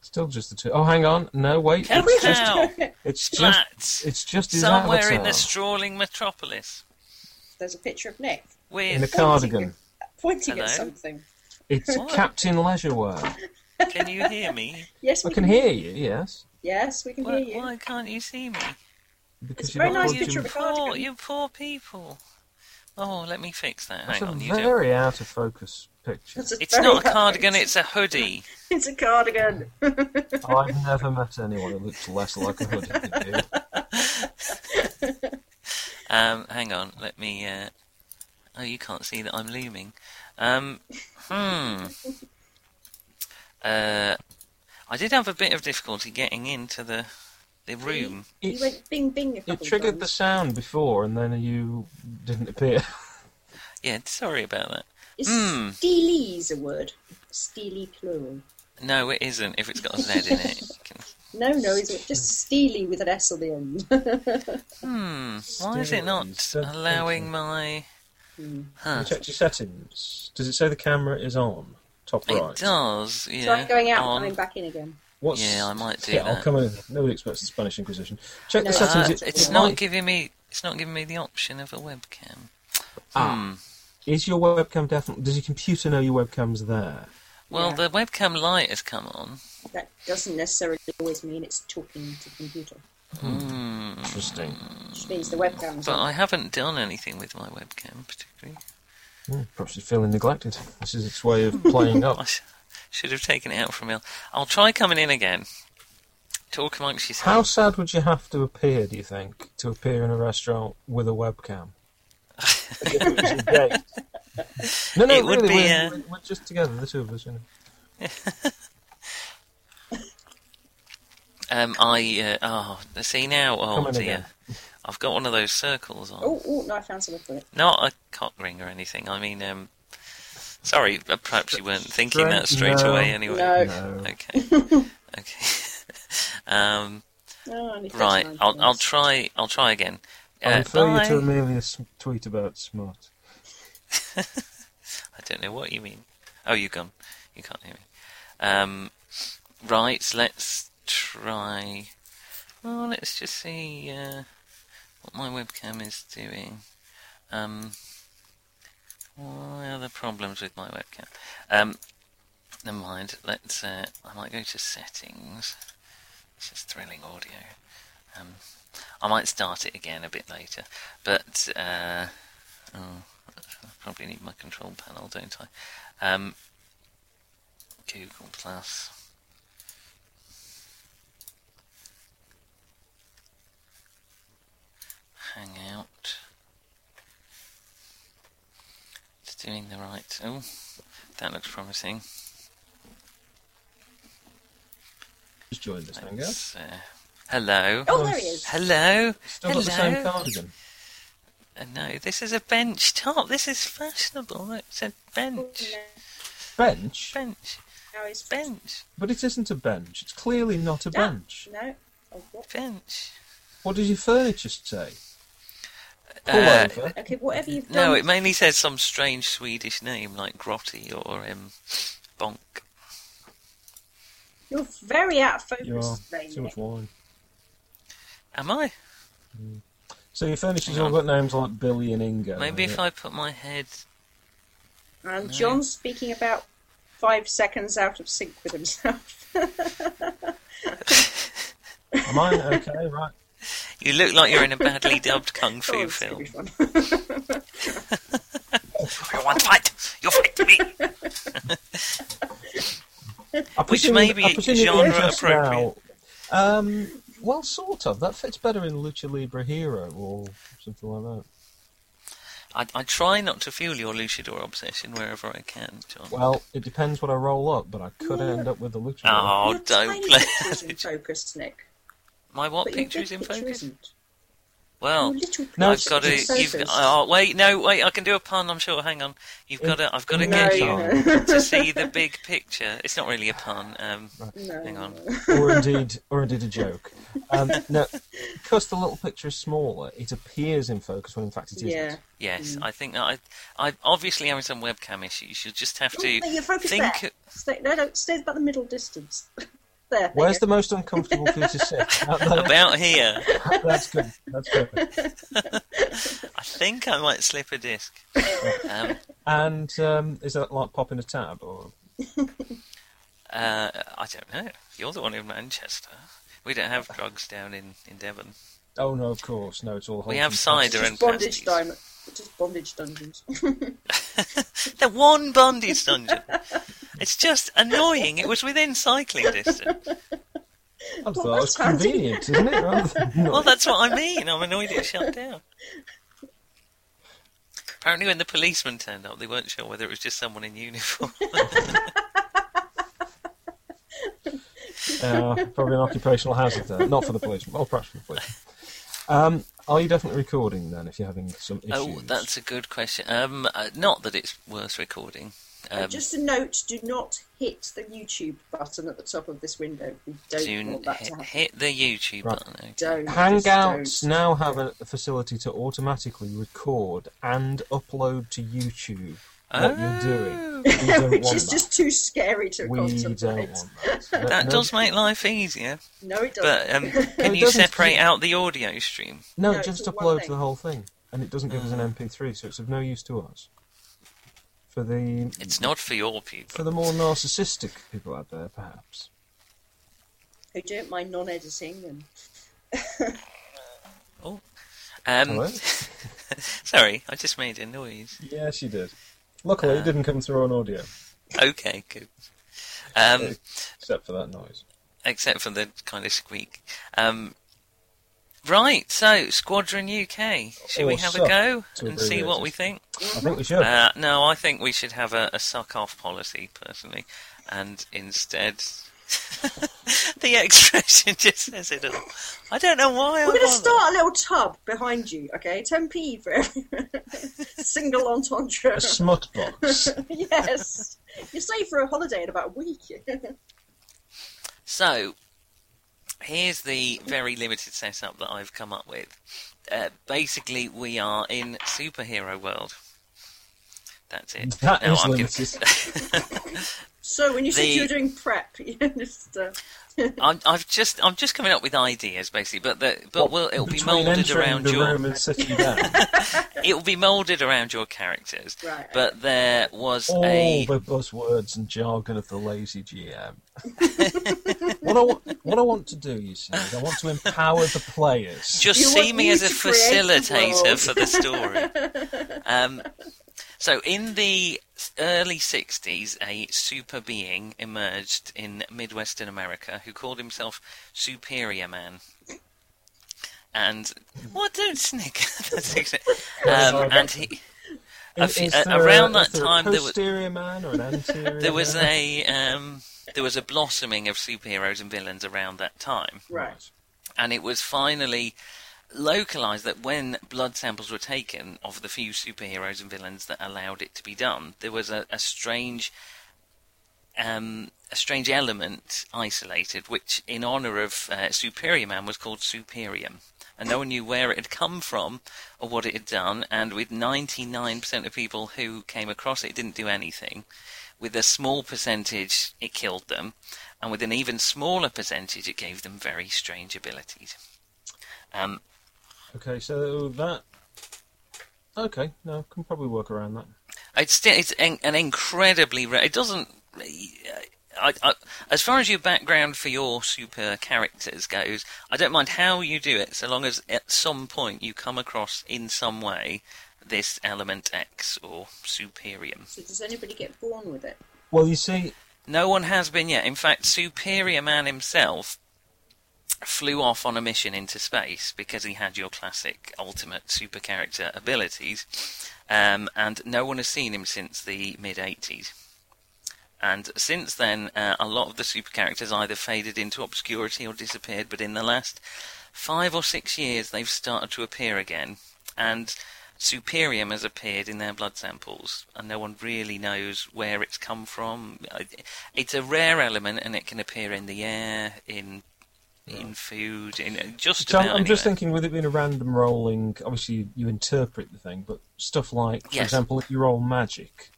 still just the two. Oh, hang on. No, wait. Come it's now. just it's just Slats. it's just his Somewhere avatar in the sprawling metropolis. There's a picture of Nick in a With cardigan. pointing at Hello? something. It's What? Captain Leisurewear. can you hear me? Yes, we I can hear you. Yes, Yes, we can Why, hear you. why can't you see me? because It's you're a very not nice plugged picture in- of a Poor, cardigan. you poor people. Oh, let me fix that. That's Hang a on, you do. very out of focus picture. That's a It's very not a bad cardigan. picture. It's a hoodie. It's a cardigan. I've never met anyone who looks less like a hoodie than you. Um, hang on, let me. Uh... Oh, you can't see that I'm looming. Um, hmm. Uh, I did have a bit of difficulty getting into the the room. you went bing bing a couple It triggered of the times. sound before, and then you didn't appear. Yeah, sorry about that. Is Hmm. steely's a word? Steely plural. No, it isn't. If it's got a Z in it, it can- No, no, is it just steely with an S on the end? hmm. Why is it not Steady, steady. allowing my? Huh. Check your settings. Does it say the camera is on? Top It does. Yeah. Try going out, on- coming back in again. What's... Yeah, I might do Yeah, I'll that. come in. Nobody expects the Spanish Inquisition. Check No, the it's Uh, settings. It- not. it's it not might- giving me. It's not giving me the option of a webcam. Ah. Hmm. Is your webcam definitely? Does your computer know your webcam's there? Well, Yeah. the webcam light has come on. That doesn't necessarily always mean it's talking to the computer. Hmm. Interesting. Which means the webcam's But on. I haven't done anything with my webcam particularly. Yeah, Hmm, perhaps it's feeling neglected. This is its way of playing I up. sh- should have taken it out from ill. I'll try coming in again. Talk amongst How yourselves. sad would you have to appear? Do you think to appear in a restaurant with a webcam? If it was a date. no, no, It would really, be, we're, uh, we're- we're just together, the two of us. You know. Um, I uh, oh, see now. Oh Come in dear, again. I've got one of those circles on. Oh, oh, no, I found something for it. Not a cock ring or anything. I mean, um, sorry, uh, perhaps you weren't thinking Straight- that straight no. away. Anyway, No. No. okay, okay. um, Oh, only right, 39 I'll I'll pounds. try. I'll try again. I'll Uh, refer you bye. to Amelia's tweet about smart. I don't know what you mean. Oh, you gone. You can't hear me. Um, right, let's try. Well, let's just see uh, what my webcam is doing. Um, what are the problems with my webcam? Um, never mind. Let's. Uh, I might go to settings. This is thrilling audio. Um, I might start it again a bit later, but. Uh, oh. I probably need my control panel, don't I? Um, Google Plus. Hangout. It's doing the right. Oh, that looks promising. Just join this thing, yeah? Let's, uh, hello. Oh, there he is. Hello. Still hello. got the same cardigan. Uh, no, this is a bench top. This is fashionable. Look, It's a Oh, bench. no, Bench, Bench. now he's Bench. but it isn't a bench. It's clearly not a No. bench. No. Oh, what? Bench. What does your furniture say? Uh, Pullover. Okay, whatever you've done. No, it mainly says some strange Swedish name like Grotty or um, Bonk. You're very out of you are focus today, too Nick. much wine. Am I? So your furniture's Hang all got names like Billy and Inga. Maybe yeah. if I put my head. And John's speaking about five seconds out of sync with himself. Am I okay? Right. You look like you're in a badly dubbed kung Oh, fu this could be film. fun. Everyone fight! You fight me! I Which presume- may be I presume you're genre just now- Um, well, sort of. That fits better in Lucha Libre Hero or something like that. I, I try not to fuel your luchador obsession wherever I can, John. Well, it depends what I roll up, but I could end up with the Lucha. Libre. Oh, Your don't tiny picture's play. in focus, Nick. my what but your picture is in big picture focus? Isn't. Well, Your little No, I've it's- got to. it's You've, focus. oh wait, no, wait. I can do a pun. I'm sure. Hang on. You've got to. I've got to No, get you you know. to see the big picture. It's not really a pun. Um, No. hang on. or indeed, or indeed a joke. Um, no, because the little picture is smaller, it appears in focus when in fact it isn't. Yeah. Yes, Mm. I think I, I obviously having some webcam issues. You'll just have Oh, to no, you're focused think. there. Stay, no, no, stay about the middle distance. There. there Where's you the most uncomfortable place to sit? Out there? About here. That's good. That's perfect. I think I might slip a disc. Um, And um, is that like popping a tab or? uh, I don't know. You're the one in Manchester. We don't have drugs down in, in Devon. Oh no, of course, no. It's all. We have Holden- cider go. and Just bondage pasties. dime. Just bondage dungeons. The one bondage dungeon. It's just annoying. It was within cycling distance. I thought Well, that was that's handy. convenient, isn't it? Rather than- Well, that's what I mean. I'm annoyed it shut down. Apparently, when the policeman turned up, they weren't sure whether it was just someone in uniform. Uh, probably an occupational hazard there. Not for the policeman. Well, perhaps for the policeman. Um, are you definitely recording then? If you're having some issues. Oh, that's a good question. Um, uh, not that it's worth recording. Um, Just a note: do not hit the YouTube button at the top of this window. We don't do want that to hit, happen. hit the YouTube Right. button. okay. Don't. just Hangouts don't. now have a facility to automatically record and upload to YouTube what Oh. you're doing. We don't Which want is that. just too scary to we contemplate. don't want that. No- That no- does make life easier, No, it doesn't. but um, can it you doesn't. separate out the audio stream? No, No, just it's all one upload thing. the whole thing, and it doesn't give Mm. us an MP3, so it's of no use to us. For the It's not for your for people. the more narcissistic people out there, perhaps. Who don't mind non-editing and Um, Hello. sorry, I just made a noise. Yeah, she did. Luckily, Uh, it didn't come through on audio, Okay, good. Um, except for that noise. except for the kind of squeak. Um, right, so Squadron UK, should we Or have a Oh, suck, go to and abbreviate see what it. we think? I think we should. Uh, no, I think we should have a, a suck off policy personally, and instead. the expression just says it all. I don't know why. We're I going to bother. start a little tub behind you, okay? 10p for every single entendre. a smut box. yes. You're safe for a holiday in about a week. So, here's the very limited setup that I've come up with. Uh, basically, we are in superhero world. That's it. That Now, is I'm gonna- so when you said The- you were doing prep, you just, uh, I'm, I've just I'm just coming up with ideas basically, but the, but well, it'll be Between molded entering around the your room and sitting down. it'll be molded around your characters. Right. But there was All a the buzzwords and jargon of the lazy GM. what, I, wa- what I want to do, you see, is I want to empower the players. just You see want me you as a to create the facilitator world. for the story. um, so, in the early 60s, a super being emerged in Midwestern America who called himself Superior Man. And what don't snicker? That's exact- um, and he, a Is- few- is uh, there a- around is that there time, a there was- posterior man or an anterior? there was man? a um, there was a blossoming of superheroes and villains around that time. right. and it was finally localized that when blood samples were taken of the few superheroes and villains that allowed it to be done, there was a, a strange, um, a strange element isolated, which in honor of uh, Superior Man was called Superium. And no one knew where it had come from or what it had done. And with 99% of people who came across it, it didn't do anything. With a small percentage, it killed them. And with an even smaller percentage, it gave them very strange abilities. Um, Okay, so that. Okay, no, can probably work around that. It's still it's an, an incredibly rare. It doesn't. I, I, as far as your background for your super characters goes, I don't mind how you do it, so long as at some point you come across in some way this element X or superium. So does anybody get born with it? Well, you see, No one has been yet. In fact, Superior Man himself flew off on a mission into space because he had your classic ultimate super character abilities, um, and no one has seen him since the mid 80s. And since then, uh, a lot of the super characters either faded into obscurity or disappeared, but in the last five or six years, they've started to appear again. And Superium has appeared in their blood samples, and no one really knows where it's come from. I- It's a rare element, and it can appear in the air, in in food, in just so I'm, about um, I'm just anywhere. thinking with it being a random rolling, obviously you, you interpret the thing, but stuff like, for Yes. example, if you roll magic,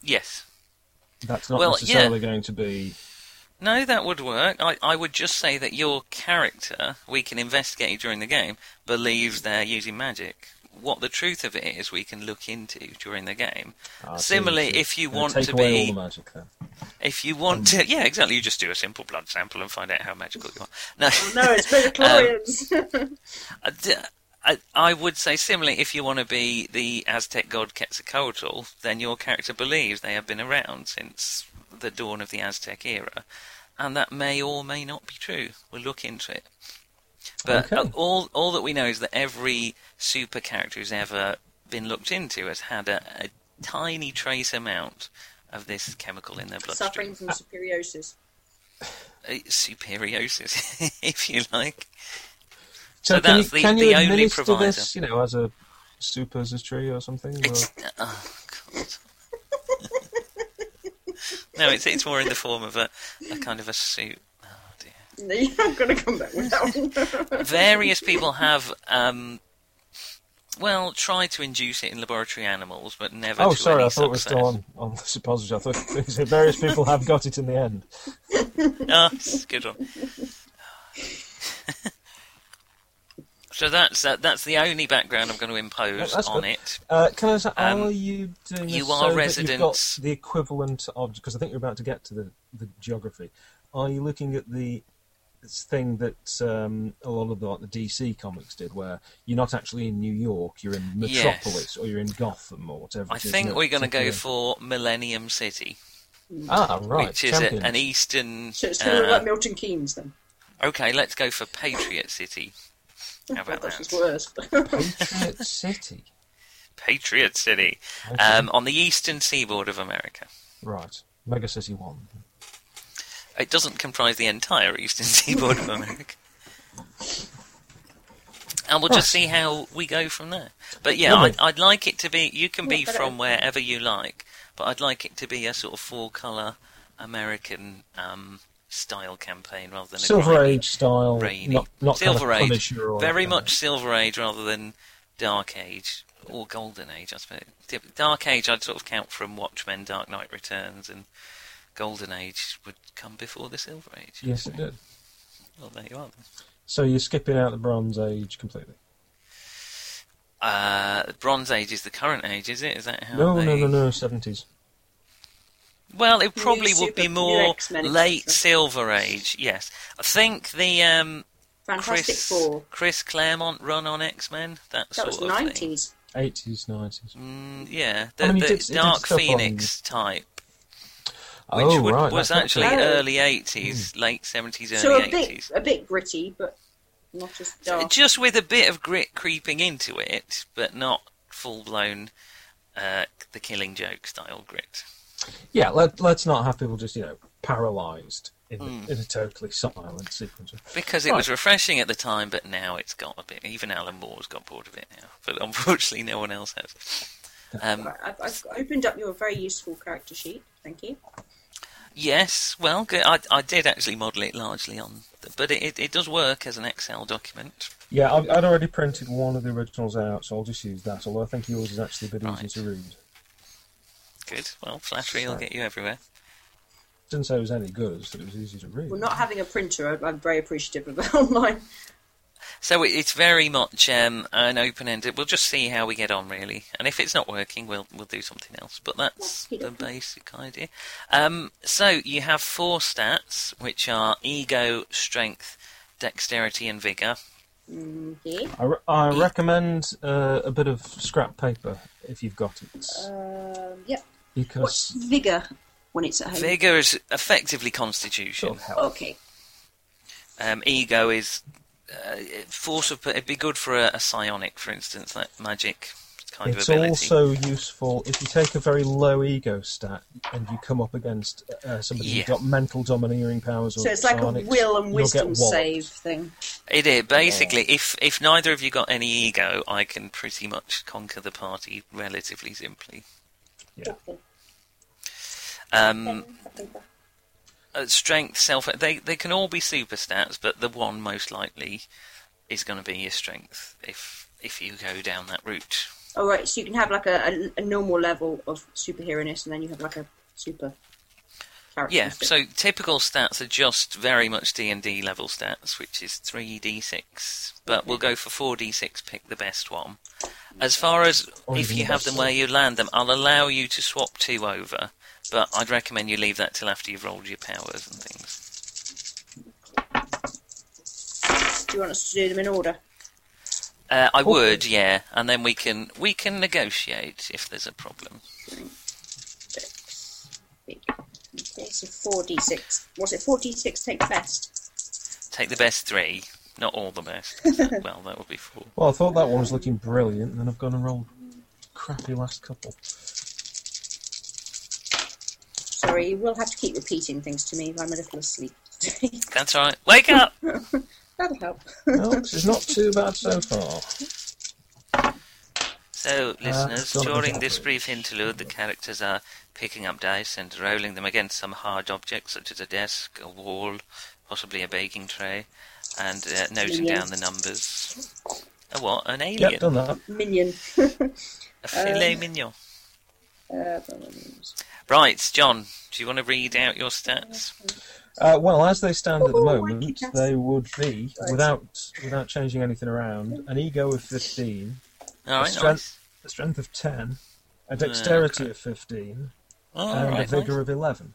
Yes. that's not Well, necessarily going to be No, that would work. I, I would just say that your character, we can investigate during the game, believes they're using magic. What the truth of it is, we can look into during the game. Ah, I see, Similarly, I see. if you Gonna want take to away be- all the magic, then. If you want to, yeah, exactly. You just do a simple blood sample and find out how magical you are. No, No, it's Um, midichlorians. I Uh, d- I, I would say similarly, if you want to be the Aztec god Quetzalcoatl, then your character believes they have been around since the dawn of the Aztec era, and that may or may not be true. We'll look into it. But uh, Okay. all all that we know is that every super character who's ever been looked into has had a, a tiny trace amount of this chemical in their bloodstream. Suffering from superiosis. Uh, Superiosis, if you like. So, So can you, that's the- can you the only administer provider. this, you know, as a suppository or something? or- It's oh god. no, it's it's more in the form of a, a kind of a suit. Oh dear. No, I'm going to come back with that one. Various people have um, well, tried to induce it in laboratory animals, but never. Oh, to sorry, any I thought we're success. still on, on the suppository. I thought you said various people have got it in the end. Ah, it's a good one. so that's that, that's the only background I'm going to impose that's on good. it. Uh, can I ask, Um, are you doing you this are so that you've residents- got the equivalent of, because I think we're about to get to the, the geography, are you looking at the thing that um, a lot of the, like, the DC comics did, where you're not actually in New York, you're in Yes. Metropolis, or you're in Gotham, or whatever I it is, think isn't it? we're going to go Particularly- for Millennium City, Ah, right, which is a, champions. an e- eastern. So it's going to uh, look like Milton Keynes then. Okay, let's go for Patriot City. How about That's just that? worse. Patriot City. Patriot City. Okay. Um, on the eastern seaboard of America. Right, Mega City 1. It doesn't comprise the entire eastern seaboard of America. And we'll just see how we go from there. But yeah, Lovely. I'd, I'd like it to be. You can be Yeah, but I- from wherever you like, but I'd like it to be a sort of four colour American um, style campaign rather than a Silver grimy, Age style, rainy. not, not kind of Silver Age, Punisher or very uh, much Silver Age rather than Dark Age or Golden Age. I suppose Di- Dark Age I'd sort of count from Watchmen, Dark Knight Returns, and Golden Age would come before the Silver Age. Yes, it did. Well, there you are. then. So you're skipping out the Bronze Age completely. Uh, Bronze Age is the current age, is it? Is that how? No, they... no, no, no, seventies. Well, it probably New would be Super- new more X-Men, etc. late Silver Age. Yes, I think the um, Fantastic Chris Four. Chris Claremont run on X Men. That, That sort was of thing. nineties. Eighties, nineties. Mm, yeah, the, mean, he the did- he did Dark stuff on- Phoenix type, which Oh, would, right. was that's not Hmm. actually true. Oh. early 80s, late 70s, So early a bit, 80s. a bit gritty, but not as dark. Just with a bit of grit creeping into it, but not full blown uh, the killing joke style grit. Yeah, let, let's not have people just you know paralysed in, Mm. in a totally silent sequence. Because it Right. was refreshing at the time, but now it's got a bit. Even Alan Moore's got bored of it now, but unfortunately, no one else has. Um, Right, I've, I've opened up your very useful character sheet. Thank you. yes, well, good. I, I did actually model it largely on, the, but it, it, it does work as an Excel document. Yeah, I've, I'd already printed one of the originals out, so I'll just use that. Although I think yours is actually a bit Right. easier to read. Good. Well, flattery will So- get you everywhere. Didn't say it was any good, so it was easy to read. Well, not having a printer, I'm- I'm very appreciative of that online. So it- it's very much um, an open-ended. We'll just see how we get on, really. And if it's not working, we'll we'll do something else. But that's the basic idea. Um, so you have four stats, which are ego, strength, dexterity, and vigor. Mm, Here, I, re- I recommend uh, a bit of scrap paper if you've got it, um, yep. because What's vigor when it's at home? Vigor is effectively sort constitution. of help. Okay. Um, ego is uh, force of. It'd be good for a, a psionic, for instance, like magic kind It's of ability. also useful if you take a very low ego stat and you come up against uh, somebody Yeah. who's got mental domineering powers. Or So it's like a psionics, will and you'll wisdom get save walloped. thing. It is basically if if neither of you got any ego, I can pretty much conquer the party relatively simply. Yeah. Um, uh, strength, self, they they can all be super stats, but the one most likely is going to be your strength if if you go down that route. All right, so you can have like a, a, a normal level of superheroness, and then you have like a super Yeah, characteristic. so typical stats are just very much D and D level stats, which is three d six, but we'll go for four d six. Pick the best one. As far as Or if even you the have best them one. where you land them, I'll allow you to swap two over, but I'd recommend you leave that till after you've rolled your powers and things. Do you want us to do them in order? Uh, I would, yeah, and then we can we can negotiate if there's a problem. Six. Big. Okay, so four d six. Was it four d six? Take best. Take the best three, not all the best. well, that would be four. Well, I thought that one was looking brilliant, and then I've gone and rolled crappy last couple. Sorry, you will have to keep repeating things to me. if I'm a little asleep. today. That's all right. Wake up. That'll help. No, this is not too bad so far. So, Uh, listeners, got a during bit this awkward. brief interlude, the characters are picking up dice and rolling them against some hard object, such as a desk, a wall, possibly a baking tray, and uh, noting Alien. down the numbers. A what? An alien? Yep, done that. Minion. a filet mignon. uh, Right, John, do you want to read out your stats? Uh, well, as they stand at the Ooh, moment, yes. they would be without without changing anything around an ego of fifteen, All right, strength- nice. a strength of ten, a dexterity of fifteen, All and right, a vigor nice. of eleven.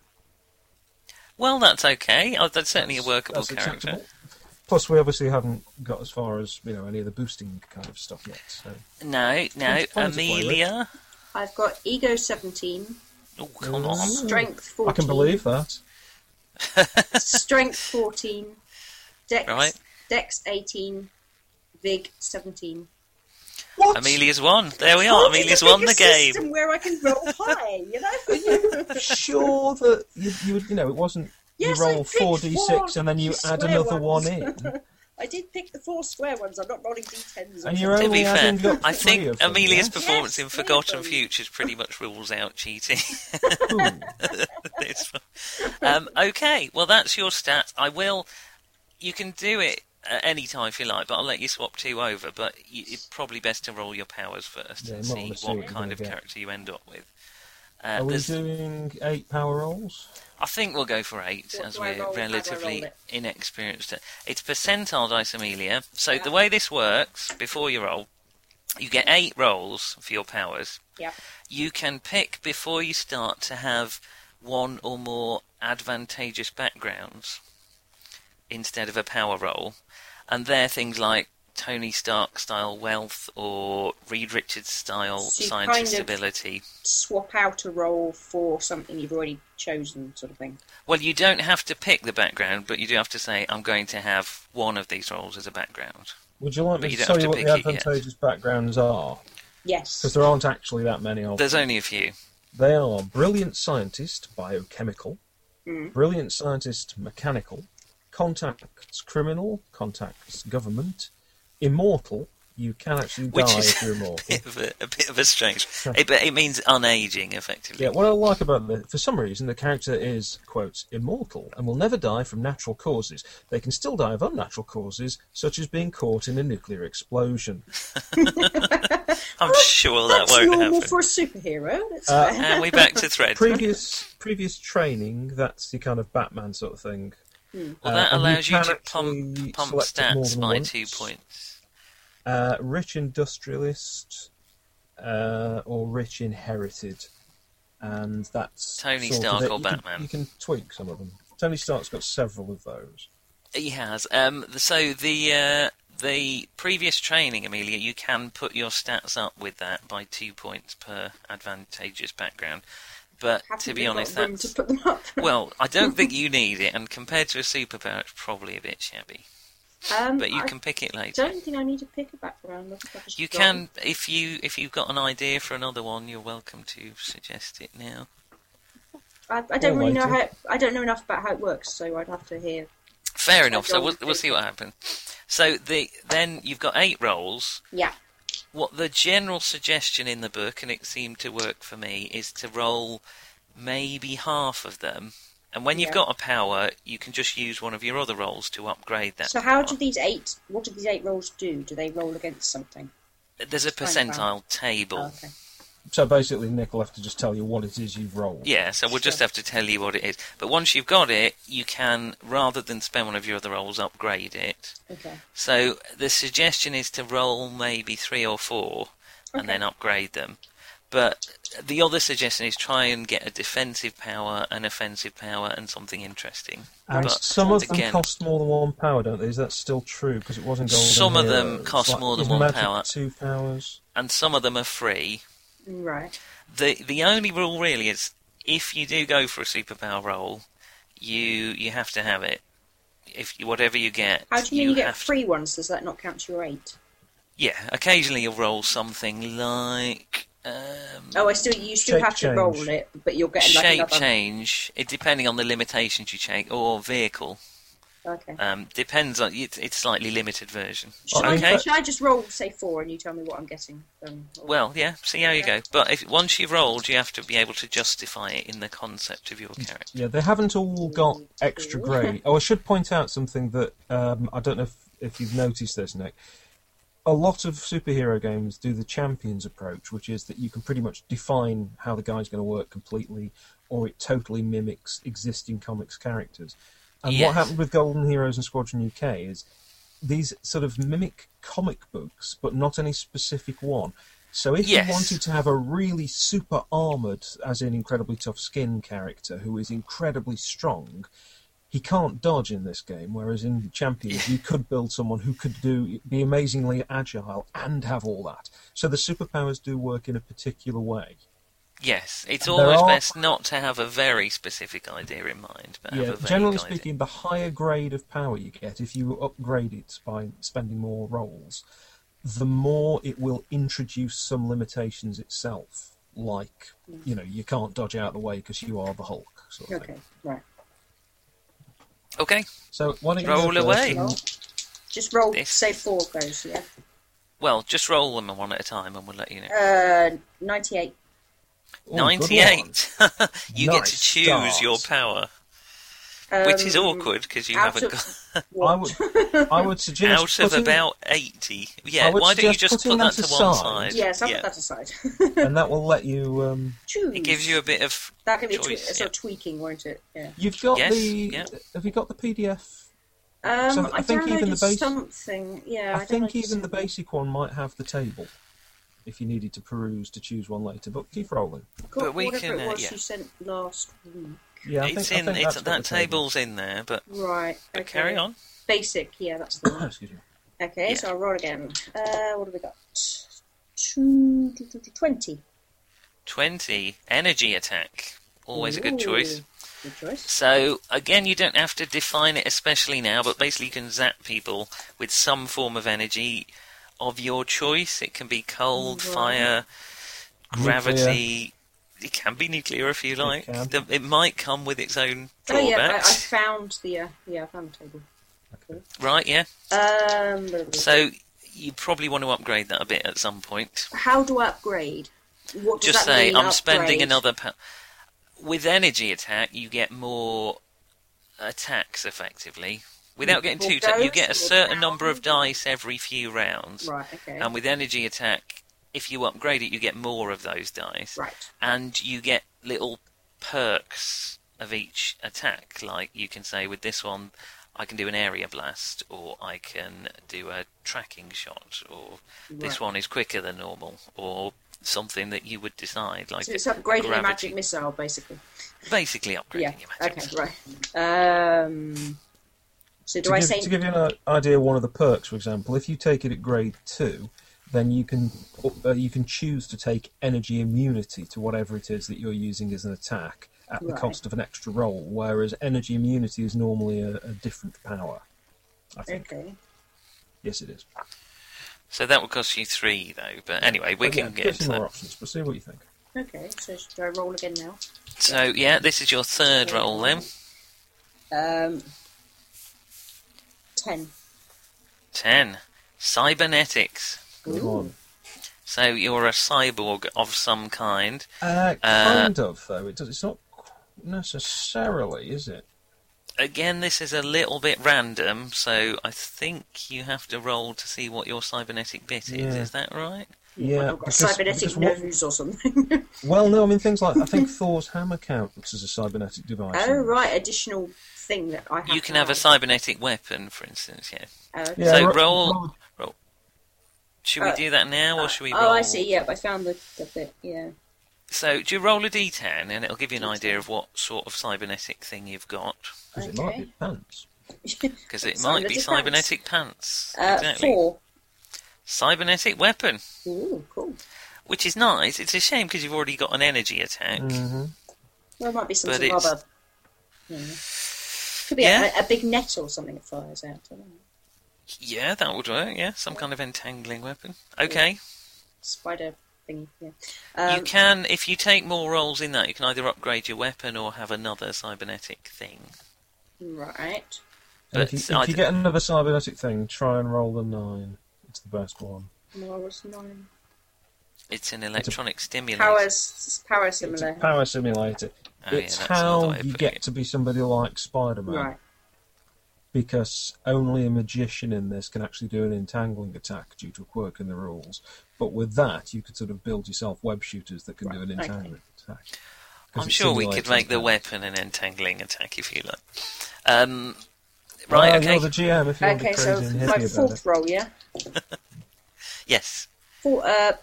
Well, that's okay. Oh, that's certainly a That's- workable that's character. acceptable. Plus, we obviously haven't got as far as you know any of the boosting kind of stuff yet. So No, no, Sounds fun to play with. Amelia. I've got ego seventeen, Oh, come on. Mm. strength I fourteen. can believe that. strength fourteen, dex Right. dex eighteen, vig seventeen. What? Amelia's won. There we are. Can't we Amelia's just won make the a game. System where I can roll high, you know. sure that you, you you know it wasn't Yes, you I roll picked four d six four and then you add square another ones. one in, I did pick the four square ones. I'm not rolling d10s. or and you're To only be fair, adding up I three think of them, Amelia's yeah? performance in Yes, three Forgotten of them. Futures pretty much rules out cheating. Ooh. It's- um, okay, well that's your stats. I will. You can do it at any time if you like, but I'll let you swap two over. But you, it's probably best to roll your powers first Yeah, and you might see wanna what see what you're kind gonna of get. character you end up with. Uh, Are we there's- doing eight power rolls? I think we'll go for eight, What as do I we're roll? How do I roll relatively it? inexperienced. at- It's percentile dice, Amelia. So the way this works, before you roll, you get eight rolls for your powers. Yep. You can pick before you start to have one or more advantageous backgrounds instead of a power roll, and they're things like Tony Stark style wealth or Reed Richards style So you kind scientist of- ability. swap out a roll for something you've already chosen, sort of thing. Well, you don't have to pick the background, but you do have to say, I'm going to have one of these roles as a background. Would you like But me you to don't tell have you what to the pick it yet. advantageous backgrounds are? Because Yes. there aren't actually that many of them. There's only a few. They are brilliant scientist, biochemical, Mm. brilliant scientist, mechanical, contacts criminal, contacts government, immortal. You can actually Which die is- if you're immortal. Bit of a, a bit of a strange. It, but it means unaging, effectively. Yeah, what I like about the for some reason the character is quote immortal and will never die from natural causes. They can still die of unnatural causes, such as being caught in a nuclear explosion. I'm sure that That's won't normal happen. for a superhero. That's Uh, fair. And we back to thread. Previous previous training, that's the kind of Batman sort of thing. well, that uh, and you allows you, can to pump, actually pump select it more stats than by once. two points. Uh, rich industrialist uh, or rich inherited, and that's Tony sort of Stark it. or You can- Batman? you can tweak some of them. Tony Stark's got several of those. He has. Um, th- so the uh, the previous training, Amelia, you can put your stats up with that by two points per advantageous background. But Haven't to we be got honest, room that's to put them up. Well, I don't think you need it, and compared to a superpower, it's probably a bit shabby. um, But you I can pick it later. don't think I need to pick a background. I think I've just You got can, if you if you've got an idea for another one, you're welcome to suggest it now. I, I don't Or really know how. later. I don't know enough about how it works, so I'd have to hear. Fair enough. So don't we'll, we'll think- see what happens. So the then you've got eight rolls. Yeah. What the general suggestion in the book, and it seemed to work for me, is to roll maybe half of them. And when you've Yeah. got a power, you can just use one of your other rolls to upgrade that. So how power. do these eight? What do these eight rolls do? Do they roll against something? There's a Fine, fine. percentile table. Oh, okay. So basically, Nick will have to just tell you what it is you've rolled. Yeah, so we'll just Sure. have to tell you what it is. But once you've got it, you can, rather than spend one of your other rolls, upgrade it. Okay. So the suggestion is to roll maybe three or four and Okay. then upgrade them. But the other suggestion is try and get a defensive power, an offensive power, and something interesting. And but some of them again, cost more than one power, don't they? Is that still true? Because it wasn't gold. Some in of here. them It's cost more than is one magic power. Two powers. and some of them are free. Right. the the only rule really is if you do go for a superpower roll, you you have to have it. If you, whatever you get, How do you mean you, get have to- free ones? Does that not count to your eight? yeah, occasionally you'll roll something like um, Oh, I still you still Shape have to change. roll it, but you're getting like shape another. change. It depending on the limitations you take or vehicle. Okay. Um, depends on it's, it's slightly limited version. Should, okay. I, should I just roll say four and you tell me what I'm getting? Um, or- Well, yeah. See how you go. But if once you've rolled, you have to be able to justify it in the concept of your character. Yeah, they haven't all got extra grey. Oh, I should point out something that um, I don't know if, if you've noticed this, Nick. A lot of superhero games do the champions approach, which is that you can pretty much define how the guy's going to work completely, or it totally mimics existing comics characters. And Yes. what happened with Golden Heroes and Squadron UK is these sort of mimic comic books, but not any specific one. So if Yes. you wanted to have a really super armored, as in incredibly tough skin character who is incredibly strong, he can't dodge in this game. Whereas in Champions, you could build someone who could do be amazingly agile and have all that. So the superpowers do work in a particular way. Yes, it's There always are- best not to have a very specific idea in mind, but have Yeah, a vague generally idea. speaking, the higher grade of power you get, if you upgrade it by spending more rolls, the more it will introduce some limitations itself, like you know you can't dodge out of the way because you are the Hulk. Sort of Mm. Okay. thing. Right. Okay, So why don't you Roll go first away. and- Just roll This- say four goes. Yeah. well, just roll them one at a time, and we'll let you know. Uh, ninety-eight. Oh, good Ninety-eight. you get to Nice choose start. your power, Um, which is awkward because you out haven't got of one. I what? would, I would suggest out of putting- about eighty. Yeah, I would why don't you suggest just put putting that to that one aside. side? yes, I'll yeah. put that aside. and that will let you. Um, Choose. It gives you a bit of that could be a, twe- choice. a yeah. sort of tweaking, won't it? Yeah. you've got Yes, the. yeah. Have you got the PDF? Um, So I I, think downloaded even the base- something. Yeah, I, I think downloaded even the something. basic one might have the table. If you needed to peruse to choose one later, but keep rolling. Got But we whatever can, it uh, was yeah. you sent last week. Yeah, I it's think, I in. think It's that's got that the table. table's in there, but, Right. but Okay. carry on. Basic. Yeah, that's the one. Oh, Excuse me. Okay, Yeah. so I'll roll again. Uh, what have we got? Two, twenty. Twenty energy attack. Always a good choice. Ooh, Good choice. So again, you don't have to define it especially now, but basically you can zap people with some form of energy of your choice. It can be cold, Right. fire, Nuclear. gravity. It can be nuclear if you like. can. The- It might come with its own Oh yeah, I, I drawbacks, found the uh, yeah, I found the table. right? Yeah. Um, blah, blah, blah. So you probably want to upgrade that a bit at some point. how do I upgrade? What does Just that say mean, I'm spending upgrade? another. Pa- with energy attack, you get more attacks effectively. Without getting More too, ta- you ghosts, get a more certain number of pounds. dice every few rounds. Right. Okay. And with energy attack, if you upgrade it, you get more of those dice, right. and you get little perks of each attack. Like you can say, with this one, I can do an area blast, or I can do a tracking shot, or this Right. one is quicker than normal, or something that you would decide. Like So it's upgrading a gravity- magic missile, basically. basically upgrading Yeah. your magic. Okay. Right. Um. So do to I give, say to give you an i- idea, one of the perks, for example, if you take it at grade two, then you can uh, you can choose to take energy immunity to whatever it is that you're using as an attack at the Right. cost of an extra roll, whereas energy immunity is normally a, a different power. I think okay? yes, it is. So that will cost you three, though. But anyway, we But yeah, can get there's into some more that. options, but see what you think. Okay. So should I roll again now? So yeah, this is your third roll then. Um, ten. Ten. Cybernetics. Good Ooh. one. So you're a cyborg of some kind. Uh, Uh, kind of though. It does. It's not qu- necessarily, is it? Again, this is a little bit random, so I think you have to roll to see what your cybernetic bit is. Yeah. Is that right? Yeah, I've got because- cybernetic because what- nose or something. Well, no, I mean things like I think Thor's hammer counts as a cybernetic device. oh right, additional thing that I have. You can to have a cybernetic weapon, for instance. Yeah. Oh, okay. Yeah, So ro- roll- roll- Should we Uh, do that now, or should we? oh, I roll? see. Yep, I found the, the bit. Yeah. So do you roll a d10, and it'll give you an D10. idea of what sort of cybernetic thing you've got, 'cause it might Okay. be pants. Uh, because it might be cybernetic Cybernetic pants. Uh, exactly. Four. Cybernetic weapon, Ooh, cool. which is nice. It's a shame because you've already got an energy attack. hmm Well, it might be But something it's- other. Yeah. Could be Yeah? a, a big net or something that fires out. I don't know. Yeah, that would work. Yeah, some kind of entangling weapon. Okay, Spider thingy. Yeah. Um, you can if you take more rolls in that, you can either upgrade your weapon or have another cybernetic thing. Right. And if But you, I if you d- get another cybernetic thing, try and roll the nine. It's the best one. Morris nine. It's an electronic stimulator. Power, s- power It's a similar. power simulator. Oh, yeah, it's that's another how way of you putting get it. to be somebody like Spider-Man, Right. because only a magician in this can actually do an entangling attack due to a quirk in the rules. But with that, you could sort of build yourself web shooters that can do Right, an okay. entangling attack. 'Cause I'm it sure we simulates could make the entangling. weapon an entangling attack if you like. Um, right, Well, uh, okay. You're the GM if you want to Okay, be so crazy and my hippie about it. fourth roll, yeah. Yes, Four, uh,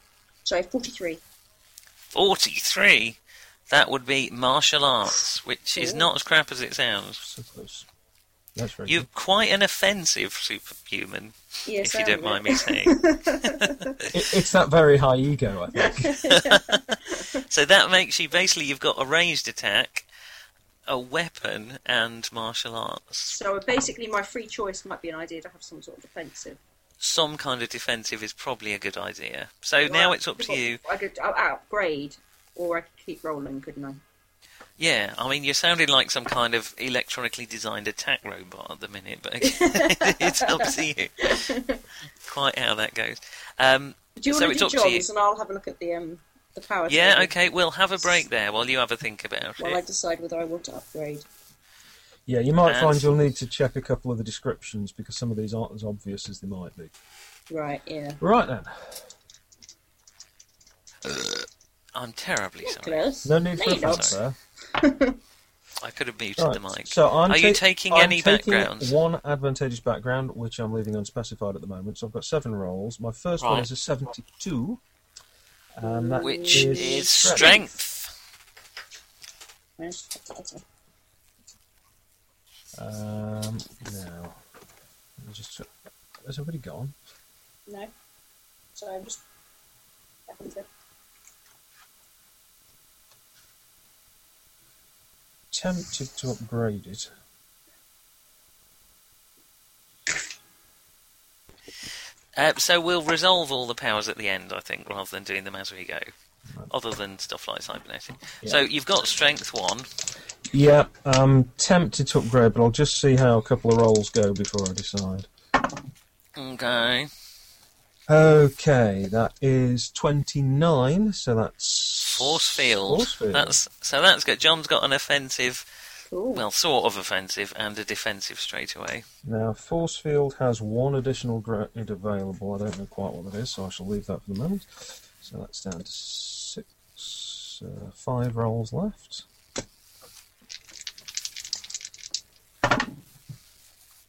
sorry, forty-three. 43. That would be martial arts, which is Ooh. not as crap as it sounds. So close. That's very You're quite an offensive superhuman, if Yes, I you am, don't mind me yeah. saying. good. It, it's that very high ego, I think. so that makes you basically you've got a ranged attack, a weapon, and martial arts. So basically, my free choice might be an idea to have some sort of defensive. Some kind of defensive is probably a good idea. So now it's up to you. I could I'll upgrade, or I could keep rolling, couldn't I? Yeah, I mean, you're sounding like some kind of electronically designed attack robot at the minute, but again, it's up to you. Quite how that goes. Um, Do you So want it's to up do to John's, and I'll have a look at the um the power. yeah, table okay, we'll have a break there while you have a think about While I it. decide whether I want to upgrade. Yeah, you might And- find you'll need to check a couple of the descriptions because some of these aren't as obvious as they might be. Right, yeah. Right then, I'm terribly sorry. Close. no need for a Lay fuss logs. there. I could have muted the Right. mic. So I'm Are you ta- taking I'm any taking backgrounds? One advantageous background, which I'm leaving unspecified at the moment. So I've got seven rolls. My first one Right. is a 72, and that Which is, is strength. Um, now, let me just has everybody gone? No. So I'm just. back into- Tempted to upgrade it. Uh, so we'll resolve all the powers at the end, I think, rather than doing them as we go. Right. Other than stuff like cybernetic. Yeah. So you've got strength one. Yeah, I'm tempted to upgrade, but I'll just see how a couple of rolls go before I decide. Okay. Okay, that is 29, so that's. Force field. Force field. That's so that's good. John's got an offensive, Cool. well, sort of offensive, and a defensive straight away. Now, force field has one additional grade available. I don't know quite what that is, so I shall leave that for the moment. So that's down to six, uh, five rolls left.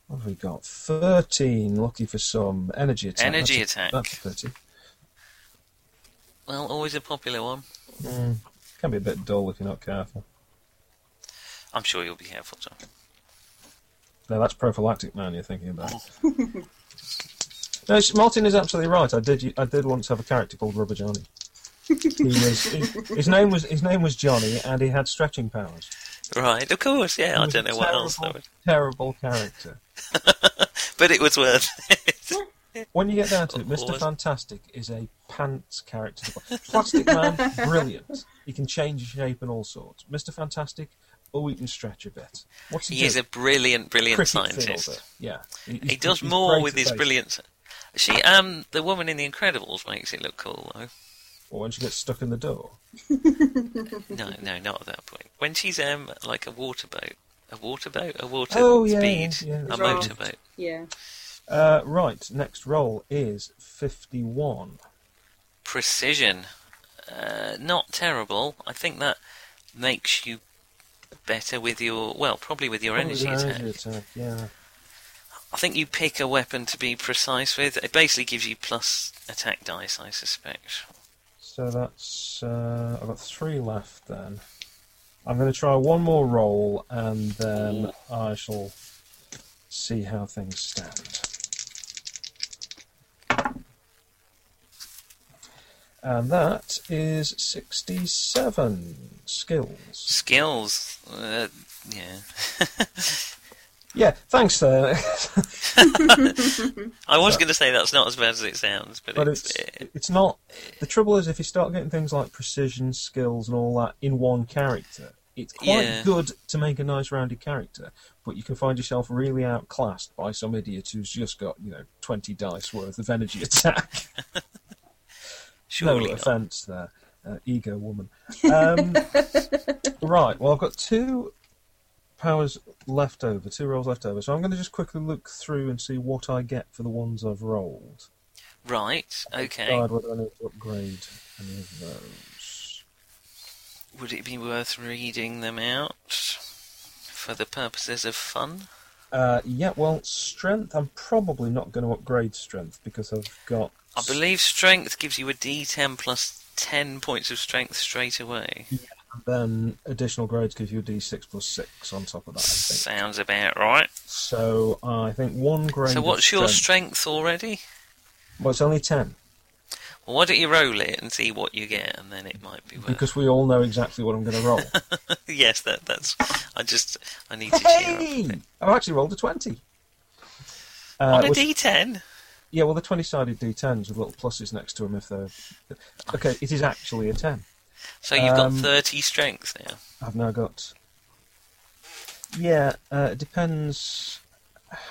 What have we got? 13, lucky for some. Energy attack. Energy that's attack. That's pretty. Well, always a popular one. Mm, can be a bit dull if you're not careful. I'm sure you'll be careful, John. No, that's prophylactic man you're thinking about. no, s- Martin is absolutely right. I did. I did once have a character called Rubber Johnny. He was, his, his name was his name was Johnny, and he had stretching powers. Right, of course, He yeah. I was don't a know what else that terrible, Terrible would, character. but it was worth it. When you get down to it, Or- or Mister was- Fantastic is a pants character. Plastic Man, brilliant. He can change shape and all sorts. Mister Fantastic, oh, he can stretch a bit. What's he? he is do? a brilliant, brilliant Cricket scientist. fielder. Yeah, He does more with his brilliance. She, um, the woman in The Incredibles makes it look cool though. Or when she gets stuck in the door. No, no, not at that point. When she's um, like a water boat, a water boat, a water Oh, yeah, speed, yeah, yeah. a Right. motorboat. Yeah. Uh, right, next roll is 51. precision. Uh, not terrible. I think that makes you better with your well, probably with your Probably energy an attack. energy attack, Yeah. I think you pick a weapon to be precise with. It basically gives you plus attack dice, I suspect. So that's uh, I've got three left then. I'm going to try one more roll and then I shall see how things stand. And that is 67 skills. Skills, uh, yeah. Yeah, thanks there. I was going to say that's not as bad as it sounds, but, but it's, it's it's not. The trouble is, if you start getting things like precision skills and all that in one character, it's quite Yeah. good to make a nice rounded character. But you can find yourself really outclassed by some idiot who's just got you know twenty dice worth of energy attack. surely no not. offense there, uh, ego woman. Um, right. Well, I've got two powers left over, two rolls left over. So I'm going to just quickly look through and see what I get for the ones I've rolled. Right. Okay. decide whether I need to upgrade any of those. Would it be worth reading them out for the purposes of fun? Uh, yeah, well, strength. I'm probably not going to upgrade strength because I've got. I believe strength gives you a D10 plus 10 points of strength straight away. Then additional grades give you a D6 plus six on top of that. I think. Sounds about right. So I think one grade. So of what's your strength- strength already? Well, it's only ten Well, why don't you roll it and see what you get, and then it might be worth. because we all know exactly what I'm going to roll. yes, that that's. I just I need to cheer hey, I've actually rolled a twenty. Uh, up. on a which- D10. yeah, well, the twenty-sided D10s with little pluses next to them if they're. Okay, it is actually a ten. So you've got um, 30 strength now. I've now got. Yeah, uh, it depends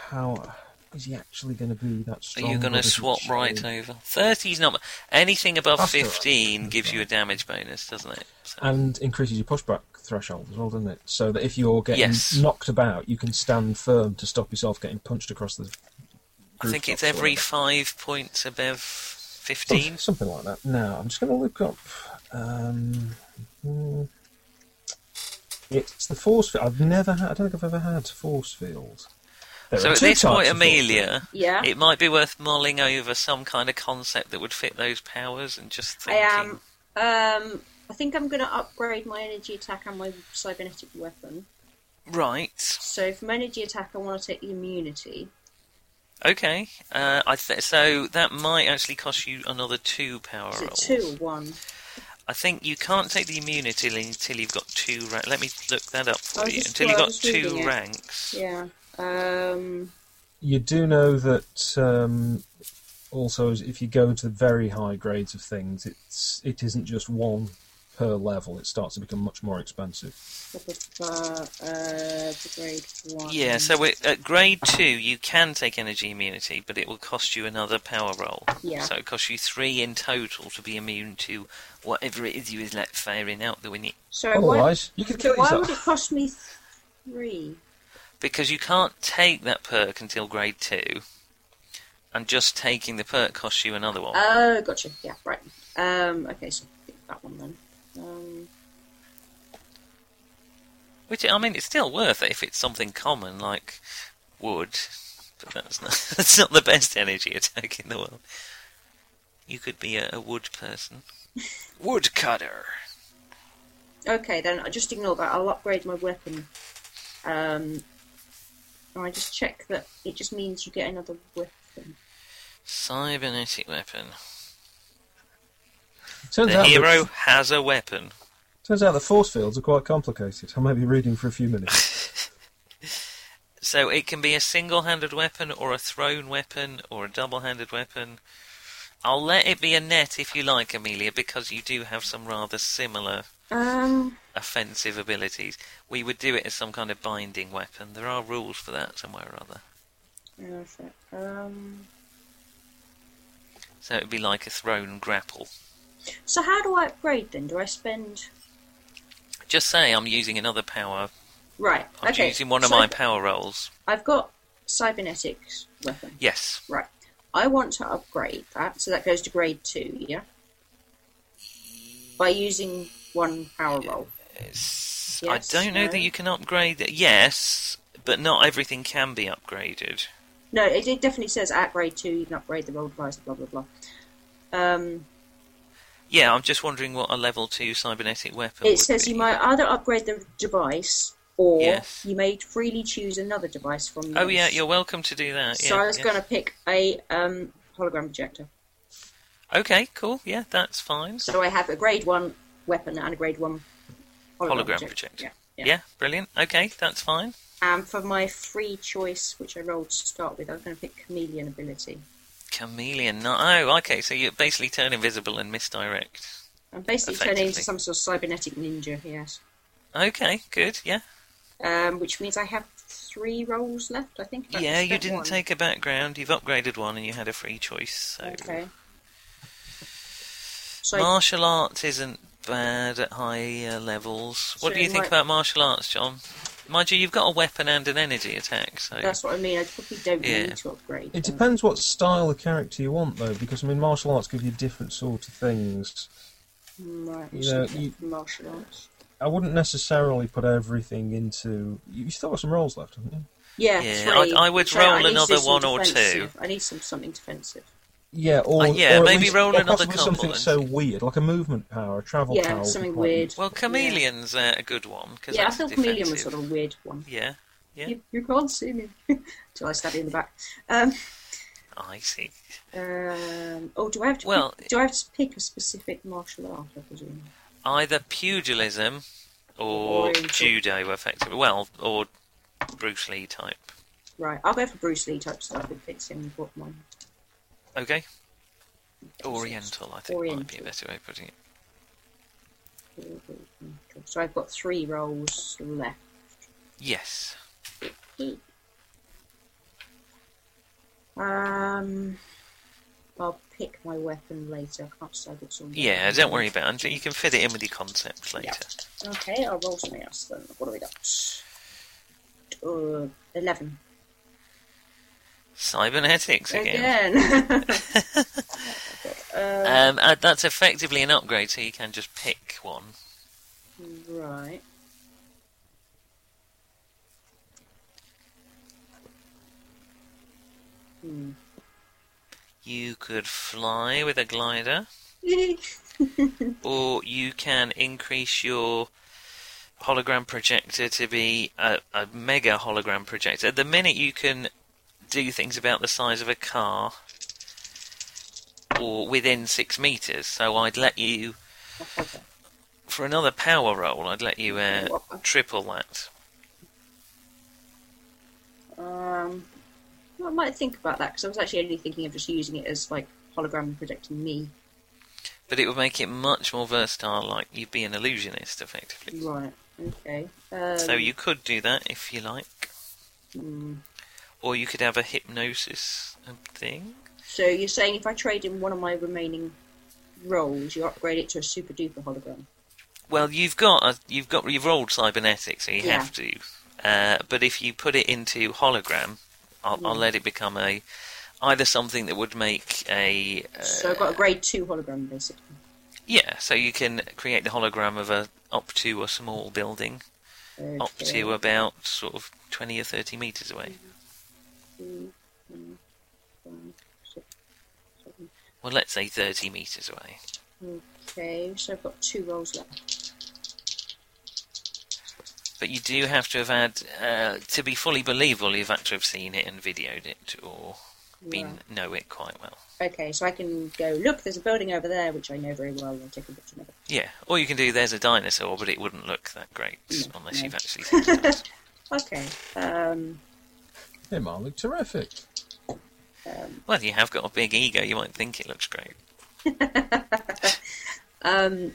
how. Is he actually going to be that Are strong? you going to swap right over? 30's not. mu- Anything above That's all right. 15 That's gives you a fine. damage bonus, doesn't it? So- And increases your pushback threshold as well, doesn't it? So that if you're getting Yes. knocked about, you can stand firm to stop yourself getting punched across the. I think rooftops it's or every whatever. five points above 15. Something like that. Now, I'm just going to look up. Um, hmm. it's the force field. I've never had. I don't think I've ever had force field. There So are at two this types point, of force field. Amelia, Yeah. it might be worth mulling over some kind of concept that would fit those powers and just I thinking. am. Um, I think I'm going to upgrade my energy attack and my cybernetic weapon. Right. So from energy attack, I want to take the immunity. Okay. Uh, I th- so that might actually cost you another two power Is it rolls. two or one? I think you can't take the immunity until you've got two. Ra- Let me look that up I for was you. just- Until well, I you've was got reading two it. ranks. Yeah. Um, you do know that um, also is if you go to the very high grades of things, it's it isn't just one per level. It starts to become much more expensive. uh, uh, grade one. Yeah, so it, at grade two, you can take energy immunity, but it will cost you another power roll. Yeah. So it costs you three in total to be immune to whatever it is you is like firing out the window. So why, Otherwise, you could kill why would it yourself. cost me three? Because you can't take that perk until grade two, and just taking the perk costs you another one. Oh, gotcha. Yeah, right. Um, okay, so pick that one then. Um, Which, I mean, it's still worth it if it's something common like wood, but that's not, that's not the best energy attack in the world. You could be a, a wood person. Woodcutter! okay, then I just ignore that. I'll upgrade my weapon. Um, and I just check that it just means you get another weapon. Cybernetic weapon. Turns The out, hero that, has a weapon. turns out the force fields are quite complicated. I may be reading for a few minutes. So it can be a single handed weapon, or a thrown weapon, or a double handed weapon. I'll let it be a net if you like, Amelia, because you do have some rather similar Um, offensive abilities. We would do it as some kind of binding weapon. There are rules for that somewhere or other. hang on a sec. um, So it would be like a thrown grapple. so how do I upgrade then? Do I spend? Just say I'm using another power. Right. I'm okay. using one of so my power rolls. I've got cybernetics weapon. Yes. Right. I want to upgrade that, so that goes to grade two. Yeah. by using one power roll. It's, Yes, I don't know no. that you can upgrade it. Yes, but not everything can be upgraded. No, it, it definitely says at grade two you can upgrade the roll device. Blah blah blah. Um, Yeah, I'm just wondering what a level two cybernetic weapon. it would says be. you might either upgrade the device or Yes. you may freely choose another device from. Oh yeah, these. you're welcome to do that. So yeah, I was yeah. going to pick a um, hologram projector. Okay, cool. Yeah, that's fine. So I have a grade one weapon and a grade one hologram, Hologram projector. projector. Yeah, yeah. brilliant. Okay, that's fine. And for my free choice, which I rolled to start with, I was going to pick chameleon ability. Chameleon. No, oh, okay. So you basically turn invisible and misdirect. I'm basically turning into Effectively. some sort of cybernetic ninja. Yes. Okay, good. Yeah, Um, which means I have three rolls left. I think. I've yeah. You spent didn't one. take a background. You've upgraded one, and you had a free choice. So Okay. So martial arts isn't bad at higher levels. What So do you it think might- about martial arts, John? Mind you, you've got a weapon and an energy attack. So that's what I mean. I probably don't Yeah. need to upgrade. It them. depends what style of character you want, though, because I mean, martial arts give you different sort of things. Right. You so know, yeah, you- martial arts. I wouldn't necessarily put everything into. You still got some rolls left, haven't you? Yeah. Yeah, three. I- I would Sorry, roll I need another some one or two. defensive. I need some something defensive. Yeah, or Uh, yeah, or at maybe least- roll or possibly another couple something and- so weird, like a movement power, a travel power. Yeah, would be something quite weird. well, chameleon's uh, a good one because Yeah, I that's thought defensive. chameleon was sort of a weird one. Yeah, yeah. You, you can't see me till I stab you in the back. Um, I see. um, oh, do I have to? Well- pick, do I have to pick a specific martial art? I presume. Either pugilism or Oriental. judo, effectively. Well, or Bruce Lee type. Right, I'll go for Bruce Lee type stuff. It fits in with what mine. Okay. Oriental, I think, might be a Oriental. better way of putting it. So I've got three rolls left. Yes. Um, I'll pick my weapon later. I can't decide which one. Yeah, don't worry about it. You can fit it in with your concepts later. Okay, I'll roll something else then. What do we got? Uh, Eleven Cybernetics again. again. uh, Um, uh, that's effectively an upgrade, so you can just pick one. right. Hmm. You could fly with a glider, or you can increase your hologram projector to be a, a mega hologram projector. At the minute, you can do things about the size of a car or within six meters. So I'd let you, for another power roll, I'd let you uh, triple that. Um, well, I might think about that because I was actually only thinking of just using it as like hologram projecting me. But it would make it much more versatile, like you'd be an illusionist, effectively. Right. Okay. Um, So you could do that if you like. hmm. Or you could have a hypnosis um, thing. So you're saying if I trade in one of my remaining rolls, you upgrade it to a super duper hologram. Well, you've got a, you've got you've rolled cybernetics, so you Yeah. have to. Uh, but if you put it into hologram, I'll, I'll Mm. let it become a either something that would make a uh, so I've got a grade two hologram basically. yeah. So you can create the hologram of a up to a small building, up Okay. to about sort of twenty or thirty meters away. Two, three, five, six, seven. Well, let's say thirty meters away. Okay, so I've got two rolls left. But you do have to have had uh, to be fully believable. You've had to have seen it and videoed it or been know it quite well. Right. Okay, so I can go look. There's a building over there which I know very well. I'll take a picture of it. Yeah, or you can do there's a dinosaur, but it wouldn't look that great No, unless no. you've actually seen it. Okay. Um, Hey, Mark, look terrific. well, you have got a big ego, you might think it looks great. Um,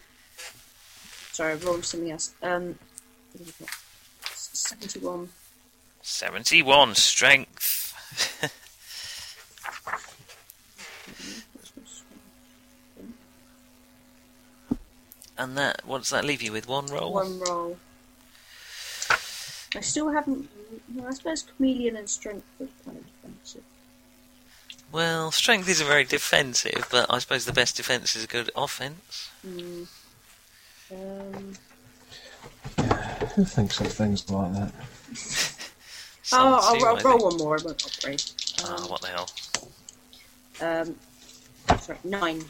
sorry, I've rolled something else. Um, what have we got? 71. 71 strength. and that, what does that leave you with? One roll? One roll. I still haven't. Well, I suppose chameleon and strength are kind of defensive. Well, strength isn't very defensive, but I suppose the best defense is a good offense. Mm. Um, Who thinks of things like that? Oh, I'll, Sounds roll- too, I roll think. one more. I won't upgrade. Ah, what the hell? Um, sorry, nine.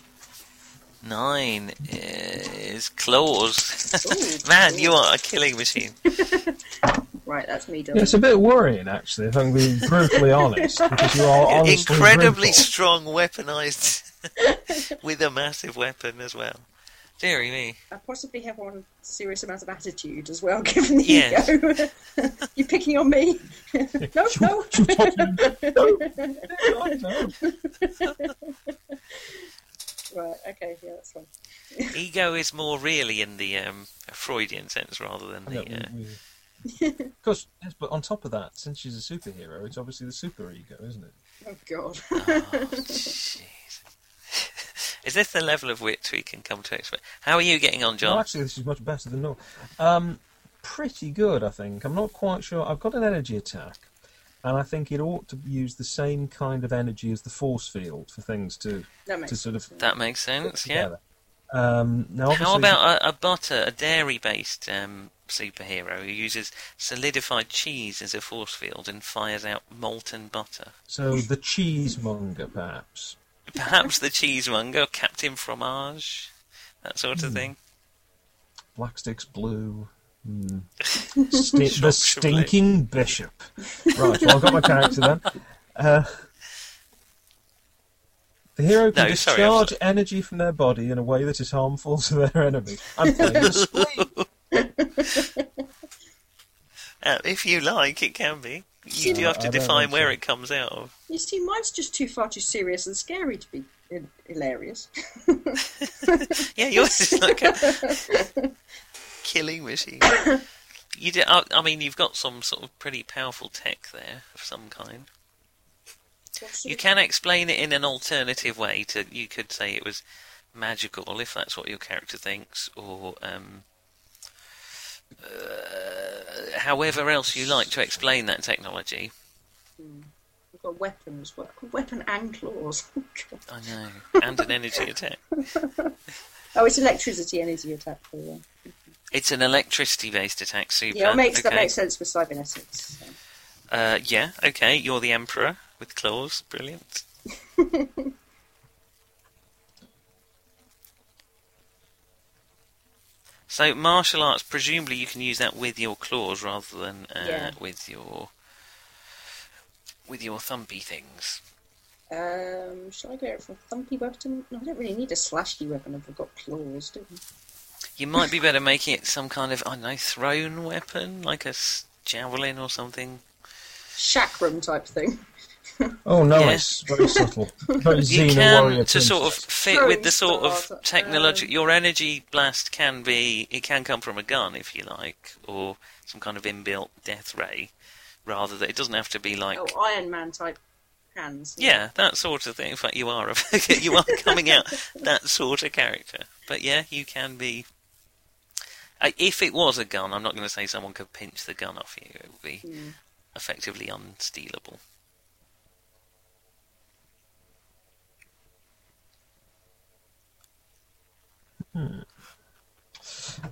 Nine is claws. Ooh. Man, you are a killing machine. Right, that's me done. Yeah, it's a bit worrying, actually, if I'm being brutally honest, because you are honestly Incredibly brutal. strong, weaponized with a massive weapon as well. Deary me. I possibly have one serious amount of attitude as well, given the Yes. ego. You're picking on me. no, no. You fucking- no, God, no. Right, okay, yeah, that's fine. Ego is more really in the um, Freudian sense rather than Yeah, the. Uh, we- we- of course, yes, but on top of that, since she's a superhero, it's obviously the superego, isn't it? Oh, God. oh, jeez. Is this the level of wit we can come to expect? How are you getting on, Well, John? actually, this is much better than normal. Um, pretty good, I think. I'm not quite sure. I've got an energy attack, and I think it ought to use the same kind of energy as the force field for things to That makes to sort of That makes fit sense, yeah. together. Um, now, obviously, How about a, a butter, a dairy based um, superhero who uses solidified cheese as a force field and fires out molten butter? so the cheesemonger, perhaps. Perhaps the cheesemonger, Captain Fromage, that sort Hmm. of thing. Black sticks blue. Hmm. Sti- the Shop stinking bishop. Right, well, I've got my character then. Uh, the hero can No, sorry, I've- discharge energy from their body in a way that is harmful to their enemy. I'm playing a spleen. Uh, if you like, it can be. You do Uh, have I to don't define think where so. it comes out of. You see, mine's just too far too serious and scary to be hi- hilarious. Yeah, yours is like a killing machine. You do, I, I mean, you've got some sort of pretty powerful tech there of some kind. You can explain it in an alternative way. To you could say it was magical, if that's what your character thinks, or um, uh, however else you like to explain that technology. I've got weapons, we- weapon and claws. I know, and an energy attack. oh, it's electricity energy attack for you. It's an electricity-based attack. Super. Yeah, it makes okay. that makes sense for cybernetics. so. Uh, yeah. Okay. You're the emperor with claws. Brilliant. so martial arts. Presumably, you can use that with your claws rather than uh, Yeah. with your with your thumpy things. Um, shall I go out for a thumpy weapon? No, I don't really need a slashy weapon if I've got claws, do I? You might be better making it some kind of I don't know thrown weapon, like a s- javelin or something. Chakram type thing. Oh, no, Yeah. it's very subtle. Very you Xena warrior can to sort of princess. fit with the sort Throwing of stars, technology. um, Your energy blast can be it can come from a gun if you like, or some kind of inbuilt death ray. Rather than it doesn't have to be like Oh, Iron Man type hands. yeah that sort of thing. In fact, you are a, you are coming out that sort of character. But yeah, you can be. Uh, if it was a gun, I'm not going to say someone could pinch the gun off you. It would be Hmm. effectively unstealable.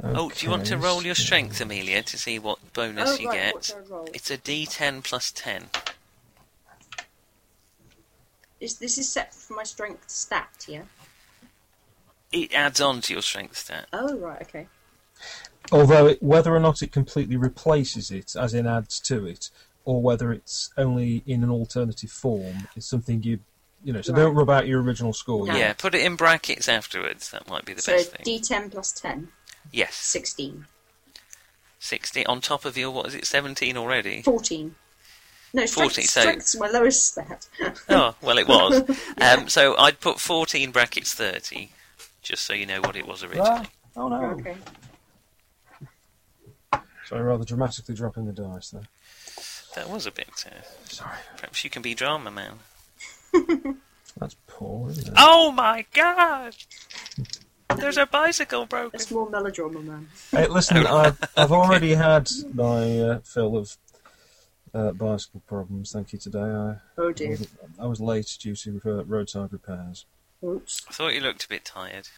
Oh, do you want to Hmm. Okay, roll your so- strength, Amelia, to see what bonus Oh, you right, get? what do I roll? It's a D10 plus 10. Is, this is set for my strength stat, yeah? It adds on to your strength stat. Oh, right, okay. Although, it, whether or not it completely replaces it, as in adds to it, or whether it's only in an alternative form, is something you. You know, so Right. don't rub out your original score. No. you Yeah, put it in brackets afterwards. That might be the So best thing. D10 plus 10, yes, 16. 60 on top of your what is it? 17 already. 14. No, strength, 14, so- strength's my lowest stat. oh, well, it was. Um, so I'd put 14 brackets 30, just so you know what it was originally. Ah, oh no! okay. Sorry, rather dramatically dropping the dice there. That was a bit. Uh, Sorry, perhaps you can be drama man. that's poor, isn't it? Oh my god! There's a bicycle broken. That's more melodrama, man. Hey, listen, I've, I've already had my uh, fill of uh, bicycle problems. Thank you today. I, Oh, I, dear. was, Mm-hmm. I was late due to uh, roadside repairs. Oops. I thought you looked a bit tired.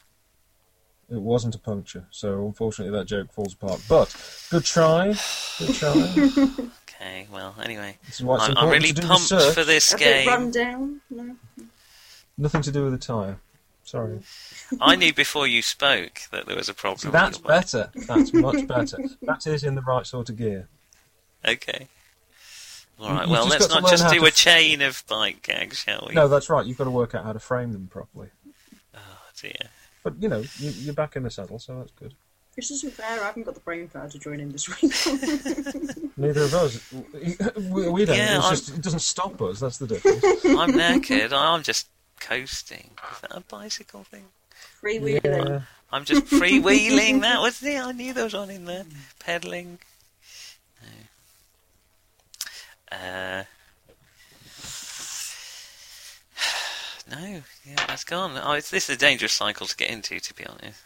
It wasn't a puncture, so unfortunately that joke falls apart. But good try, good try. Okay, well, anyway. This is why it's I'm, I'm important really to do pumped research. for this A bit run game. down. No. Nothing to do with the tire. Oh, Sorry. I knew before you spoke that there was a problem. See, with that's your bike. better. That's much better. That is in the right sort of gear. Okay. All right. you've Well, just let's got to not learn just how do to a f- chain of bike gags, shall we? No, that's right. You've got to work out how to frame them properly. Oh dear. But you know, you, you're back in the saddle, so that's good. This isn't fair. I haven't got the brain power to join in this week. Neither of us. We, we don't. Yeah, it's I'm- just, it doesn't stop us. That's the difference. I'm knackered. I'm just coasting. Is that a bicycle thing? Freewheeling. yeah. I'm just freewheeling. that was it. I knew there was one in there. Pedaling. No. Uh, no. Yeah, that's gone. Oh, it's, this is a dangerous cycle to get into, to be honest.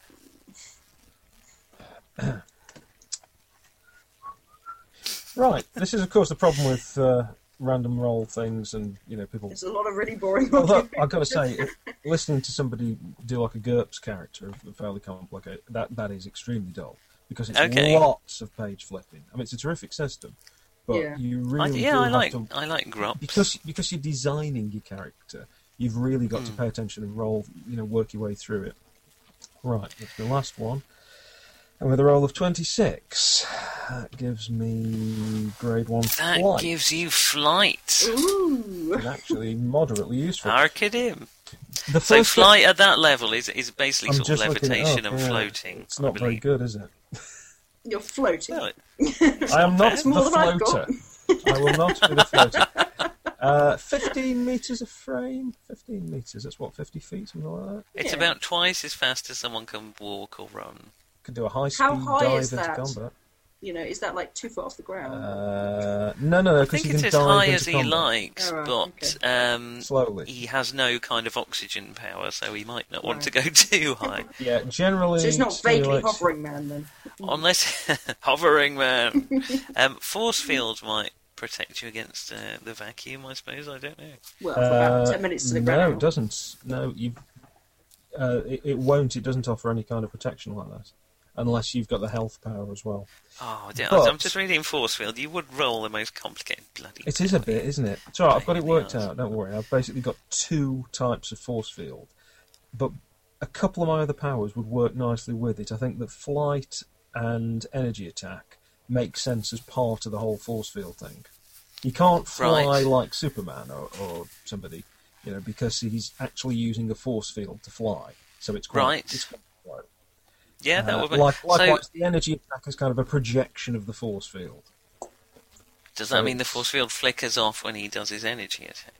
Right. This is, of course, the problem with uh, random roll things, and you know, people. There's a lot of really boring Although ones. I've got to say, if- listening to somebody do like a GURPS character of fairly complicated that that is extremely dull because it's Okay. lots of page flipping. I mean, it's a terrific system, but Yeah. you I, really yeah, do I have like to I like grop. because because you're designing your character, you've really got Hmm. to pay attention and roll, you know, work your way through it. Right, that's the last one. And with a roll of 26, that gives me grade 1 That flight. gives you flight. Ooh. It's actually moderately useful. Arcadim. The So first- flight at that level is is basically I'm sort of just looking it levitation up, and yeah. floating. It's I not very believe. good, is it? You're floating. Well, I am not It's the more than I've floater. I will not be the floater. Uh, 15 metres a frame. 15 metres, that's what, 50 feet, something like that? it's Yeah. about twice as fast as someone can walk or run. Could do a high speed How high dive is into that? combat. You know, is that like two foot off the ground? Uh, no, no, no, I because think you it's can as dive high into as he combat likes, All right, but um, slowly. he has no kind of oxygen power, so he might not want to go too high. Yeah, generally. so it's not vaguely stimulates- hovering man then. Unless hovering man, um, force field might protect you against uh, the vacuum. I suppose I don't know. Well, for Uh, about ten minutes to the no, ground. it doesn't. No, you. Uh, it, it won't. It doesn't offer any kind of protection like that, unless you've got the health power as well. Oh, dear. But- I'm just reading force field. You would roll the most complicated bloody. It is a bit, isn't it? It's all right, I've got it worked Yes. out. Don't worry. I've basically got two types of force field, but a couple of my other powers would work nicely with it. I think that flight and energy attack make sense as part of the whole force field thing. You can't fly Right. like Superman or, or somebody, you know, because he's actually using a force field to fly. So it's quite, Right. It's quite Yeah, that uh, would be. like, so, likewise, the energy attack is kind of a projection of the force field. Does that So mean the it's- force field flickers off when he does his energy attack?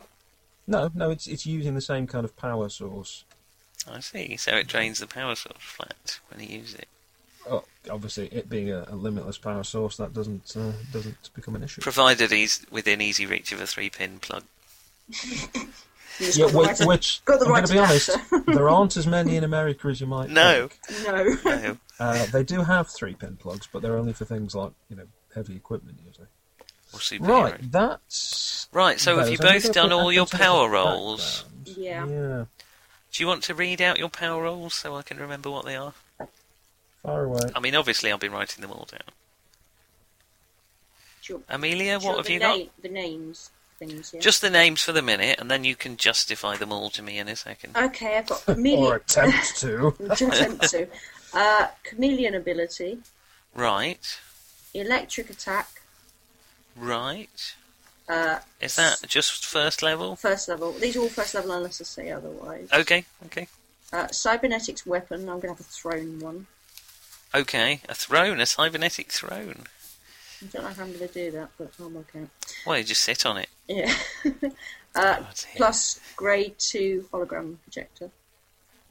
No, no, it's it's using the same kind of power source. I see. So it drains the power source flat when he uses it. Oh, obviously, it being a, a limitless power source, that doesn't uh, doesn't become an issue. Provided he's within easy reach of a three pin plug. You just Yeah, got the right which, to- which got the I'm right going to to be honest, capture. there aren't as many in America as you might No. think. No. No. Uh, they do have three pin plugs, but they're only for things like you know heavy equipment usually. Or superhero. Right, that's Right, so have those. you I'm gonna both put done that all your into the power rolls? background. Yeah. yeah, Do you want to read out your power rolls so I can remember what they are? far away. I mean, obviously, I've been writing them all down. Sure. Amelia, Sure, what have the you got? name- The names, things. Yeah. Just the names for the minute, and then you can justify them all to me in a second. okay. I've got Or chameleon. attempt to. attempt to. Uh, chameleon ability, Right, electric attack, right. uh, Is that just first level? first level. These are all first level unless I say otherwise. Okay, okay, Uh, cybernetics weapon. I'm gonna have a thrown one. okay. A throne, a cybernetic throne. I don't know how I'm gonna do that, but I'm okay. Well, you just sit on it. Yeah. uh, Oh, dear. plus grade two hologram projector.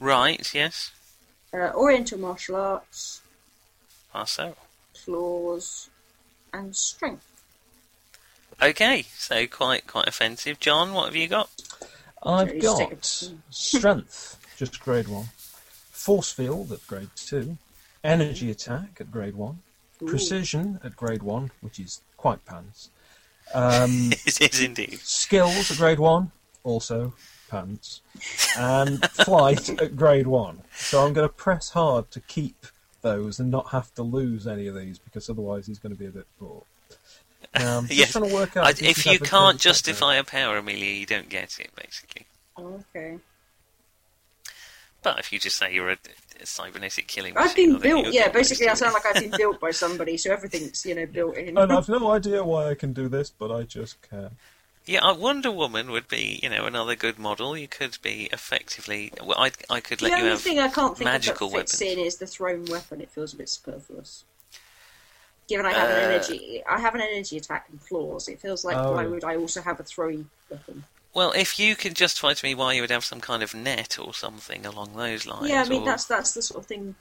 Right, yes. Uh, oriental martial arts, Ah, so. claws, and strength. Okay, so quite quite offensive. John, what have you got? I've Very got sick. strength, just grade one. Force field at grade two. Energy attack at grade one. Precision at grade one, which is quite pants. Um, it is indeed. skills at grade one, also. pants, and flight at grade one. So I'm going to press hard to keep those and not have to lose any of these because otherwise he's going to be a bit bored. Um, just Yes. trying to work out I, if if have you a can't perfect set there. justify a power, Amelia, you don't get it, basically. Oh, Okay. But if you just say you're a, a cybernetic killing I've machine, been I think built. you'll Yeah, get most basically, of I sound it. like I've been built by somebody, so everything's you know built in. and I've no idea why I can do this, but I just can. Yeah, uh, Wonder Woman would be, you know, another good model. You could be effectively. Well, I I could the let you only have. thing I can't think magical of that fits weapons. in is the thrown weapon. It feels a bit superfluous. Given I have an Uh, energy, I have an energy attack and claws. It feels like Oh. why would I also have a throwing weapon? Well, if you can justify to me why you would have some kind of net or something along those lines. yeah, I mean or that's that's the sort of thing.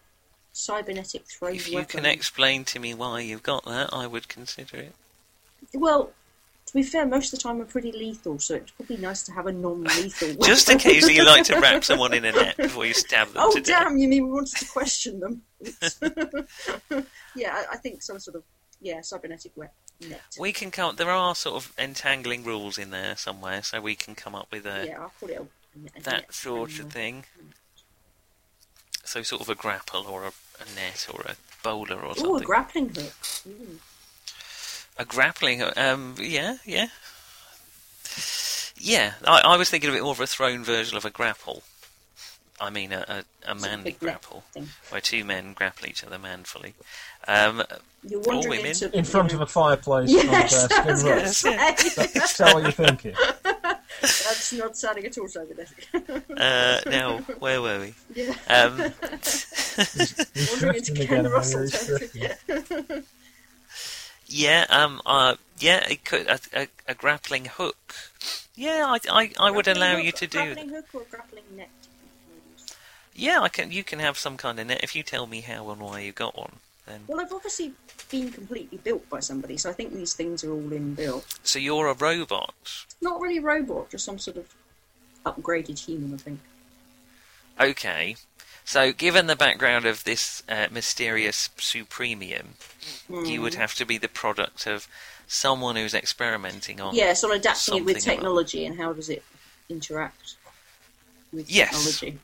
Cybernetic throwing If you weapon. can explain to me why you've got that, I would consider it. Well, to be fair, most of the time I'm pretty lethal, so it's probably nice to have a non-lethal. weapon. Just occasionally, you like to wrap someone in a net before you stab them Oh to death. damn! You mean we wanted to question them? yeah, I, I think some sort of yeah cybernetic wet net. We can come. There are sort of entangling rules in there somewhere, so we can come up with a yeah, Mm. I'll call it a, a uh, that net sort anyway. of thing. So, sort of a grapple or a, a net or a bowler or something. Ooh, a grappling hook. Ooh. A grappling, um, yeah, yeah, yeah. I, I was thinking of it more of a thrown version of a grapple. I mean, a, a, a It's a manly big net grapple, thing. where two men grapple each other manfully. Um, You're wandering women. into In front of a fireplace on their Yes, skin that's rug. good. rugs. That's what you're thinking. That's not sounding at all cybernetic. uh, now, where were we? yeah, Um, He's wandering into drifting Ken again, Russell Amelia, he's territory. drifting. yeah, um, uh, yeah, it could a, a, a grappling hook. Yeah, I, I, I would Grappling allow hook- you to do. grappling hook or grappling net. Yeah, I can. You can have some kind of net if you tell me how and why you got one. Then, Well, I've obviously been completely built by somebody, so I think these things are all inbuilt. so you're a robot. Not really a robot, just some sort of upgraded human, I think. Okay. So, given the background of this uh, mysterious supremium, Hmm. you Mm. would have to be the product of someone who's experimenting on. Yeah, sort of adapting it with Something about- technology and how does it interact with Yes. technology.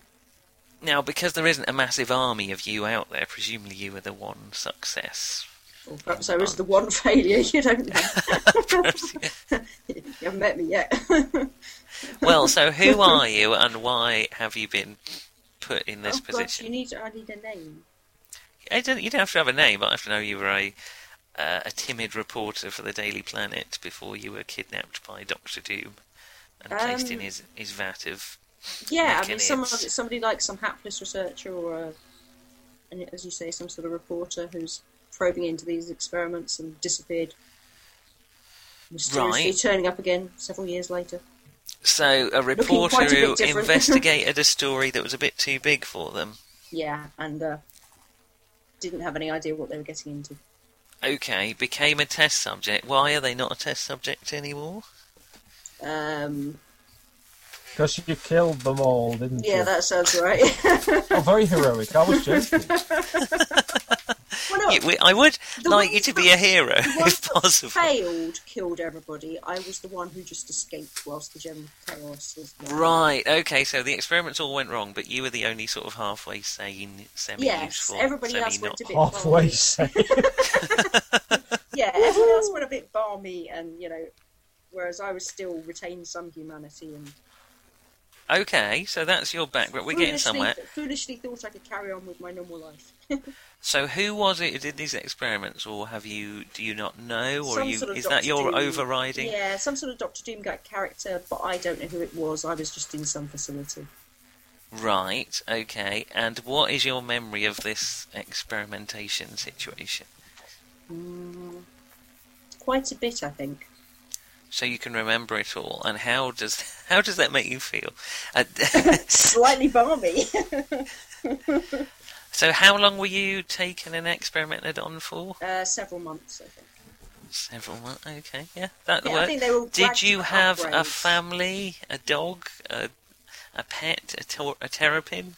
Now, because there isn't a massive army of you out there, presumably you are the one success. Or perhaps I um, was the one failure, you don't know. you haven't met me yet. Oh, Well, so who are you and why have you been put in this oh, Gosh, you position? need to, I need a name. I don't, you don't have to have a name, but I have to know you were a, uh, a timid reporter for the Daily Planet before you were kidnapped by Doctor Doom and placed in Um, his, his vat of Yeah, I mean, Mechanics. someone, somebody like some hapless researcher or, a, and as you say, some sort of reporter who's probing into these experiments and disappeared. Mysteriously Right. turning up again several years later. So a reporter quite a who bit different. investigated a story that was a bit too big for them. Yeah, and uh, didn't have any idea what they were getting into. Okay, became a test subject. Why are they not a test subject anymore? Um, Because you killed them all, didn't yeah, you? that sounds right. Oh, very heroic. I was joking. well, no, Yeah, we- I would The like one you to be a hero one if possible. failed, killed everybody. I was the one who just escaped whilst the general chaos was going on. Right. Okay. So the experiments all went wrong, but you were the only sort of halfway sane, Yes, semi-useful, everybody else semi-not. went a bit Halfway balmy. sane. Yeah, everyone else went a bit balmy, and you know, whereas I was still retained some humanity and Okay. So that's your background. We're getting foolishly- somewhere. Foolishly thought I could carry on with my normal life. So who was it who did these experiments, or have you? Do you not know, or Some you? sort of is that Dr. your Doom- overriding? Yeah, some sort of Doctor Doom guy character, but I don't know who it was. I was just in some facility. Right, okay. And what is your memory of this experimentation situation? Mm. Quite a bit, I think. So you can remember it all, and how does how does that make you feel? Uh, Slightly balmy. so how long were you taken and experimented on for? uh, several months, I think. Several months. Okay, yeah, that Yeah, I worked. think they were all Did you graduate have a upgrades. family, a dog, a, a pet, a, ter- a terrapin,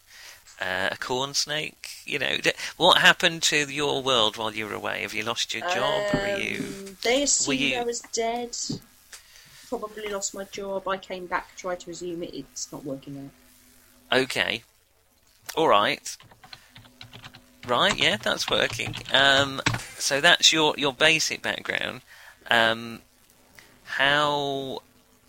uh, a corn snake? You know, d- what happened to your world while you were away? Have you lost your job? or are you? Um, They assumed you- I was dead. probably lost my job. I came back, tried to resume it. It's not working out. Okay. All right. Right, yeah, that's working. Um, so that's your, your basic background. Um, how.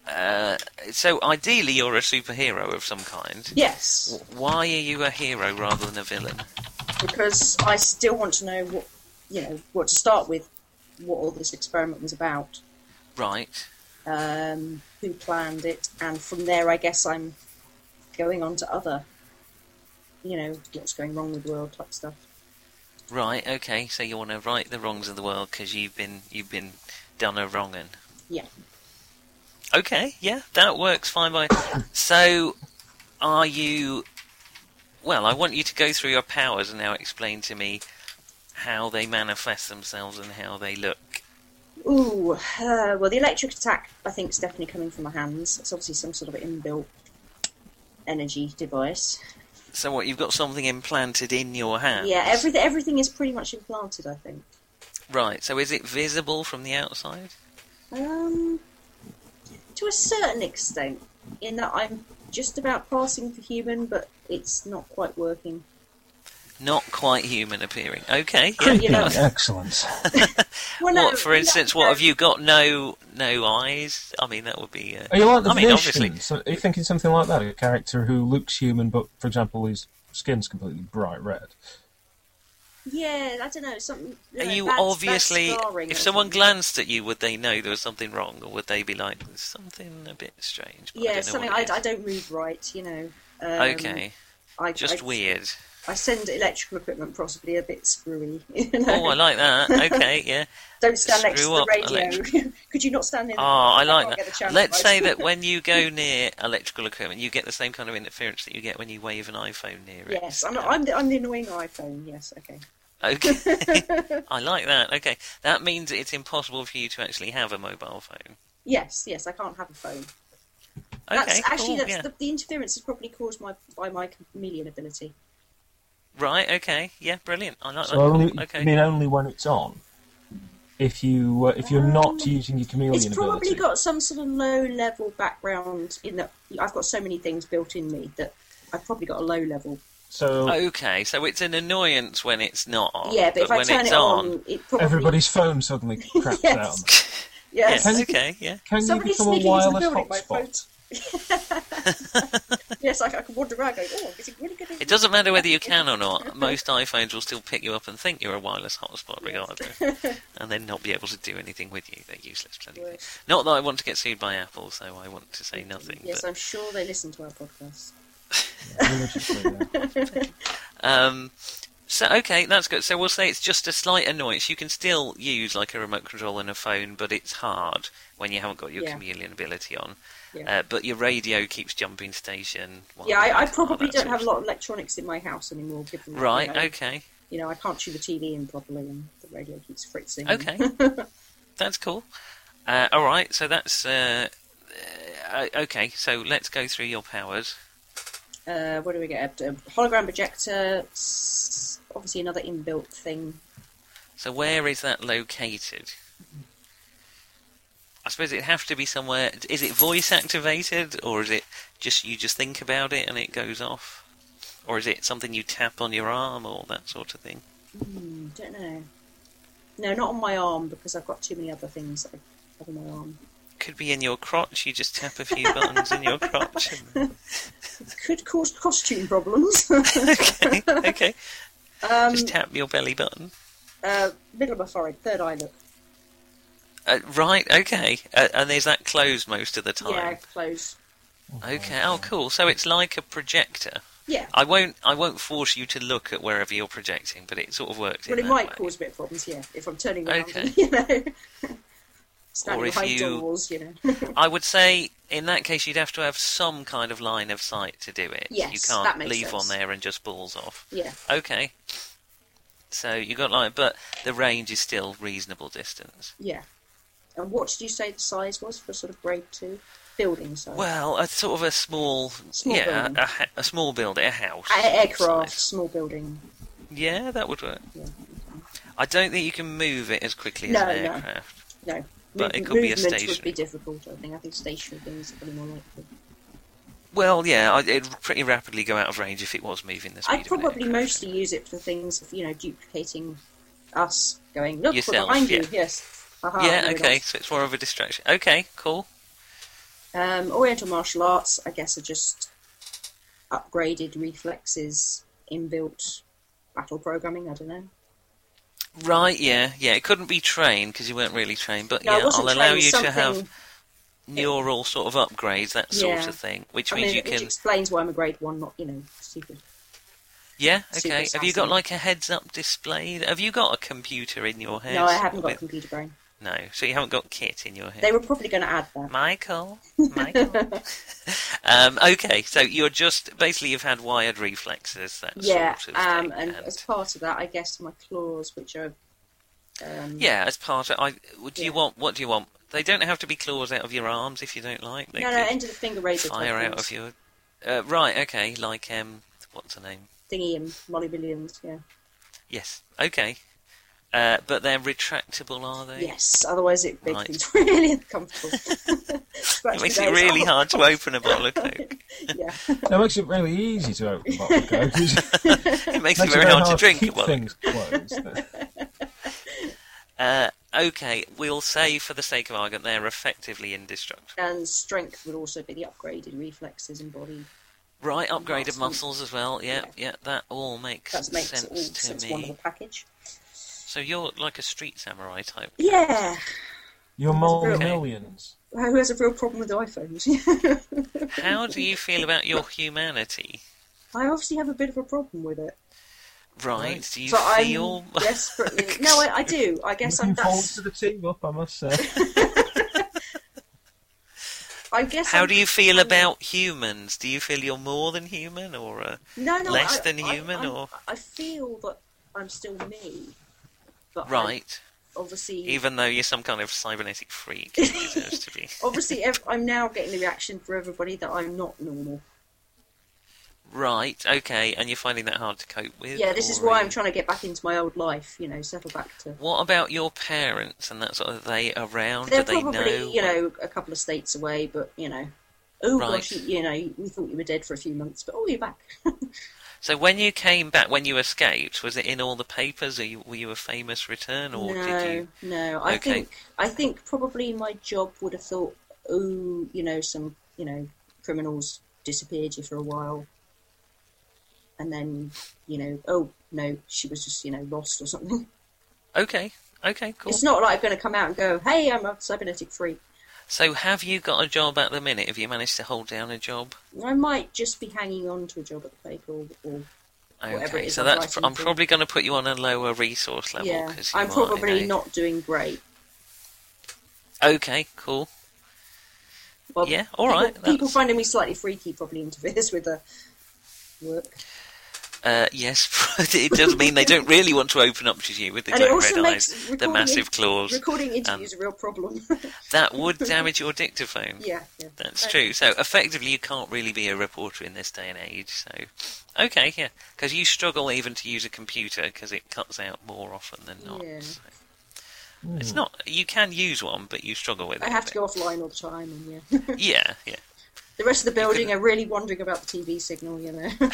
Uh, so ideally, you're a superhero of some kind. Yes, W- Why are you a hero rather than a villain? because I still want to know what you know what to start with, what all this experiment was about, Right. um, who planned it, and from there, I guess I'm going on to other, you know, what's going wrong with the world type stuff. Right. Okay. So you want to right the wrongs of the world because you've been you've been done a wronging. Yeah. Okay. Yeah, that works fine. By so, are you? Well, I want you to go through your powers and now explain to me how they manifest themselves and how they look. Ooh, uh, well, the electric attack, I think, is definitely coming from the hands. It's obviously some sort of inbuilt energy device. So, what you've got something implanted in your hand. Yeah, everything everything is pretty much implanted, I think. Right. So, is it visible from the outside? Um, to a certain extent, in that I'm just about passing for human, but it's not quite working. Not quite human appearing. Okay. Yeah. Creepy you know. excellence. Well, Oh, no, What, for no, instance, no. what have you got? No, no eyes. I mean, that would be. Uh, Are you like the I mean, Vision? obviously. So are you thinking something like that? A character who looks human, but for example, his skin's completely bright red. Yeah, I don't know. Something. Are know, you bad- bad obviously? scarring If or someone something. glanced at you, would they know there was something wrong, or would they be like, "There's something a bit strange"? But I Yeah, don't know something. what I, it I is." don't move right, you know. Um, okay, I, just I, weird. I send electrical equipment possibly a bit screwy. You know? Oh, I like that. Okay, yeah. Don't stand next to Screw the up radio. Could you not stand in? Oh, the- I like can't get the that. channel Let's right. say that when you go near electrical equipment, you get the same kind of interference that you get when you wave an iPhone near it. yes, I'm, I'm, the, I'm the annoying iPhone. Yes, okay. Okay, I like that. Okay, that means it's impossible for you to actually have a mobile phone. Yes, yes, I can't have a phone. Okay, that's actually cool, that's yeah. the, the interference is probably caused my, by my chameleon ability. Right. Okay. Yeah. Brilliant. I like So that. only, Cool, I Uh, Okay. mean, only when it's on. If you uh, if you're Um, not using your chameleon It's probably ability, got some sort of low level background in that I've got so many things built in me that I've probably got a low level. Oh, so Okay. So it's an annoyance when it's not on. yeah, but, if I Oh, when turn it's it on, it probably everybody's phone suddenly craps Yes. out. yes. Yes. Okay. Yeah. Can Somebody you become a sneaking into the wireless building, my hotspot? Yes, I, I can wander around going, oh, I'm getting really good. at It doesn't matter whether you can or not. Most iPhones will still pick you up and think you're a wireless hotspot, regardless, and then not be able to do anything with you. They're useless, bloody Right. things. Not that I want to get sued by Apple, so I want to say nothing. Yes, but, I'm sure they listen to our podcast. Religiously, yeah. um, so okay, that's good. So we'll say it's just a slight annoyance. You can still use like a remote control and a phone, but it's hard when you haven't got your Yeah. chameleon ability on. Yeah. Uh, but your radio keeps jumping station. while yeah, you're I, I using it, all probably that don't sort have a of- lot of electronics in my house anymore. Given that, Right. You know, Okay. you know, I can't tune the TV in properly, and the radio keeps fritzing. Okay. That's cool. Uh, all right. So that's uh, uh, okay. So let's go through your powers. Uh, what do we get? A hologram projector. s- Obviously, another inbuilt thing. So where is that located? I suppose it'd have to be somewhere. Is it voice activated, or is it just you just think about it and it goes off, or is it something you tap on your arm or that sort of thing? Hmm, don't know. No, not on my arm because I've got too many other things that I have on my arm. Could be in your crotch. You just tap a few buttons in your crotch. and- Could cause costume problems. okay, okay. um, Just tap your belly button. uh, middle of my forehead, third eye look. Uh, right. Okay. Uh, and is that closed most of the time? Yeah, close. Okay. Oh, cool. So it's like a projector. Yeah. I won't. I won't force you to look at wherever you're projecting, but it sort of works. Well, in it that might way. cause a bit of problems, yeah, if I'm turning around, Okay. you know. Standing if behind you- doors, you know. I would say in that case you'd have to have some kind of line of sight to do it. Yes, you can't that makes leave sense. on there and just balls off. yeah, Okay. So you got like, but the range is still reasonable distance. yeah. And what did you say the size was for sort of grade two? Building size. Well, a sort of a small, Small yeah, building. a, ha- a small building, a house, A- aircraft, size. small building. Yeah, that would work. Yeah. I don't think you can move it as quickly No, as an no. aircraft. No. But it Move- could be a movement would stationary. be difficult. I think. I think stationary things are probably more likely. Well, yeah, I- it'd pretty rapidly go out of range if it was moving the speed I of an probably aircraft. mostly use it for things, of, you know, duplicating us going look we're Yourself, behind yeah. you. Yes. Aha, Yeah, there it okay, is. so it's more of a distraction. Okay, cool. Um, Oriental martial arts, I guess, are just upgraded reflexes, inbuilt battle programming. I don't know. Right, yeah, yeah. It couldn't be trained because you weren't really trained, but No, I yeah, wasn't I'll allow trained you to have something- neural sort of upgrades, that sort Yeah. of thing, which I means mean, you it can. explains why I'm a grade one, not you know, stupid. Yeah, super okay. Have you got sassy. like a heads up display? Have you got a computer in your head? No, I haven't got With- computer brain. No, so you haven't got kit in your head. They were probably going to add that. Michael, Michael. um, okay, so you're just basically you've had wired reflexes. That yeah, sort of um, thing, and, and- as part of that, I guess my claws, which are um, yeah, as part of I. Do Yeah. you want what do you want? They don't have to be claws out of your arms if you don't like. They no, no, could end of the finger razor type fire out things. of your. Uh, right, okay, like um, what's her name? thingy and Molly Williams. Yeah. Yes, okay. Uh, but they're retractable, are they? Yes. Otherwise, it makes Right. things really uncomfortable. It makes it really hard to open a bottle of Coke. yeah. That makes it really easy to open a bottle of Coke. It makes It makes it it very hard to drink. keep well, things closed. uh, okay, we'll say for the sake of argument, they're effectively indestructible. And strength would also be the upgraded reflexes and body. Right, upgraded muscles Muscles. as well. Yeah, Yeah. yeah, that all makes, That makes sense it all to sense me. one of the package. So you're like a street samurai type. Yeah. You're more Okay. millions. Who has a real problem with iPhones? How do you feel about your humanity? I obviously have a bit of a problem with it. Right, Right. do you but feel. I'm desperately. no, I, I do. I guess I'm. Looking forward That's, to the team up, I must say. I guess. How I'm- do you feel about humans? Do you feel you're more than human or. Uh... No, no, less I, than I- human, I'm- or- I feel that I'm still me. But I Right. obviously, Even though you're some kind of cybernetic freak, it deserves to be. obviously, ev- I'm now getting the reaction for everybody that I'm not normal. Right, okay, and you're finding that hard to cope with? Yeah, this is or why are I'm you- trying to get back into my old life. You know, settle back to. What about your parents and that sort of? Are they around? They're Do they probably, know? you know, a couple of states away, but you know, oh Right. gosh, you, you know, we thought you were dead for a few months, but oh, you're back. So when you came back, when you escaped, was it in all the papers? Are you, were you a famous return, or did no, you? no. I Okay. think I think probably my job would have thought, oh, you know, some you know criminals disappeared you for a while, and then you know, oh no, she was just you know lost or something. Okay, okay, cool. It's not like I'm going to come out and go, hey, I'm a cybernetic freak. So have you got a job at the minute? Have you managed to hold down a job? I might just be hanging on to a job at the paper or, or Whatever it Okay, is so I'm that's. writing I'm to. probably going to put you on a lower resource level. yeah, 'cause you I'm are, probably you know. not doing great. Okay, cool. Well, Yeah, all people- right, People, that's- finding me slightly freaky probably interferes with the work. Uh, yes, but it does mean they don't really want to open up to you with the And it glowing also red makes eyes, the recording- massive claws. Recording Um, interviews is a real problem. That would damage your dictaphone. yeah, yeah. That's Okay. true. So effectively, you can't really be a reporter in this day and age. So, okay, yeah, because you struggle even to use a computer because it cuts out more often than not. Yeah. So. Hmm. It's not. You can use one, but you struggle with it. I a have to bit. go offline all the time, and yeah. Yeah, yeah. the rest of the building couldn't- are really wondering about the TV signal, you know.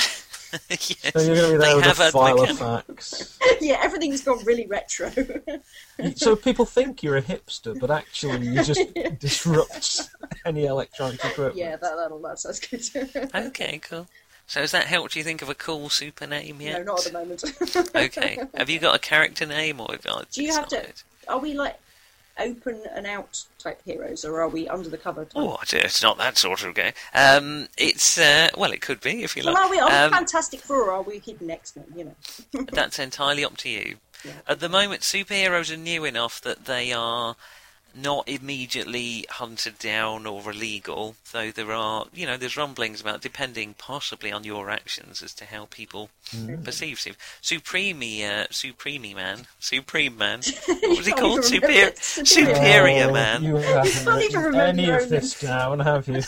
yes. So you're going to be They there with have a had file mechan- of facts. yeah, everything's gone really retro. So people think you're a hipster, but actually you just disrupt any electronic equipment. yeah, that that'll, that sounds good. Okay, cool. So has that helped you think of a cool super name yet? No, not at the moment. okay. Have you got a character name or? oh, Do you it's have not to- it. Are we like open and out type heroes, or are we under the cover? Type? Oh, dear, it's not that sort of game. Um, it's uh, well, it could be if you well, like. are we, are we Um, Fantastic Four, or are we Hidden X Men? You know. That's entirely up to you. Yeah. At the moment, superheroes are new enough that they are not immediately hunted down or illegal, though there are, you know, there's rumblings about depending possibly on your actions as to how people Mm-hmm. perceive him. Supreme, uh, Supreme Man, Supreme Man, what was he can't called? even remember Superior, it. Superior. Superior Oh, Man, You haven't can't even written remember any your of own this down, have you?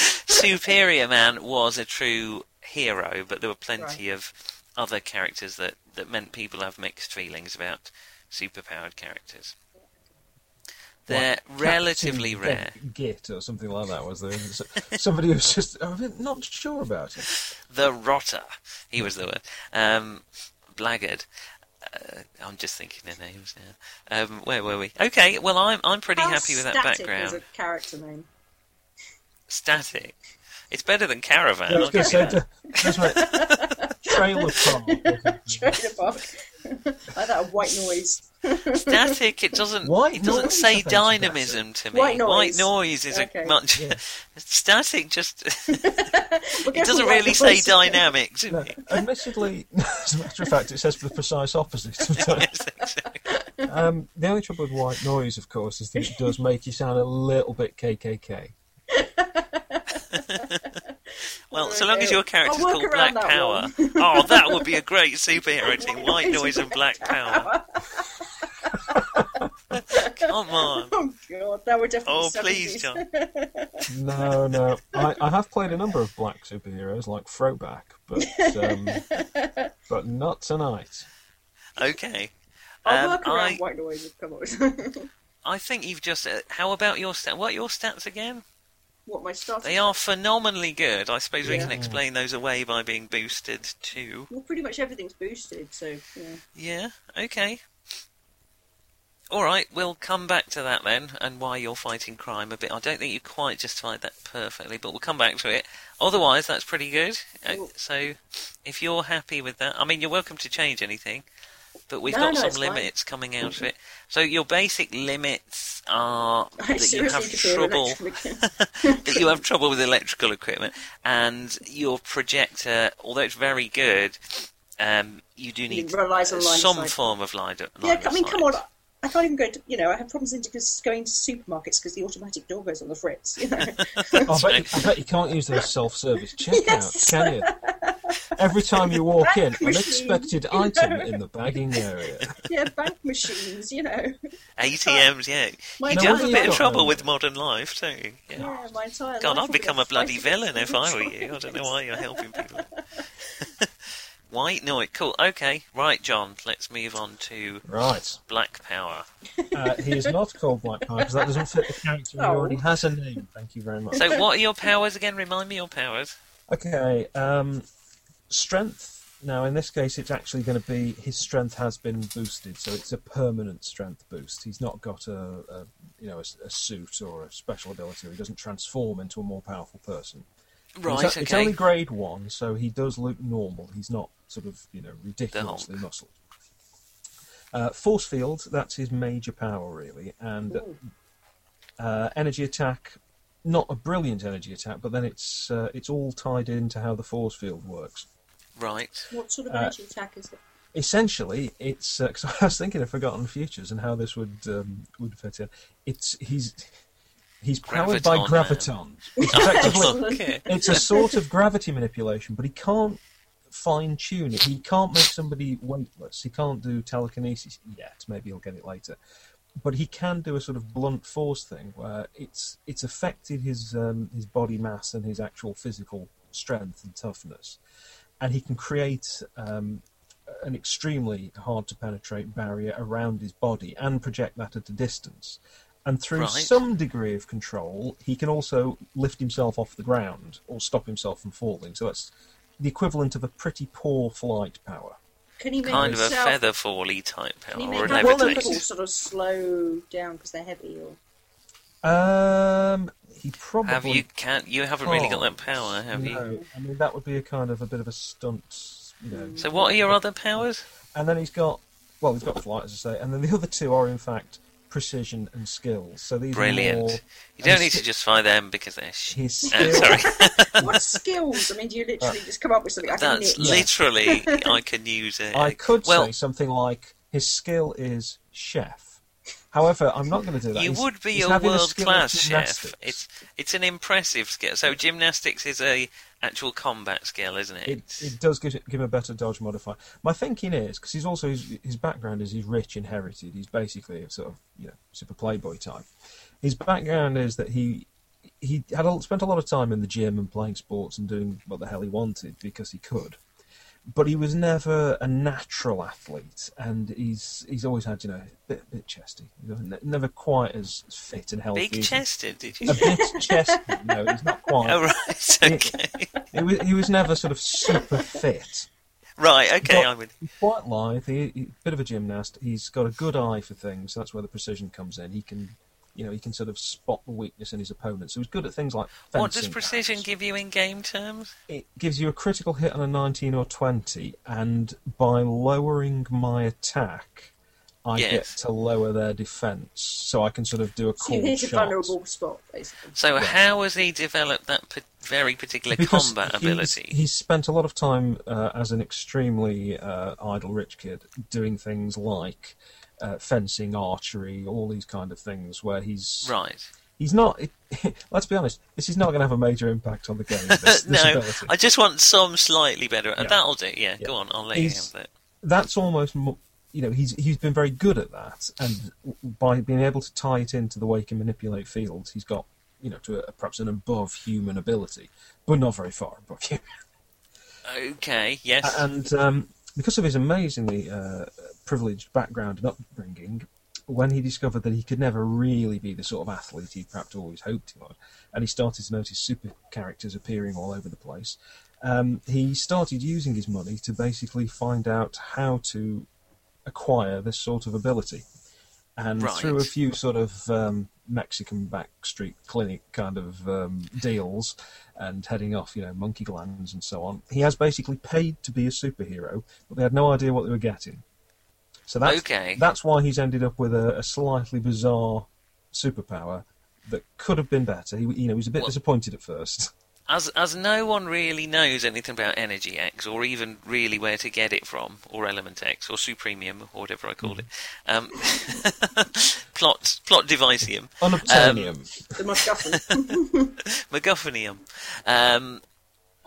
Superior Man was a true hero, but there were plenty of other characters that, that meant people have mixed feelings about superpowered characters. They're Captain relatively Get- rare. Git or something like that was there? So- Somebody was just I'm not sure about it. The Rotter. He was the word. Um, blackguard. Uh, I'm just thinking of names now. Um, where were we? Okay, well, I'm I'm pretty How happy with that static background. Is a character name. Static. It's better than Caravan. I I'll was going give to you say that. that's right. Trailer park. Trailer park. like that white noise. Static. It doesn't. White it doesn't noise, I say think, is dynamism to me. White noise. noise is Okay. a much. Yeah. Static just. We're going it doesn't for white really say noise. dynamic to No, me. admittedly, as a matter of fact, it says the precise opposite. Of that. Um, the only trouble with white noise, of course, is that it does make you sound a little bit KKK. well, so long as Okay. your character's I'll work called Black around that Power. one. oh, that would be a great superhero team. White noise and Black Power. Come on. Oh god, that were definitely. Oh, please, 70s. John. No, no. I, I have played a number of black superheroes, like Throwback, but um, but not tonight. Okay. I'll Um, work around I- white noise. Come on. I think you've just. Uh, how about your stats? What are your stats again? what my starting? They are phenomenally good. I suppose we Yeah. can explain those away by being boosted too. Well, pretty much everything's boosted, so yeah. Yeah, okay. Alright, we'll come back to that then, and why you're fighting crime a bit. I don't think you quite justified that perfectly, but we'll come back to it. Otherwise, that's pretty good. Uh, Cool. So, if you're happy with that, I mean, you're welcome to change anything, but we've No, got no, some it's fine. limits coming out of it. So, your basic limits are I that you seriously have could do an trouble electric- that you have trouble with electrical equipment, and your projector, although it's very good, um, you do need relies on line of some sight. form of line, line yeah, I of mean, come on. sight. I can't even go to, you know, I have problems in because going to supermarkets because the automatic door goes on the fritz, you know. I bet, you, I bet you can't use those self-service checkouts, Yes. can you? Every time you walk in, Bank machine. unexpected item in the bagging area. yeah, bank machines, you know. ATMs, yeah. My You No wonder do have a you've bit of got trouble them. with modern life, don't you? Yeah. Yeah, my entire God, life I'd will be become a bloody fight villain if I were between you. I don't know choices. why you're helping people. White noise. Cool. Okay. Right, John. Let's move on to Right. Black Power. Uh, he is not called Black Power because that doesn't fit the character. He Oh. already has a name. Thank you very much. So, what are your powers again? Remind me your powers. Okay, um, strength. Now, in this case, it's actually going to be his strength has been boosted, so it's a permanent strength boost. He's not got a, a you know a, s- a suit or a special ability. Or he doesn't transform into a more powerful person. Right. it's, okay. it's only grade one, so he does look normal. He's not sort of you know ridiculously muscled. Uh, force field. That's his major power, really, and Ooh. uh, energy attack. Not a brilliant energy attack, but then it's uh, it's all tied into how the force field works. Right. What sort of Uh, energy attack is it? Essentially, it's because I was thinking of Forgotten Futures and how this would um, would fit in. It's he's he's powered by Graviton, graviton. It's effectively Okay. it's a sort of gravity manipulation, but he can't fine tune it. He can't make somebody weightless. He can't do telekinesis yet. Maybe he'll get it later. But he can do a sort of blunt force thing where it's it's affected his um, his body mass and his actual physical strength and toughness, and he can create um, an extremely hard to penetrate barrier around his body and project that at a distance. And through Right. some degree of control, he can also lift himself off the ground or stop himself from falling. So that's the equivalent of a pretty poor flight power. Can he make kind of a himself- feather fally type Can he power, make or a other people levitate. sort of slow down because they're heavy? Or Um, he probably Have you can't you haven't really got that power, have Oh. no. you? I mean that would be a kind of a bit of a stunt, you know. So what are your other powers? And then he's got, well, he's got flight, as I say, and then the other two are in fact precision and skills. So these are more Brilliant. You and don't need sti- to justify them because they're shit. his Oh, skills. sorry, what skills? I mean, do you literally just come up with something? I can that's Yeah. knit. literally I can use it. I could well, say something like his skill is chef. However, I'm not going to do that. you He's- would be he's a having world skill at class chef. gymnastics. It's it's an impressive skill. So gymnastics is a actual combat skill, isn't it? it, it does give, give him a better dodge modifier. My thinking is because he's also his, his background is he's rich inherited. He's basically a sort of you know super playboy type. His background is that he he had a, spent a lot of time in the gym and playing sports and doing what the hell he wanted because he could. but he was never a natural athlete, and he's he's always had you know a bit bit chesty, You know, ne- never quite as fit and healthy. Big chested, did you? A bit chesty. No, he's not quite. Oh, right, okay. He was, he was never sort of super fit. right, okay, But- I'm with you. He's quite lithe. He, he bit of a gymnast. He's got a good eye for things. That's where the precision comes in. He can, you know, he can sort of spot the weakness in his opponent. So he's good at things like fencing. What does precision battles. give you in game terms? It gives you a critical hit on a 19 or 20, and by lowering my attack, I Yes. get to lower their defense. So I can sort of do a So cool you hit a shot. vulnerable spot, basically. So, Yeah. how has he developed that p- very particular Because combat he's- ability? He spent a lot of time uh, as an extremely uh, idle rich kid doing things like uh, fencing, archery, all these kind of things where he's Right. he's not. let's be honest, this is not going to have a major impact on the game. This, this Uh, no, ability. I just want some slightly better. uh, Yeah. That'll do. Yeah, Yeah. go on. I'll let He's- you have that. That's almost. Mo- you know, he's he's been very good at that, and by being able to tie it into the way he can manipulate fields, he's got you know to a, perhaps an above human ability, but not very far above human. Okay. Yes. A- and um, because of his amazingly uh, privileged background and upbringing, when he discovered that he could never really be the sort of athlete he perhaps always hoped he would, and he started to notice super characters appearing all over the place, um, he started using his money to basically find out how to acquire this sort of ability. And Right. through a few sort of um, Mexican backstreet clinic kind of um, deals and heading off, you know, monkey glands and so on, he has basically paid to be a superhero, but they had no idea what they were getting. So that's, Okay. that's why he's ended up with a, a slightly bizarre superpower that could have been better. He, you know, he was a bit Well- disappointed at first. As as no one really knows anything about Energy X, or even really where to get it from, or Element X, or Supremium, or whatever I called it, Hmm. um, plot plot devicium, um, Unobtainium. The MacGuffin. MacGuffinium. Um,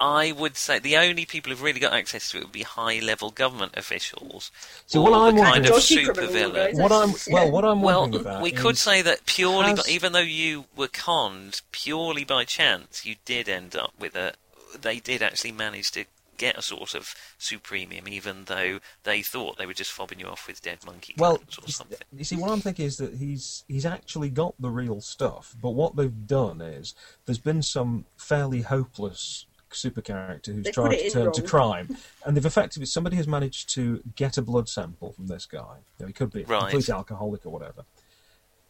I would say the only people who've really got access to it would be high level government officials. So what or I'm the kind wondering- of Dodgy super criminal villain. guys. what I'm well, what I'm Well, wondering about we could is- say that purely, has- by, even though you were conned purely by chance, you did end up with a. They did actually manage to get a sort of supremium, even though they thought they were just fobbing you off with dead monkey Well, glands or you s- something. you see, what I'm thinking is that he's he's actually got the real stuff, but what they've done is there's been some fairly hopeless super character who's They put tried it to in turn to wrong. crime, and they've effectively somebody has managed to get a blood sample from this guy. You know, he could be a Right. complete alcoholic or whatever,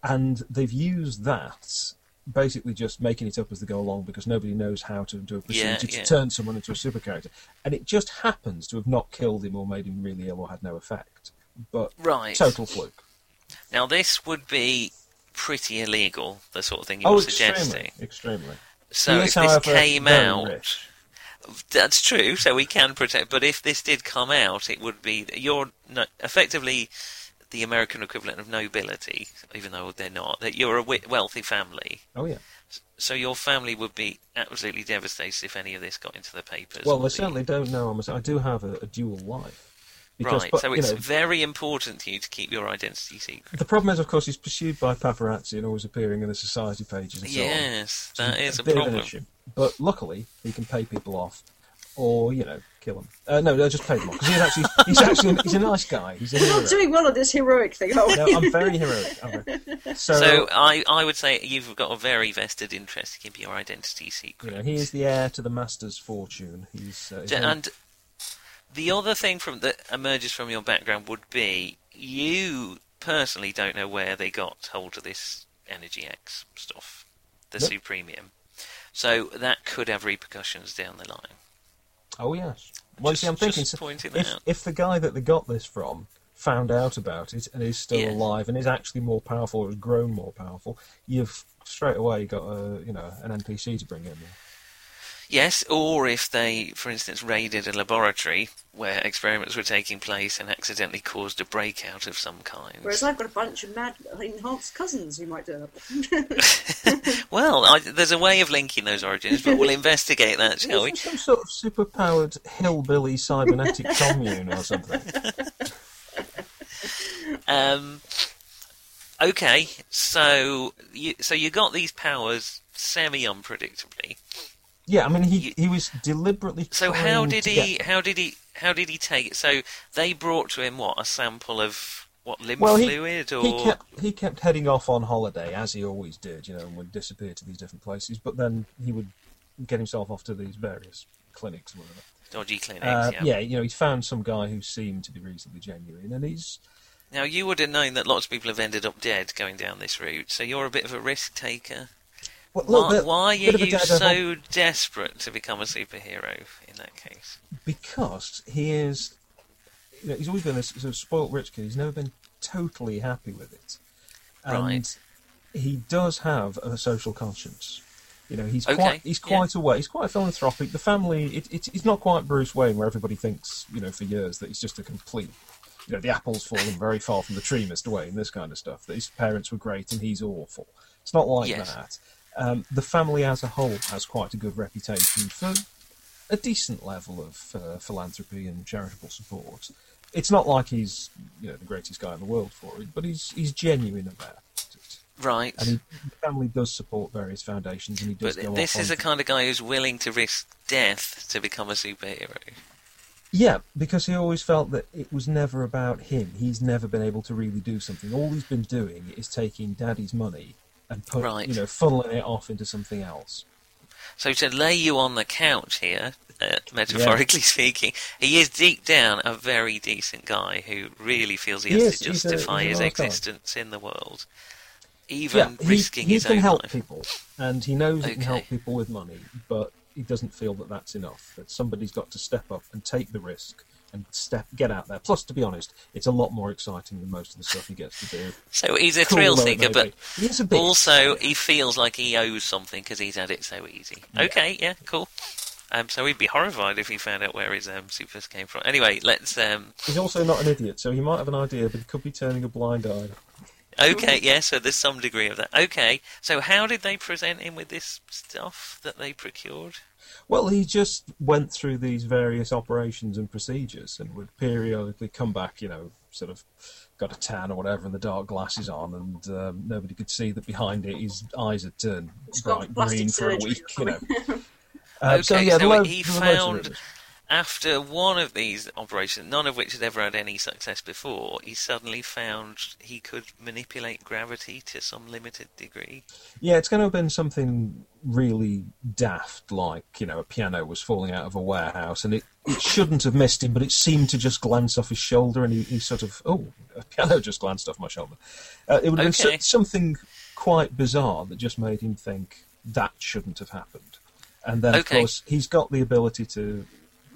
and they've used that. Basically, just making it up as they go along because nobody knows how to do a procedure Yeah, to yeah. turn someone into a super character, and it just happens to have not killed him or made him really ill or had no effect. But Right. total fluke. Now, this would be pretty illegal, the sort of thing you're Oh, extremely, suggesting. extremely. So, He if is, this however, came very out. rich. That's true. So we can protect. But if this did come out, it would be you're no, effectively the American equivalent of nobility, even though they're not. That you're a we- wealthy family, Oh yeah. so your family would be absolutely devastated if any of this got into the papers. Well, or they the- certainly don't know. I'm a, I do have a, a dual life. Because, right. but, so you it's know, very important to you to keep your identity secret. the problem is, of course, he's pursued by paparazzi and always appearing in the society pages and so on. Yes, that is a bit problem. Of an issue. But luckily, he can pay people off, or you know, kill them. Uh, no, no, just pay them off because he's actually he's actually he's a nice guy. He's a We're hero. not doing well on this heroic thing, are we? no, I'm very heroic. aren't I? So, So I, I would say you've got a very vested interest to keep your identity secret. you know, he is the heir to the master's fortune. He's uh, his D- own- And the other thing from that emerges from your background would be you personally don't know where they got hold of this Energy X stuff, the Nope. Supremium. So that could have repercussions down the line. Oh yes. Well, you Just- see, I'm thinking just so pointing that if, out. if the guy that they got this from found out about it and is still Yeah. alive and is actually more powerful or has grown more powerful, you've straight away got a you know an NPC to bring in. There. Yes, or if they, for instance, raided a laboratory where experiments were taking place and accidentally caused a breakout of some kind. Whereas I've got a bunch of mad enhanced cousins who might do that. Well, I, there's a way of linking those origins, but we'll investigate that, shall we? Is there Some sort of superpowered hillbilly cybernetic commune or something. Um, okay, so you so you got these powers semi unpredictably. Yeah, I mean, he, You- he was deliberately. So trying how did to he? get- How did he? How did he take it? So they brought to him what a sample of what lymph Well, he, fluid or he kept he kept heading off on holiday as he always did, you know, and would disappear to these different places. But then he would get himself off to these various clinics, or whatever. dodgy clinics. Uh, yeah. yeah, you know, he found some guy who seemed to be reasonably genuine, and he's Now you would have known that lots of people have ended up dead going down this route. So you're a bit of a risk taker. well, a little Why, bit- why are bit of a you daredevil so desperate to become a superhero in that case? because he is, you know, he's always been a sort of spoilt rich kid. He's never been totally happy with it, and Right. he does have a social conscience. You know, he's Okay, quite he's yeah. quite aware. He's quite philanthropic. The family, it, it, it's not quite Bruce Wayne, where everybody thinks, you know, for years that he's just a complete. You know, the apple's fallen very far from the tree, Mr. Wayne, this kind of stuff. That his parents were great and he's awful. It's not like Yes. that. Um, the family as a whole has quite a good reputation for a decent level of uh, philanthropy and charitable support. It's not like he's you know the greatest guy in the world for it, but he's he's genuine about it, Right. and he, the family does support various foundations, and he does But go this off is on- the kind of guy who's willing to risk death to become a superhero. yeah because he always felt that it was never about him. He's never been able to really do something. All he's been doing is taking daddy's money and put Right. you know funneling it off into something else. So to lay you on the couch here, uh, metaphorically speaking, he is deep down a very decent guy who really feels he He has is, to he's a- justify he's a his nice guy. existence in the world, even yeah, he, risking he his can own help life. people, and he knows he can Okay. help people with money, but he doesn't feel that that's enough. That somebody's got to step up and take the risk and step get out there. Plus, to be honest, it's a lot more exciting than most of the stuff he gets to do. So he's a Cool thrill though it seeker, may but be. He is a bit- also he feels like he owes something because he's had it so easy. Okay, yeah, cool. Um, so he'd be horrified if he found out where his um, supers came from. Anyway, let's um, he's also not an idiot, so he might have an idea, but he could be turning a blind eye. Okay, yeah, so there's some degree of that. Okay, so how did they present him with this stuff that they procured? Well, he just went through these various operations and procedures and would periodically come back, you know, sort of got a tan or whatever and the dark glasses on and um, nobody could see that behind it his eyes had turned It's got bright plastic green for a surgery week, you or know. okay, Um, so, yeah, loads- he there were loads of found rumors. after one of these operations, none of which had ever had any success before, he suddenly found he could manipulate gravity to some limited degree. Yeah, it's going to have been something really daft, like you know, a piano was falling out of a warehouse, and it, it shouldn't have missed him, but it seemed to just glance off his shoulder, and he, he sort of oh, a piano just glanced off my shoulder. Uh, it would have been so- Okay. something quite bizarre that just made him think that shouldn't have happened, and then Okay. of course he's got the ability to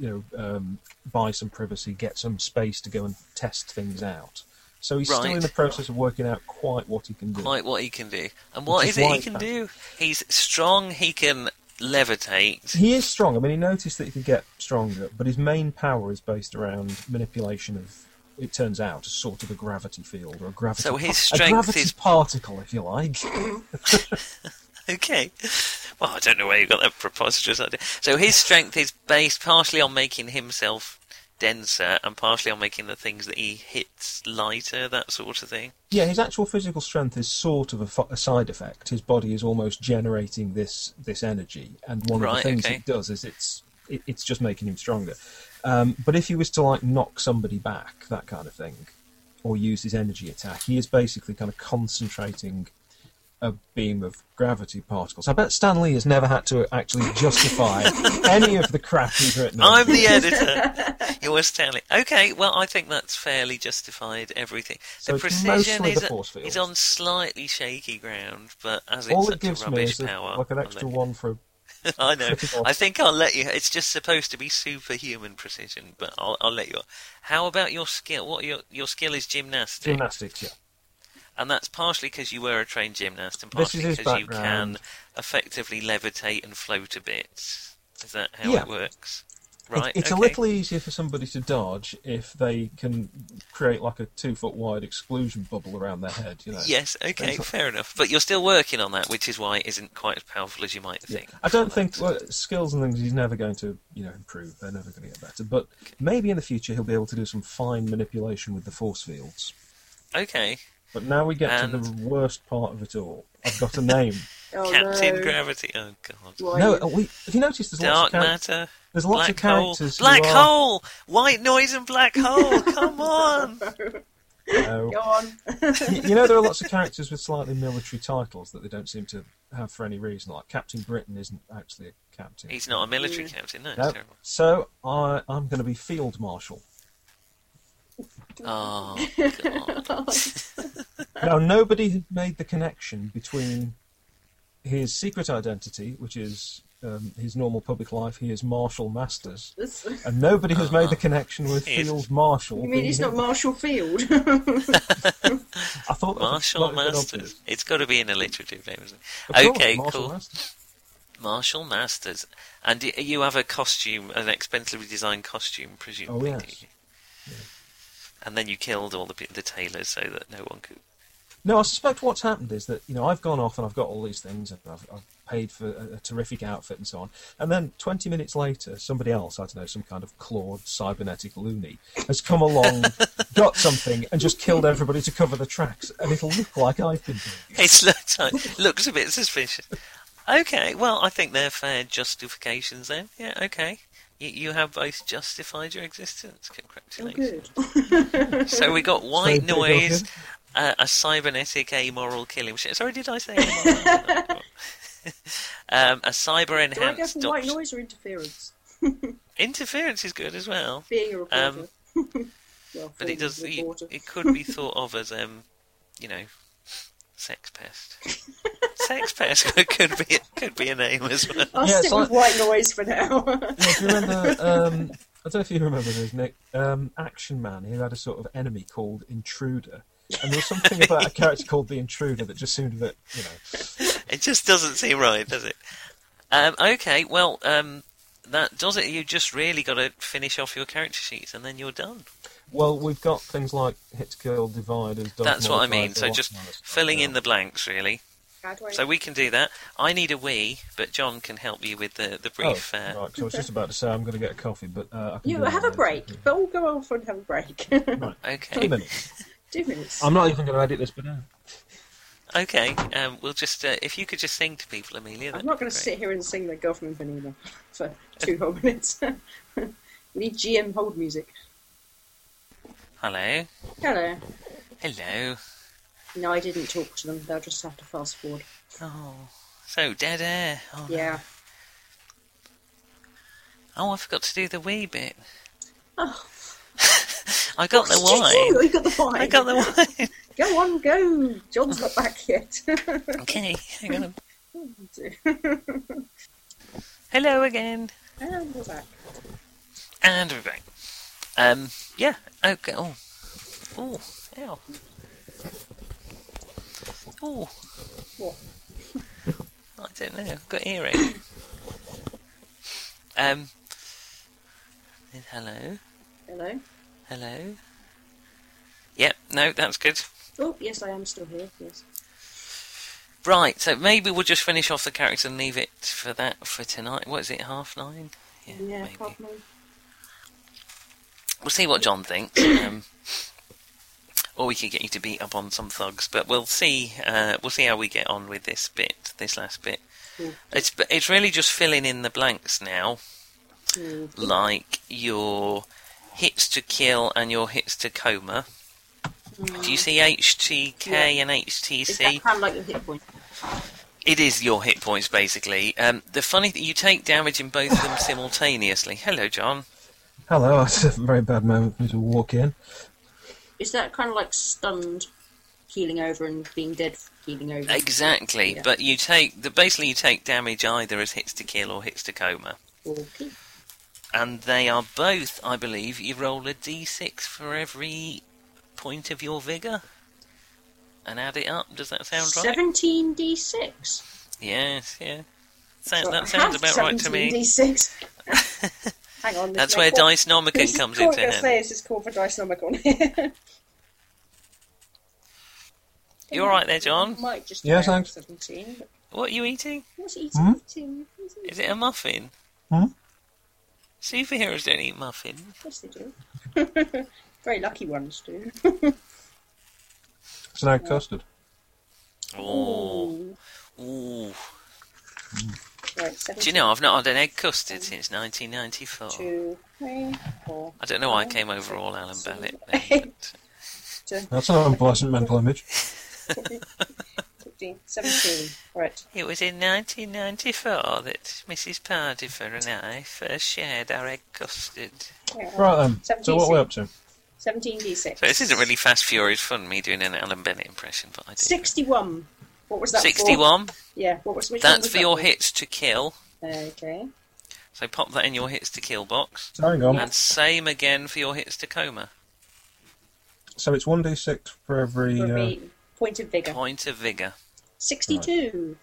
you know um, buy some privacy, get some space to go and test things out. So he's still Right. in the process of working out quite what he can do. Quite what he can do. And what Which is is it why he he can found- do? He's strong, he can levitate. he is strong. I mean, he noticed that he could get stronger, but his main power is based around manipulation of. It turns out a sort of a gravity field or a gravity. So his a strength gravity is- particle, if you like. Okay. Well, I don't know where you got that preposterous idea. So his strength is based partially on making himself denser and partially on making the things that he hits lighter, that sort of thing. yeah, his actual physical strength is sort of a, fo- a side effect. His body is almost generating this this energy, and one of Right, the things okay. it does is it's it, it's just making him stronger. Um, but if he was to like knock somebody back, that kind of thing, or use his energy attack, he is basically kind of concentrating a beam of gravity particles. I bet Stanley has never had to actually justify any of the crap he's written. on I'm the editor. You're Stanley. Okay, well, I think that's fairly justified, everything. So the it's precision mostly is, the force field. is on slightly shaky ground, but as it's All such it gives a me rubbish is a- power. like an I'll extra let- one for I know. critical. I think I'll let you. It's just supposed to be superhuman precision, but I'll, I'll let you. How about your skill? What are your your skill is gymnastics, gymnastics. Yeah. and that's partially because you were a trained gymnast, and This is partially his because you can background. effectively levitate and float a bit. Is that how Yeah. it works? It- Right. it's okay. a little easier for somebody to dodge if they can create like a two foot wide exclusion bubble around their head. You know. Yes. Okay. It's a- Fair enough. But you're still working on that, which is why it isn't quite as powerful as you might Yeah. think. I don't think well, skills and things he's never going to you know improve. They're never going to get better. But maybe in the future he'll be able to do some fine manipulation with the force fields. Okay. But now we get to And- the worst part of it all. I've got a name. Oh, Captain no. Gravity. Oh god. Why- no, uh, we, have you noticed there's lots Dark of characters? matter. There's lots black of characters. hole. Black who are- hole. White noise and black hole. Come on. no. Go on. Y- you know, there are lots of characters with slightly military titles that they don't seem to have for any reason. Like Captain Britain isn't actually a captain. He's not a military captain. No, it's No. terrible. So I, I'm going to be Field Marshal. Oh god. Now, nobody had made the connection between his secret identity, which is um, his normal public life. He is Marshal Masters. This- And nobody has made the connection with Uh-huh. He is- Field Marshal. You mean being he's him. not Marshall Field? I thought that was Marshall slightly bit Masters. obvious. It's got to be an alliterative name, isn't Of it? course, okay, Marshal cool. Masters. Marshall Masters. And y- you have a costume, an expensively designed costume, presumably. Oh, yes. do you? And then you killed all the pe- the tailors so that no one could. No, I suspect what's happened is that you know I've gone off and I've got all these things and I've, I've paid for a, a terrific outfit and so on, and then twenty minutes later, somebody else, I don't know, some kind of clawed cybernetic loony, has come along, got something, and just killed everybody to cover the tracks, and it'll look like I've been doing. It's looked like, looks a bit suspicious. Okay, well, I think they're fair justifications then. Yeah, okay. You, you have both justified your existence. oh, Congratulations. good. so we got white big, okay. noise, uh, a cybernetic amoral killing machine. Sorry, did I say amoral? um, a cyber Do I go enhanced for white noise or interference? interference is good as well, Being a reporter. Um, well, but it former does. It, reporter. it could be thought of as, um, you know, sex pest. sex pest could- could be could be a name as well. I'll Yeah, stick so- with white noise for now. Well, do you remember? Um, I don't know if you remember this, Nick. Um, Action Man, who had a sort of enemy called Intruder, and there was something about a character called the Intruder that just seemed a bit, you know. It just doesn't seem right, does it? Um, okay, well, um, that does it. You just really got to finish off your character sheets, and then you're done. Well, we've got things like hit to kill, divide, as dog That's what I modified, mean. the So lot just and all that stuff, filling yeah. in the blanks, really. How do I- So we can do that. I need a wee, but John can help you with the the brief. Oh, uh, right, 'cause I was just about to say I'm going to get a coffee, but uh, I can you do that have a later. break, but we'll go off and have a break. Right. Three Okay, minutes. Two minutes. I'm not even going to edit this, but uh, now. okay. Um, we'll just uh, if you could just sing to people, Amelia. I'm that'd not be going to great. sit here and sing the government anymore for two whole minutes. we need GM hold music. Hello, Hello. hello. No, I didn't talk to them. They'll just have to fast forward. Oh, so dead air. Oh, no. Yeah. Oh, I forgot to do the wee bit. Oh, I got the You wine. you got the wine. I got the wine. Go on, go. John's not back yet. Okay, hang on. Hello again, and we're back. and we're back. Um, yeah. Okay. Oh, oh, ow. Oh, What? I don't know. I've got earache. um. and Hello. Hello. Hello. Yep. No, that's good. Oh, yes, I am still here. Yes. Right. So maybe we'll just finish off the characters and leave it for that for tonight. What is it? Half nine. Yeah. Yeah, maybe. pardon me. We'll see what John thinks. Um, or we could get you to beat up on some thugs, but we'll see. Uh, we'll see how we get on with this bit, this last bit. Cool. It's it's really just filling in the blanks now, Hmm. like your hits to kill and your hits to coma. Do you see HTK Mm. Yeah. and HTC? Is that kind of like your hit point? It is your hit points, basically. Um, the funny thing, you take damage in both of them simultaneously. Hello, John. Hello, it's a very bad moment for me to walk in. Is that kind of like stunned, healing over, and being dead, healing over? Exactly, Yeah. but you take the basically you take damage either as hits to kill or hits to coma, Okay. and they are both, I believe, you roll a d6 for every point of your vigor and add it up. Does that sound right? 17d6. Yes, yeah. So, Well, I that sounds have about right to me. 17d6. Hang on. this That's may- where what- Dice this Nomicon is comes called- into I was gonna say, hand. this is called for Dice Nomicon. You all right there, John? Might just Yeah, about thanks. 17. But What are you eating? what's he Hmm? eating? What's he Is it a muffin? Hmm? Superheroes don't eat muffins. Yes, they do. Very lucky ones do. It's now custard. Oh, Ooh. ooh. Right, Do you know I've not had an egg custard since 1994? Two, three, four. I don't know why I came over all Alan Bennett. Then, but- Done. That's an unpleasant mental image. 15, 17. Right. It was in 1994 that Mrs. Pardifer and I first shared our egg custard. Right then. So 17, what we're up to? 17 d6. So this isn't really Fast Furious fun, me doing an Alan Bennett impression, but I do. 61. What was that for? 61. Yeah, what was which one That's was for that your hits to kill. Okay. So pop that in your hits to kill box. Hang Um, on. And same again for your hits to coma. So it's one d six for every. For Uh, me, point of vigour. Point of vigour. 62.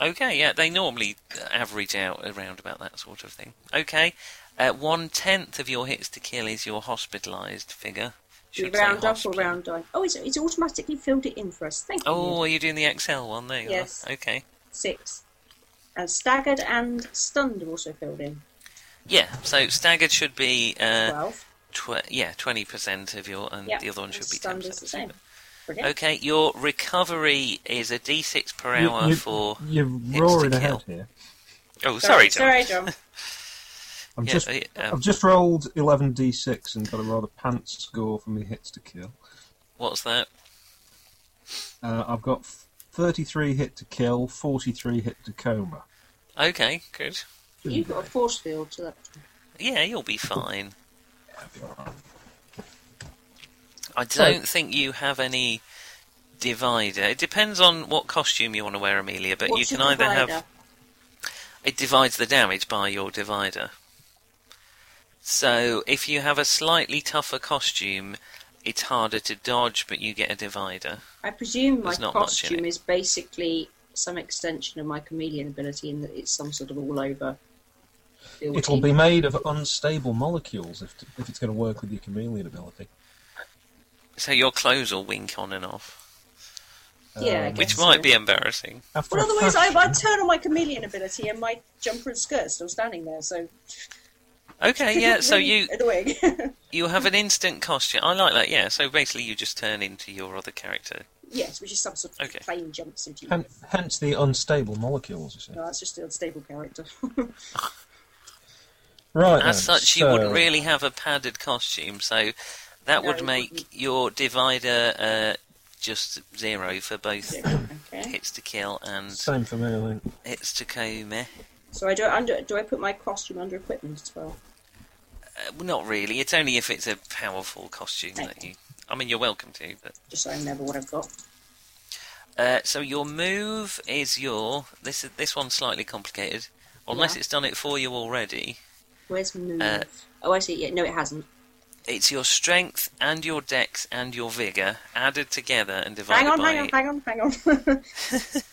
Okay, yeah, they normally uh, average out around about that sort of thing. Okay, uh, one tenth of your hits to kill is your hospitalised figure. Do we Should say round up or hospital. round down? Oh, it's, it's automatically filled it in for us. Thank you. Oh, are you doing the Excel one there? you are. Yes. Okay. Six. And staggered and stunned are also filled in. Yeah. So staggered should be uh, 12. tw- yeah twenty percent of your, and Yep, the other one should and be ten stunned is the same. percent. Brilliant. Okay, your recovery is a D6 per hour you, for. you're to roaring ahead kill. here. Oh, sorry, John. Sorry, John. I'm Yeah, just, uh, um, I've just rolled 11d6 and got a rather pants score for my hits to kill. What's that? Uh, I've got 33 hit to kill, 43 hit to coma. Okay, good. You've got a force field to that. Yeah, you'll be fine. That'd be alright. I don't think you have any divider. It depends on what costume you want to wear, Amelia, but you What's can your either have divider? it divides the damage by your divider. So if you have a slightly tougher costume, it's harder to dodge, but you get a divider. I presume my There's not much in costume it. is basically some extension of my chameleon ability in that it's some sort of all over. build. It'll be made of unstable molecules if, if it's going to work with your chameleon ability. So your clothes will wink on and off, Yeah, I Um, guess which so. might be embarrassing. After Well, a otherwise, I, I'd fashion- turn on my chameleon ability and my jumper and skirt still standing there, so. Okay, yeah. So you Annoying. you have an instant costume. I like that. Yeah. So basically, you just turn into your other character. yes, which is some sort of Okay. plane jump suit. hen- Hence the unstable molecules, you see. No, that's just an unstable character. Right. As then, such, you so- wouldn't really have a padded costume, so that No, would you make wouldn't. your divider uh, just zero for both okay. hits to kill and Same for me, I think. hits to coma. So I do, under, do I put my costume under equipment as well? Uh, well, not really. It's only if it's a powerful costume Okay. that you. I mean, you're welcome to. But Just so I remember what I've got. uh, so your move is your. This is this one's slightly complicated, unless Yeah. it's done it for you already. Where's move? Uh, oh, I see. Yeah, no, it hasn't. It's your strength and your dex and your vigor added together and divided Hang on, by hang on, hang on, hang on.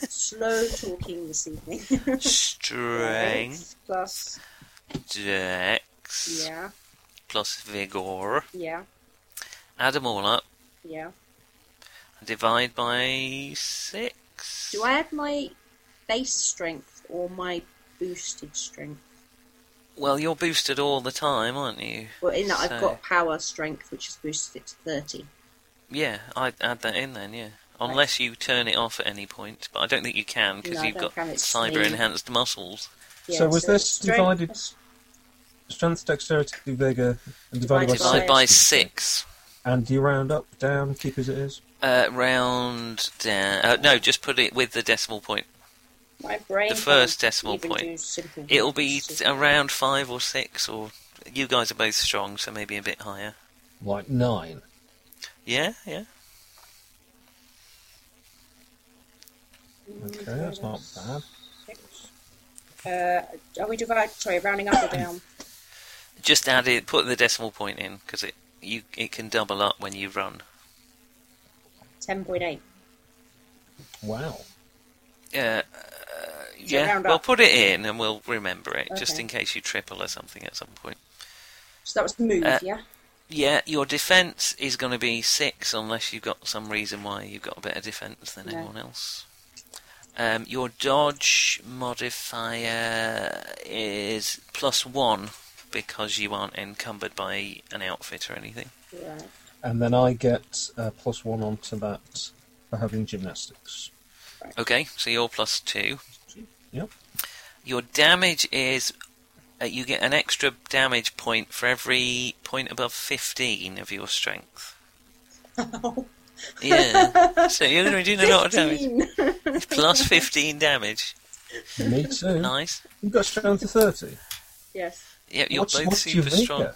Slow talking this evening. strength. Plus, Dex yeah, plus Vigor. yeah, Add them all up. yeah. Divide by six. Do I add my base strength or my boosted strength? Well, you're boosted all the time, aren't you? Well, in that I've So- got power strength, which is boosted it to 30. Yeah, I'd add that in then, yeah. Unless you turn it off at any point, but I don't think you can because No, I you've don't got think it's cyber me. enhanced muscles. Yeah, So was this strength- divided Strength, dexterity, vigour, and divided by Divided six. Divide by six. And do you round up, down, keep as it is? Uh, round down. Uh, no, just put it with the decimal point. My brain the can't first decimal even point. do simple It'll be simple- around five or six, or you guys are both strong, so maybe a bit higher. Like nine. Yeah, yeah. Okay, that's not bad. Uh, are we divided? Sorry, rounding up or down? Just add it. Put the decimal point in because it you it can double up when you run. 10.8. Wow. Yeah, uh, yeah. round Well, up. put it in and we'll remember it just Okay. in case you triple or something at some point. So that was the move, Uh, yeah? Yeah, your defense is going to be six unless you've got some reason why you've got a better defense than No. anyone else. Um, your dodge modifier is plus one because you aren't encumbered by an outfit or anything. Right. And then I get uh, plus one onto that for having gymnastics. Okay, so you're plus two. Yep. Your damage is. Uh, you get an extra damage point for every point above 15 of your strength. Oh, Yeah. so you're going to be doing a lot of damage. 15. Plus 15 damage. Me too. Nice. You've got strength to 30. yes. Yep, you're What's- both what's your super strong. vigour?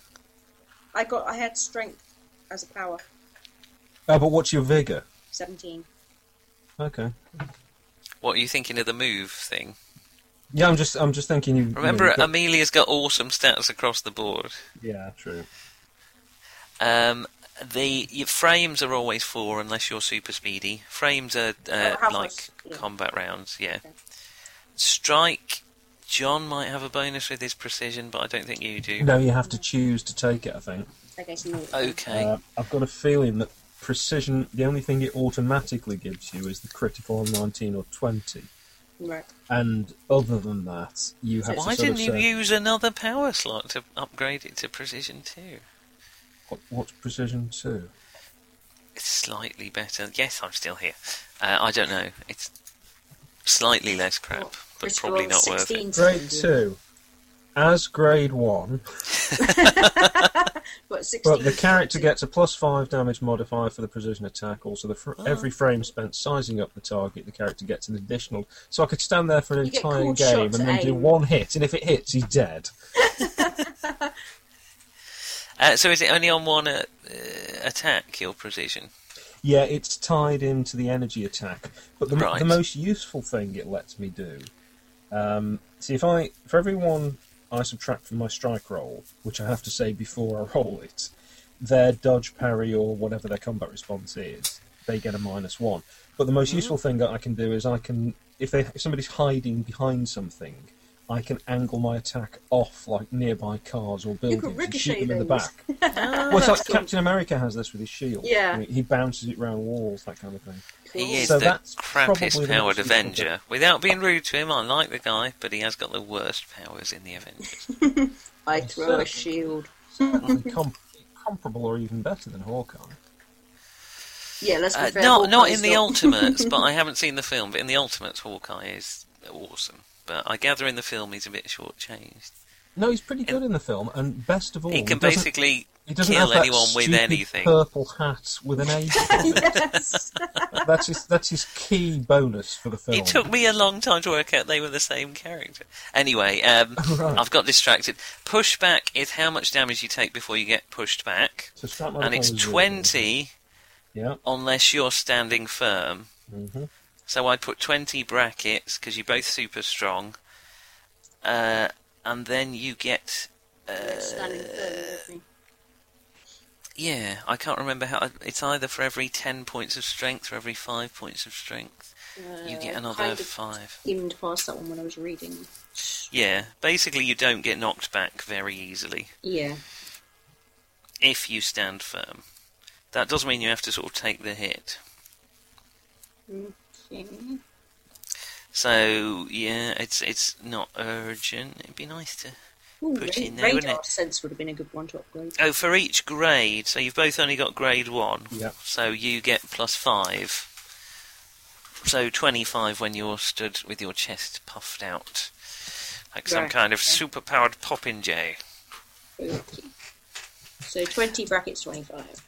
I got. I had strength as a power. Oh, but what's your vigour? Seventeen. Okay. What are you thinking of the move thing? Yeah, I'm just I'm just thinking you Remember, you know, you've Amelia's got awesome stats across the board. got- Yeah, true. Um, the your frames are always four unless you're super speedy. Frames are uh, Oh, how like much? Yeah. combat rounds, yeah. Okay. Strike. John might have a bonus with his precision, but I don't think you do. No, you have to choose to take it, I think. Okay, so no. Okay. Uh, I've got a feeling that precision the only thing it automatically gives you is the critical on 19 or 20. Right. And other than that, you have Why to sort didn't of you say, use another power slot to upgrade it to precision two? what, what's precision to? It's slightly better. Yes, I'm still here. Uh, I don't know. It's slightly less crap, Well, but Bristol probably not worth it. 16 Grade seems- 2. As grade 1, But sixteen. But the character gets a plus five damage modifier for the precision attack. Also, the Oh. fr- every frame spent sizing up the target, the character gets an additional. So I could stand there for an You get entire called shot game and to then do aim. one hit, and if it hits, he's dead. Uh, so is it only on one uh, uh, attack, your precision? Yeah, it's tied into the energy attack. But the, Right. the most useful thing it lets me do. Um, see, if I for every one I subtract from my strike roll, which I have to say before I roll it, their dodge, parry, or whatever their combat response is, they get a minus one. But the most useful thing that I can do is I can, if they if somebody's hiding behind something, I can angle my attack off like nearby cars or buildings and shoot ricochet them in the things. Oh, back. Well, it's like Captain America has this with his shield. Yeah. I mean, he bounces it round walls, that kind of thing. He is So the that's probably the crappiest most powered useful thing. Avenger. Without being rude to him, I like the guy, but he has got the worst powers in the Avengers. I throw Certainly. a shield. Certainly com- comparable or even better than Hawkeye. Yeah, let's be Uh, fair. not not in Hawkeye's the Ultimates, but I haven't seen the film. But in the Ultimates, Hawkeye is awesome. But I gather in the film he's a bit shortchanged. No, he's pretty good in the film, and best of all, He can Oh, doesn't- basically he doesn't kill have that anyone with stupid anything. Purple hat with an A. yes. that's his. That's his key bonus for the film. It took me a long time to work out they were the same character. Anyway, um, Oh, right. I've got distracted. Pushback is how much damage you take before you get pushed back, So strap my and it's clothes in. twenty Yeah. unless you're standing firm. hmm So I put 20 brackets because you're both super strong. Uh, and then you get. uh, Standing firm, isn't he? Yeah, I can't remember how. It's either for every 10 points of strength or every 5 points of strength. you get Uh, another kind of 5. skimmed past that one when I was reading. Yeah, basically, you don't get knocked back very easily Yeah. if you stand firm. That does mean you have to sort of take the hit. Okay. So, yeah, it's it's not urgent. It'd be nice to Ooh, Put ra- in there, wouldn't radar it? sense would have been a good one to upgrade. Oh, for each grade. So you've both only got grade one. Yeah. So you get plus five. So twenty-five when you're stood with your chest puffed out, like some Right, kind of okay. super-powered popinjay. Okay. So 20 brackets 25.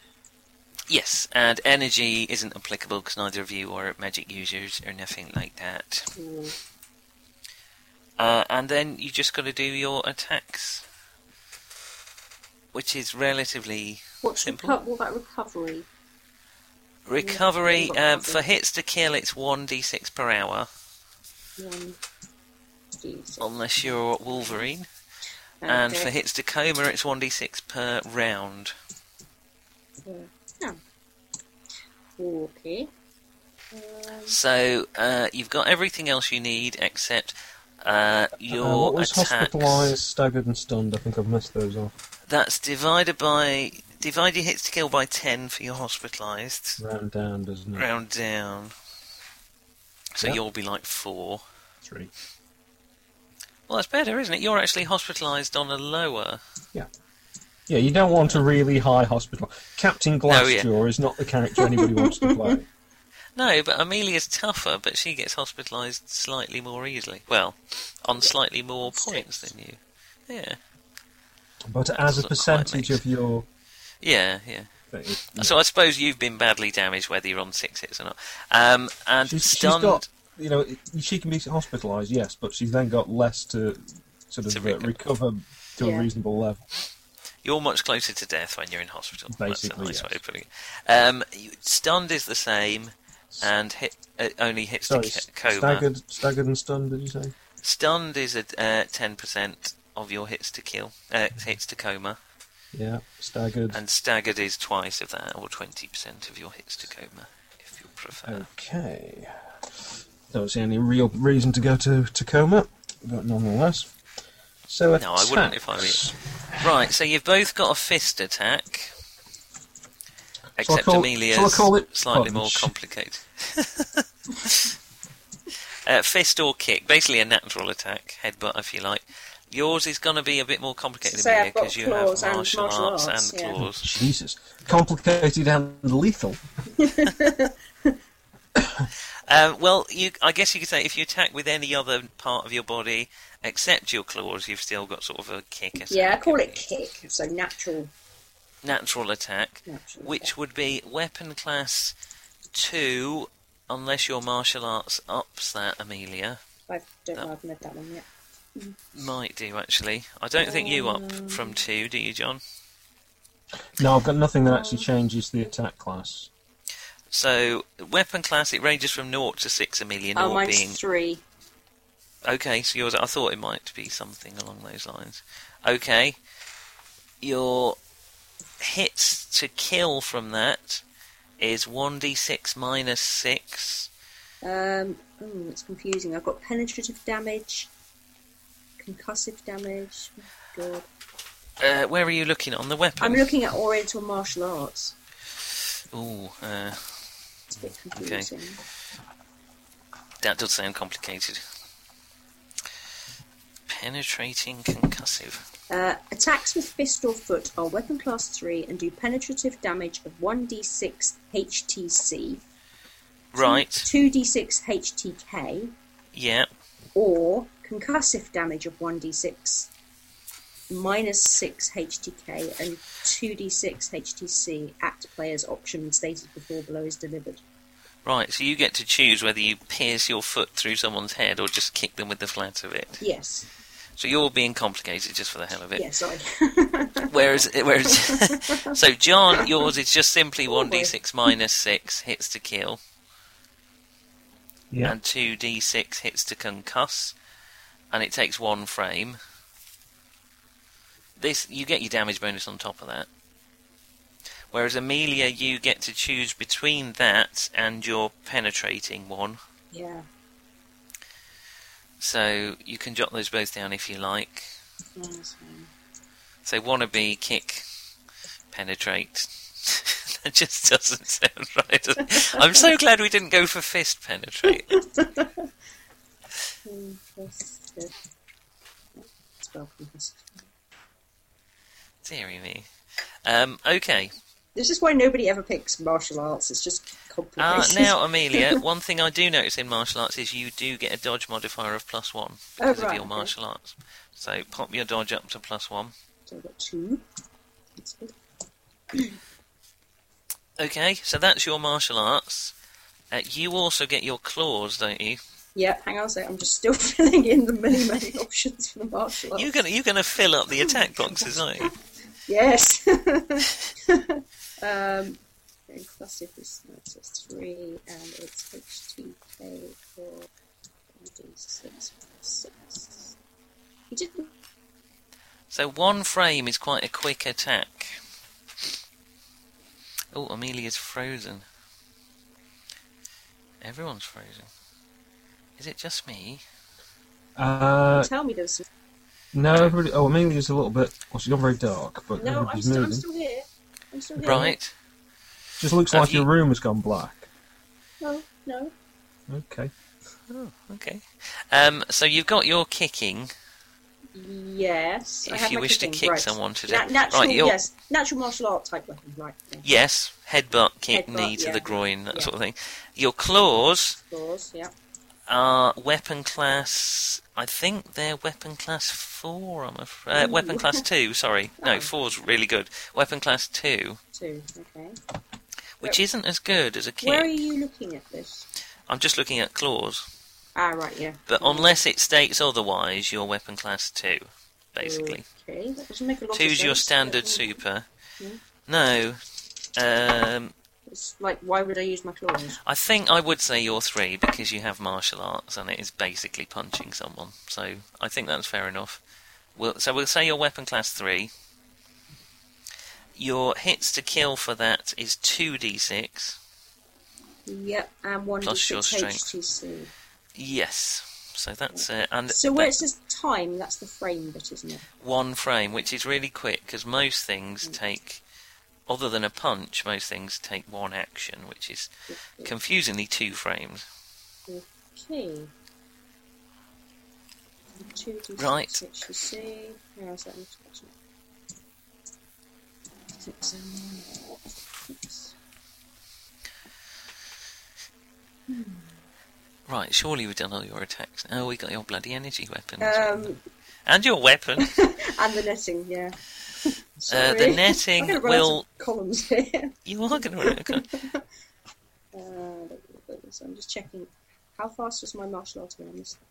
Yes, and energy isn't applicable because neither of you are magic users or nothing like that. Ooh. Uh, and then you just got to do your attacks, which is relatively What's Simple. reco- what about recovery? Mm, recovery. I've got Um, nothing. for hits to kill, it's one d6 per hour, One, two, six. unless you're Wolverine. Um, uh, Oh, And for Okay. hits to coma, it's 1d6 per round. Yeah. Okay. Um, So uh, you've got everything else you need except Uh, uh, your what was hospitalised, attacks. staggered, and stunned? I think I've missed those off. That's divided by. Divide your hits to kill by 10 for your hospitalised. Round down, doesn't it? Round down. So Mm. Yeah. you'll be like 4. Three. Well, that's better, isn't it? You're actually hospitalised on a lower. Yeah, you don't want a really high hospital. Captain Glassjaw Oh, yeah. is not the character anybody wants to play. No, but Amelia's tougher, but she gets hospitalised slightly more easily. Well, on slightly more points than you. Yeah, But as a doesn't quite percentage make of your yeah, yeah. thing, So I suppose you've been badly damaged, whether you're on six hits or not. Um, and she's, she's stunned. got you know it- she can be hospitalised, yes, but she's then got less to sort of To uh, recover. recover. to Yeah. a reasonable level. You're much closer to death when you're in hospital. That's a Basically, nice yes. way of putting it. Um, you- stunned is the same, and hit uh, only hits Sorry, to s- ca- coma. staggered, staggered and stunned. Did you say? Stunned is at ten percent of your hits to kill, uh, hits to coma, Yeah, staggered. and staggered is twice of that, or twenty percent of your hits to coma, if you prefer. Okay. Don't see any real reason to go to Tacoma, but nonetheless. So No, I wouldn't if I were you. attacks. Right, so you've both got a fist attack, Shall I except call- Amelia's shall I call it slightly more punch? complicated. uh, fist or kick, basically a natural attack, headbutt if you like. Yours is going to be a bit more complicated, Say Amelia, I've got because you have claws and martial, martial arts, arts, and yeah. claws. Jesus, complicated and lethal. Um, well, you, I guess you could say if you attack with any other part of your body except your claws, you've still got sort of a kick. attack, Yeah, I call it haven't you? kick. So natural, natural attack, Natural which would be weapon class two, unless your martial arts ups that. Amelia I don't No. know. I've read that one yet. might do actually. I don't think you up Um. from two, do you, John? No, I've got nothing that actually changes the attack class. So weapon class it ranges from naught to six. Amelia, Oh, naught mine's being three. Okay, so yours. I thought it might be something along those lines. Okay, your hits to kill from that is one d six minus six. Um, oh, it's confusing. I've got penetrative damage, concussive damage. Oh, God. Uh, where are you looking on the weapon? I'm looking at Oriental martial arts. Ooh, uh, It's a bit confusing. that does sound complicated. Penetrating concussive. Uh, attacks with fist or foot are weapon class 3 and do penetrative damage of 1d6 HTC, Right. 2d6 HTK, Yeah. or concussive damage of 1d6 minus 6 HTK and 2d6 HTC at player's option stated before blow is delivered. Right. So you get to choose whether you pierce your foot through someone's head or just kick them with the flat of it. Yes, So you're being complicated just for the hell of it. yes, sorry. Whereas, whereas, so John, yours is just simply one d six minus six hits to kill, Yeah. and two d six hits to concuss, and it takes one frame. This you get your damage bonus on top of that. Whereas Amelia, you get to choose between that and your penetrating one, yeah, so you can jot those both down if you like. yeah, that's fine. So wannabe kick penetrate. that just doesn't sound right. does it? I'm so glad we didn't go for fist penetrate. Concussive. Spell concussive. Deary me. Um, okay. This is why nobody ever picks martial arts. It's just Uh, complicated. now, Amelia, one thing I do notice in martial arts is you do get a dodge modifier of plus one Oh, because of right, your okay. martial arts. So pop your dodge up to plus one. So I've got two. That's good. Okay, so that's your martial arts. Uh, you also get your claws, don't you? Yeah, hang on a sec. I'm just still filling in the many, many options for the martial arts. You're gonna you're gonna fill up the attack boxes, aren't you? Yes. um, inclusive is that's a three, and it's HTK for six six. You did So one frame is quite a quick attack. Oh, Amelia's frozen. Everyone's frozen. Is it just me? Uh, tell me there's some... no, everybody. Oh, Amelia's a little bit. Well, she's not very dark, but no. I'm everybody's still, I'm moving. still here. I'm still here. Right. Just looks Have like your you- room has gone black. No, no. Okay. Okay. Um, so you've got your kicking, Yes. I If have you my wish to cooking, kick right. someone to Na- death. natural, Right, you're- yes, natural martial art type weapon, right? Yeah. Yes, headbutt, kick, Headbutt, knee to yeah. the groin, that Yeah. sort of thing. Your claws Claws, yeah. are weapon class. I think they're weapon class four. I'm afraid. Uh, weapon Ooh. class two. Sorry, no, Oh. four's really good. Weapon class two, Two. Okay. which isn't as good as a Oh. Where are kick. you looking at this? I'm just looking at claws, Ah, right, yeah. but unless it states otherwise, you're weapon class two, basically. Okay, that doesn't make a lot Mm. of Two's your sense. standard Mm, super. Mm. No. Um, It's like, why would I use my claws? I think I would say you're three because you have martial arts and it is basically punching someone. So I think that's fair enough. We'll, so we'll say your weapon class three. Your hits to kill for that is two d6. Yep, and one Plus d6 your strength. HTC. Yes. So that's uh, and So where it that's says time, that's the frame bit, isn't it? one frame, which is really quick because most things take, other than a punch, most things take one action, which is confusingly two frames. Okay. Two d6 Right. HTC. Where is that? Instruction? Six and one. Oops. Right. Surely we've done all your attacks. Oh, we got your bloody energy weapon. as well. Um, And your weapon. and the netting, yeah. Uh, Sorry. the I'm netting gonna run out of will. columns here. You are going to run out of con- Uh, so I'm just checking. How fast was my martial arts when I missed that?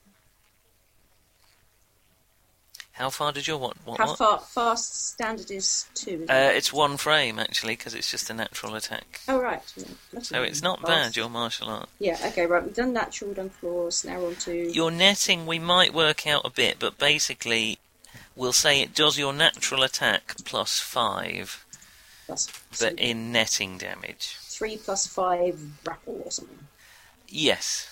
How far did your what? what, How what? far fast standard is two? Isn't Uh, it? it's one frame actually, because it's just a natural attack. Oh right. yeah. Bloody So it's not fast. bad. Your martial art. Yeah. Okay. Right. We've done natural. We've done claws. Now we're on to Your netting we might work out a bit, but basically, we'll say it does your natural attack plus five, plus but in netting damage. three plus five grapple or something. Yes.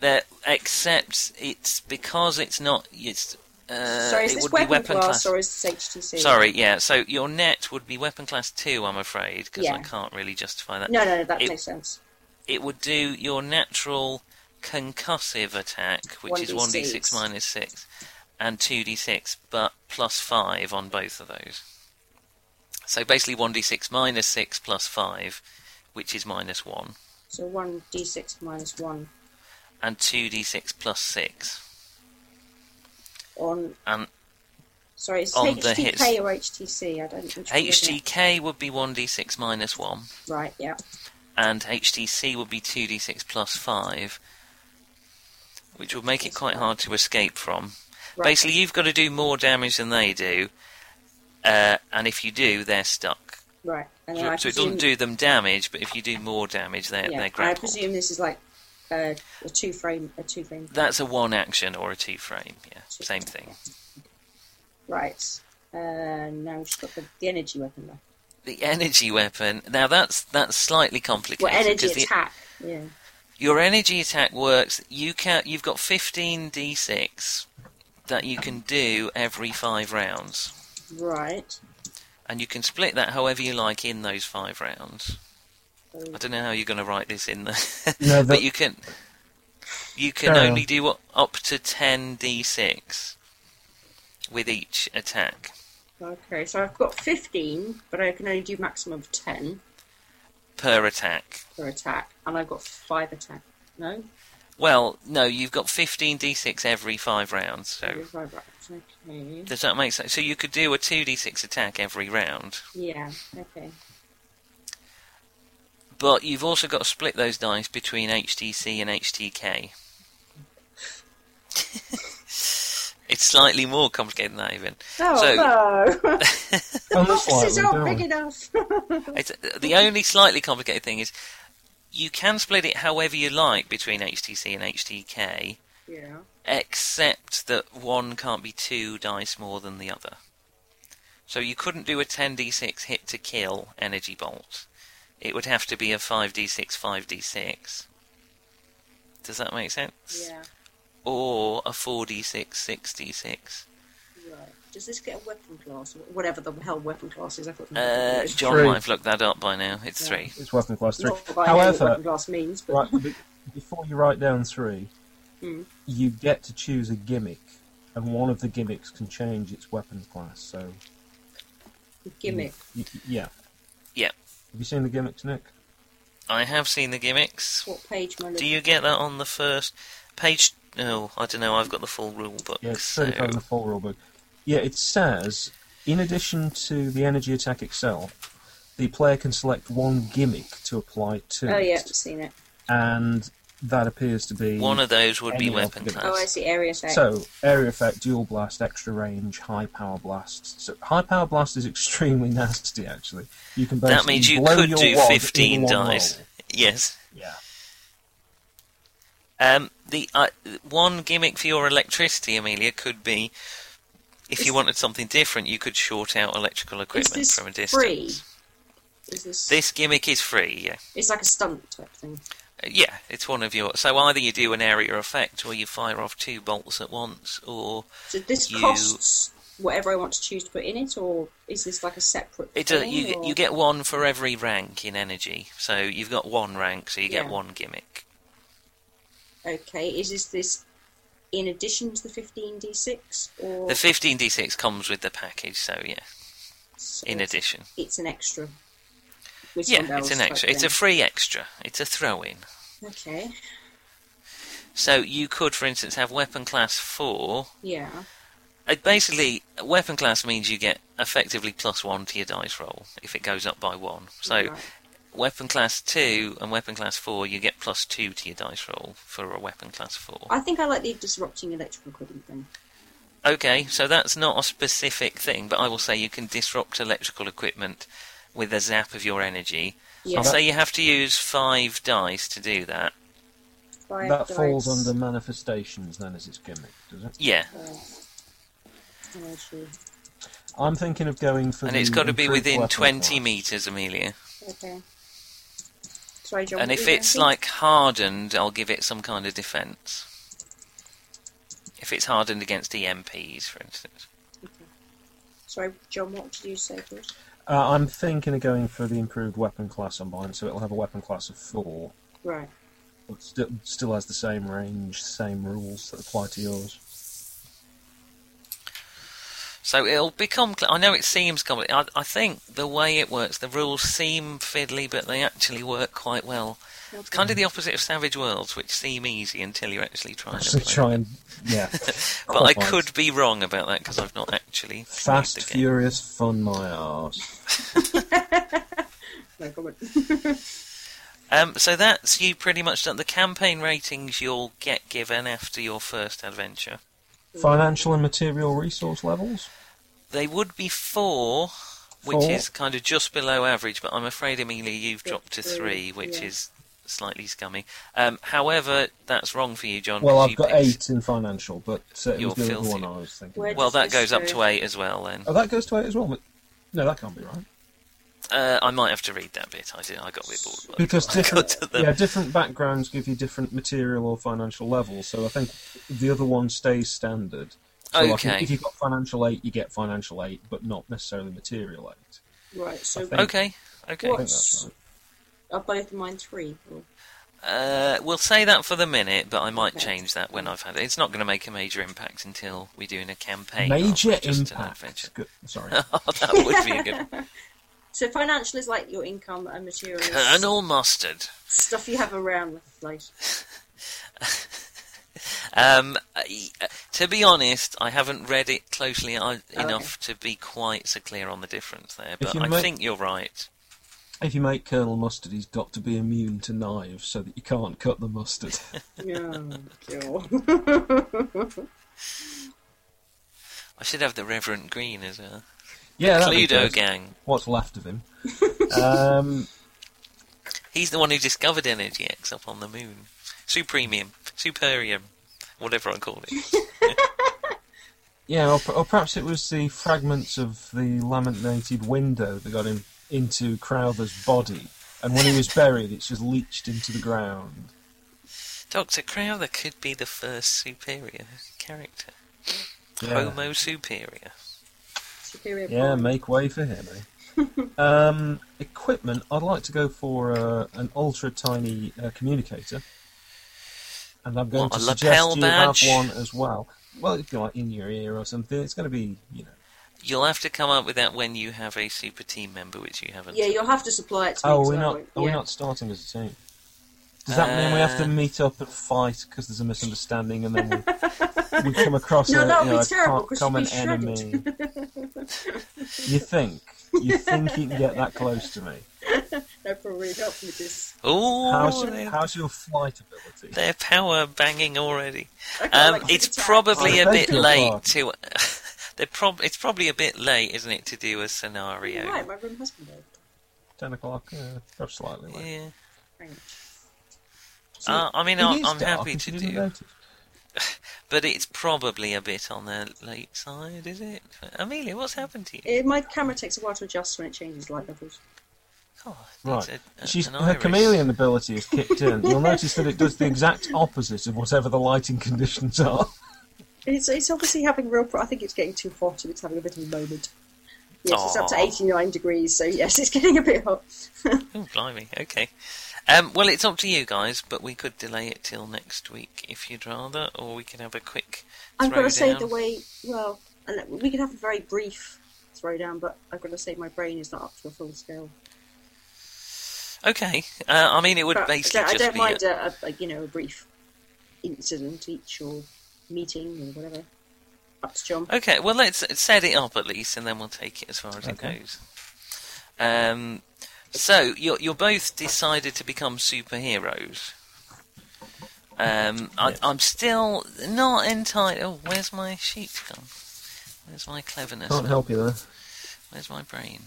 That except it's because it's not. It's. Uh, Sorry, is it this would weapon, be weapon class, class. or is this HTC? Sorry, yeah. So your net would be weapon class two, I'm afraid, because I Yeah. can't really justify that. No, no, no that It- makes sense. It would do your natural concussive attack, which is 1d6. 1d6 minus six, and 2d6, but plus five on both of those. So basically, 1d6 minus six plus five, which is minus one, So one d6 minus one and 2d6 plus six. on. And Sorry, it's Um, On the HTK hits. or HTC. I don't. which one is it? HTK would be 1d6 minus one, Right. Yeah. and HTC would be 2d6 plus five, which would make it quite hard to escape from. Right. Basically, you've got to do more damage than they do, uh, and if you do, they're stuck. Right. And So, then I so it presume- doesn't do them damage, but if you do more damage, they're, Yeah, they're I grappled. presume this is like uh, a two frame, a two frame. That's a one action or a two frame, yeah, Two same thing. frame, Right. Uh, now we've just got the, the energy weapon left. The energy weapon. Now that's that's slightly Well, complicated. energy 'cause the- attack. Yeah. Your energy attack works. You can you've got 15 d6 that you can do every five rounds, Right. and you can split that however you like in those five rounds. So, I don't know how you're going to write this in there, No, but that- you can you can Carry on. only do u- up to 10 d6 with each attack. Oh, okay, so I've got 15, but I can only do maximum of 10 per attack. per attack, and I've got 5 attack. No? Well, no, you've got 15 d6 every five rounds. So Five rounds, Okay. does that make sense? So you could do a 2d6 attack every round, Yeah, okay. but you've also got to split those dice between HTC and HTK. it's slightly more complicated than that, even. Oh, So- no! Only Boxes slightly, aren't don't big we? enough! It's, uh, the only slightly complicated thing is you can split it however you like between HTC and HTK, yeah. except that one can't be two dice more than the other. So you couldn't do a 10d6 hit to kill energy bolt. It would have to be a 5d6, 5d6. Does that make sense? Yeah. Or a 4d6, 6d6. Right. Does this get a weapon class? Whatever the hell weapon class is, I thought. Uh, John three. might have looked that up by now. It's Mm-hmm. Yeah. three. It's weapon class three. Not that I know what However, weapon class means, but right, be- before you write down three, Hmm. you get to choose a gimmick and one of the gimmicks can change its weapon class. So The gimmick. y- yeah, Yeah, have you seen the gimmicks, Nick? I have seen the gimmicks. What page, my love? Do you get that on the first page? No, I don't know. I've got the full rule book. Yeah, it's so certified in the full rule book. Yeah, it says in addition to the energy attack itself, the player can select one gimmick to apply to Oh it, yeah, I've seen it. and that appears to be one of those would be Any of weapon the- Oh, I class. see. Area effect. So, area effect, dual blast, extra range, high power blast. So, high power blast is extremely nasty, actually. You can That basically means you blow could your do wad in 15 one dice. roll. Yes. Yeah. Um, the uh, one gimmick for your electricity, Amelia, could be if you Is- wanted something different, you could short out electrical is equipment this from a distance. free? Is this? This gimmick is free. Yeah. It's like a stunt type thing. Uh, Yeah, it's one of your. So either you do an area effect, or you fire off two bolts at once, or So this You- costs whatever I want to choose to put in it, or is this like a separate? It does, thing, you or- you get one for every rank in energy, so you've got one rank, so you get Yeah. one gimmick. Okay, is this this in addition to the fifteen d six or The fifteen d six comes with the package, so yeah, so in addition, It's an extra. with yeah, somebody it's an else type extra, it's a thing. free extra, it's a throw in. okay, So you could, for instance, have weapon class four. yeah, It basically, weapon class means you get effectively plus one to your dice roll if it goes up by one. So right. weapon class two and weapon class four, you get plus two to your dice roll for a weapon class four. I think I like the disrupting electrical equipment thing. Okay, so that's not a specific thing, but I will say you can disrupt electrical equipment with a zap of your energy. Yeah, I'll say you have to use five dice to do that. five That falls dice, under manifestations, then, as its gimmick, does it? Yeah, uh, energy. I'm thinking of going for. and the it's got to be improved within weapon 20 class. metres, Amelia. Okay. Sorry, John. And what if were you it's gonna like hardened, I'll give it some kind of defence. If it's hardened against EMPs, for instance. say? sorry, John, what did you say first? Uh, I'm thinking of going for the improved weapon class on mine, so it'll have a weapon class of four. Right. But still, still has the same range, same rules that apply to yours. So it'll become. Cl- I know it seems complicated. I, I think the way it works, the rules seem fiddly, but they actually work quite well. It's kind of the opposite of Savage Worlds, which seem easy until you're actually trying to Actually, play. try and yeah. But I Quite. could be wrong about that because I've not actually played Fast, the game. furious, fun, my arse. No comment. Um, so that's you pretty much done. The campaign ratings you'll get given after your first adventure. Financial and material resource levels. They would be four, which Four. is kind of just below average. But I'm afraid, Amelia, you've Yeah, dropped to three, three, which yeah. is slightly scummy. Um, however, that's wrong for you, John. Well, 'cause I've you got picked- eight in financial, but uh, it You're was the other filthy. one I was thinking. Where of. Well, that This goes up is to eight as well. Then oh, that goes to eight as well. But no, that can't be right uh, I might have to read that bit. I did. I got a bit bored. by the because time I got different to the yeah different backgrounds give you different material or financial levels. So I think the other one stays standard. So like, Okay. if you've got financial eight, you get financial eight, but not necessarily material eight. Right. So think- Okay. Okay. I think that's right. are both of mine three? Or- Uh, we'll say that for the minute, but I might Okay. change that when I've had it. It's not going to make a major impact until we're doing a campaign. Major rather than just an adventure. impact. Good. Sorry. Oh, that would be a good. So financial is like your income and materials, Colonel Mustard. stuff you have around the place. Um, I- uh, to be honest, I haven't read it closely Oh, uh, Okay. enough to be quite so clear on the difference there, but you I make- think you're right. If you make Colonel Mustard, he's got to be immune to knives so that you can't cut the mustard. Yeah. cool. I should have the Reverend Green as well. yeah, that'd be Cluedo good. Gang. What's left of him? um, He's the one who discovered Energy X up on the moon. Supremium. Superium. Whatever I call it. yeah, or, per- or perhaps it was the fragments of the laminated window that got him into Crowther's body, and when he was buried, it's just leached into the ground. Dr. Crowther could be the first superior character. Yeah, Homo superior. Superior. yeah bond. make way for him. eh? um, equipment, I'd like to go for uh, an ultra tiny uh, communicator, and I'm going What, to a suggest lapel you badge? have one as well. well, if you like in your ear or something, it's going to be you know. You'll have to come up with that when you have a super team member, which you haven't. Yeah, you'll have to supply it to me. Oh, 'cause we're I not. won't- Are we yeah. not starting as a team? Does that mean we have to Uh, meet up and fight because there's a misunderstanding and then we, we come across No, a, that you would know, be a terrible, co- 'cause you'd common be enemy? shredded. You think? You think you can get that close to me? No, probably not with this. Oh, How's, they're, how's your flight ability? they're power banging already. Okay, Um, like, it's attack. probably a Oh, bit thank you, late Clark. to. they're prob- it's probably a bit late, isn't it, to do a You're scenario? Right, my room has been moved. Ten o'clock, uh, perhaps slightly late. Yeah. Hang on. So Uh, I mean, it I'm- is I'm dark, happy if to you didn't do- notice. But it's probably a bit on the late side, is it? Amelia, what's happened to you? Eh, my camera takes a while to adjust when it changes light levels. God, Right, it's a- a- she's an her iris. chameleon ability is kicked in. You'll notice that it does the exact opposite of whatever the lighting conditions are. It's, it's obviously having real. Pro- I think it's getting too hot and it's having a bit of a moment. Yes, it's up to Aw. 89 degrees, so yes, it's getting a bit hot. Oh, blimey. Okay. Um, well, it's up to you guys, but we could delay it till next week if you'd rather, or we could have a quick. I've got to say throwdown. the way. Well, and that- we could have a very brief throwdown, but I've got to say my brain is not up to a full scale. Okay. Uh, I mean, it would But basically I don't, I just don't be. mind a- a, a, you know a brief incident each or meeting or whatever. Up to John. Okay. Well, let's set it up at least, and then we'll take it as far as Okay. it goes. Um, so you're you're both decided to become superheroes. Um, I, Yes. I'm still not entirely. Oh, where's my sheet gone? Where's my cleverness? Can't help you there. Where's my brain?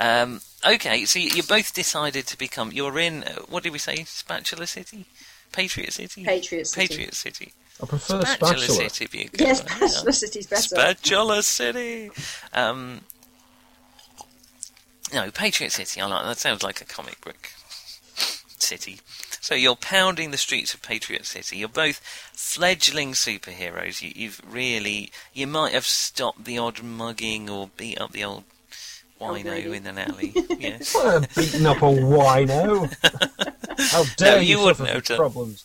Um, okay, so you, you both decided to become. You're in. uh, What did we say? Spatula City, Patriot City, Patriot City. Patriot City, I prefer Spatula, spatula. City. If you could, Yes, yeah. Bachelor City's better. Spatula City. Um, no, Patriot City. I like that. Sounds like a comic book city. So you're pounding the streets of Patriot City. You're both fledgling superheroes. You, you've really, you might have stopped the odd mugging or beat up the old Old wino lady. in an alley. yeah. What a beating up a wino! How dare you you, wouldn't suffer have from done. problems?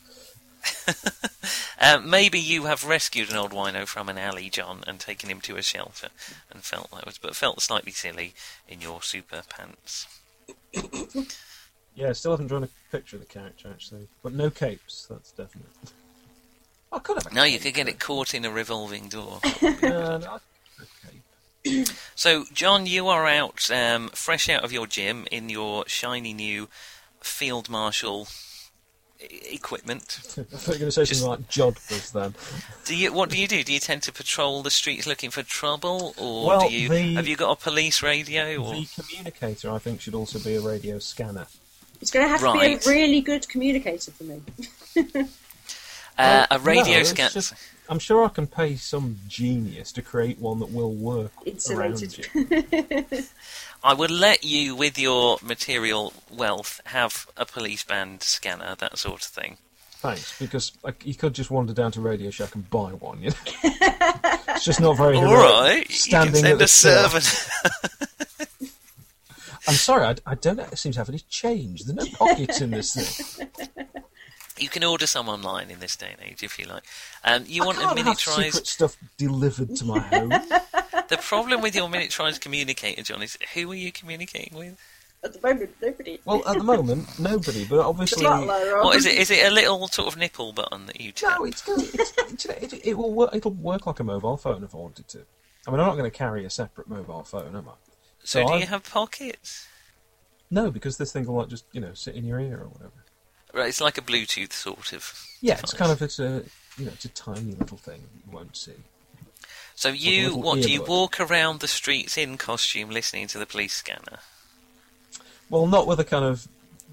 Uh, maybe you have rescued an old wino from an alley, John, and taken him to a shelter, and felt that was, but felt slightly silly in your super pants. Yeah, I still haven't drawn a picture of the character actually, but no capes. That's definite. I could have. a No, you cape, could get though. it caught in a revolving door. Yeah, no, I could have a cape. So, John, you are out, um, fresh out of your gym in your shiny new field marshal e- equipment. I thought you were going to say Just- something like jodhpurs then. Do you? What do you do? Do you tend to patrol the streets looking for trouble, or Well, do you? the- Have you got a police radio? Or The communicator, I think, should also be a radio scanner. It's going to have Right. to be a really good communicator for me. uh, a Well, radio no, it's scan? just- I'm sure I can pay some genius to create one that will work Insulated. around you. I would let you, with your material wealth, have a police band scanner, that sort of thing. Thanks, because like, you could just wander down to Radio Shack and buy one. You know, it's just not very. All heroic. right, you can Standing at send the a servant. I'm sorry, I, I don't seem to have any change. There's no pockets in this thing. You can order some online in this day and age if you like. Um, you want I a can't have miniaturized. secret stuff delivered to my home. the problem with your miniaturized communicator, John, is who are you communicating with? At the moment, nobody. well, at the moment, nobody. But the obviously, butler. What is it? Is it a little sort of nipple button that you tap? No, it's going. It's, do you know, it, it will work. It'll work like a mobile phone if I wanted to. I mean, I'm not going to carry a separate mobile phone, am I? so no, do I- you have pockets? No, because this thing will like just you know sit in your ear or whatever. Right, it's like a Bluetooth sort of. Yeah, it's device. kind of it's a you know it's a tiny little thing that you won't see. So you little what do you earbud. walk around the streets in costume, listening to the police scanner? Well, not with a kind of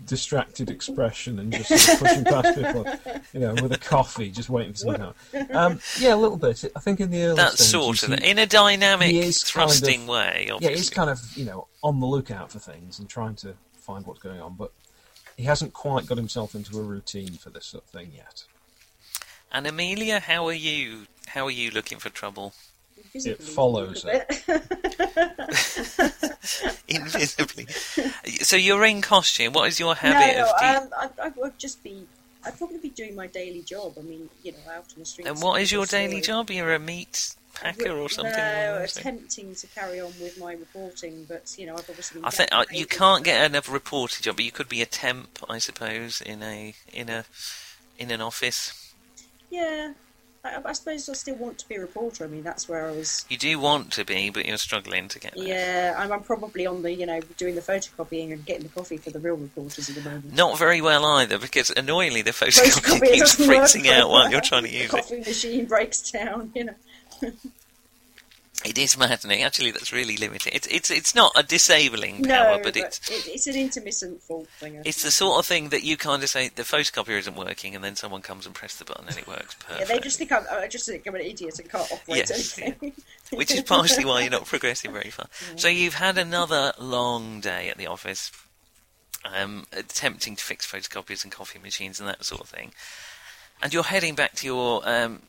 distracted expression and just sort of pushing past people, you know, with a coffee, just waiting for someone. Um, yeah, a little bit. I think in the early That stages, sort of you- it, in a dynamic, he is kind of- thrusting way. yeah, Obviously. he's kind of you know on the lookout for things and trying to find what's going on, but he hasn't quite got himself into a routine for this sort of thing yet. And Amelia, how are you? How are you looking for trouble? It follows it. Invisibly. so you're in costume. What is your No, habit no of? do you- um, I, I would just be. I'd probably be doing my daily job. I mean, you know, out on the streets. And what is your people daily see- job? You're a meat packer or something? No, or something? attempting to carry on with my reporting, but you know, I've obviously. been I think uh, you devastated. can't get another reporter job, but you could be a temp, I suppose, in a in a in an office. Yeah, I, I suppose I still want to be a reporter. I mean, that's where I was. You do want to be, but you're struggling to get there. Yeah, I'm, I'm probably on the you know doing the photocopying and getting the coffee for the real reporters at the moment. Not very well either, because annoyingly the Photocopy photocopy keeps doesn't work fritzing out properly. while you're trying to The use it. coffee machine breaks down. You know. It is maddening. Actually, that's really limiting. It's it's it's not a disabling power, No, but it's it, it's an intermittent fault thing. I it's think. the sort of thing that you kind of say the photocopier isn't working, and then someone comes and presses the button and it works Yeah, perfectly. they just think I'm, I just think I'm an idiot and can't operate Yes, yeah. anything. which is partially why you're not progressing very far. So you've had another long day at the office, um, attempting to fix photocopiers and coffee machines and that sort of thing, and you're heading back to your um,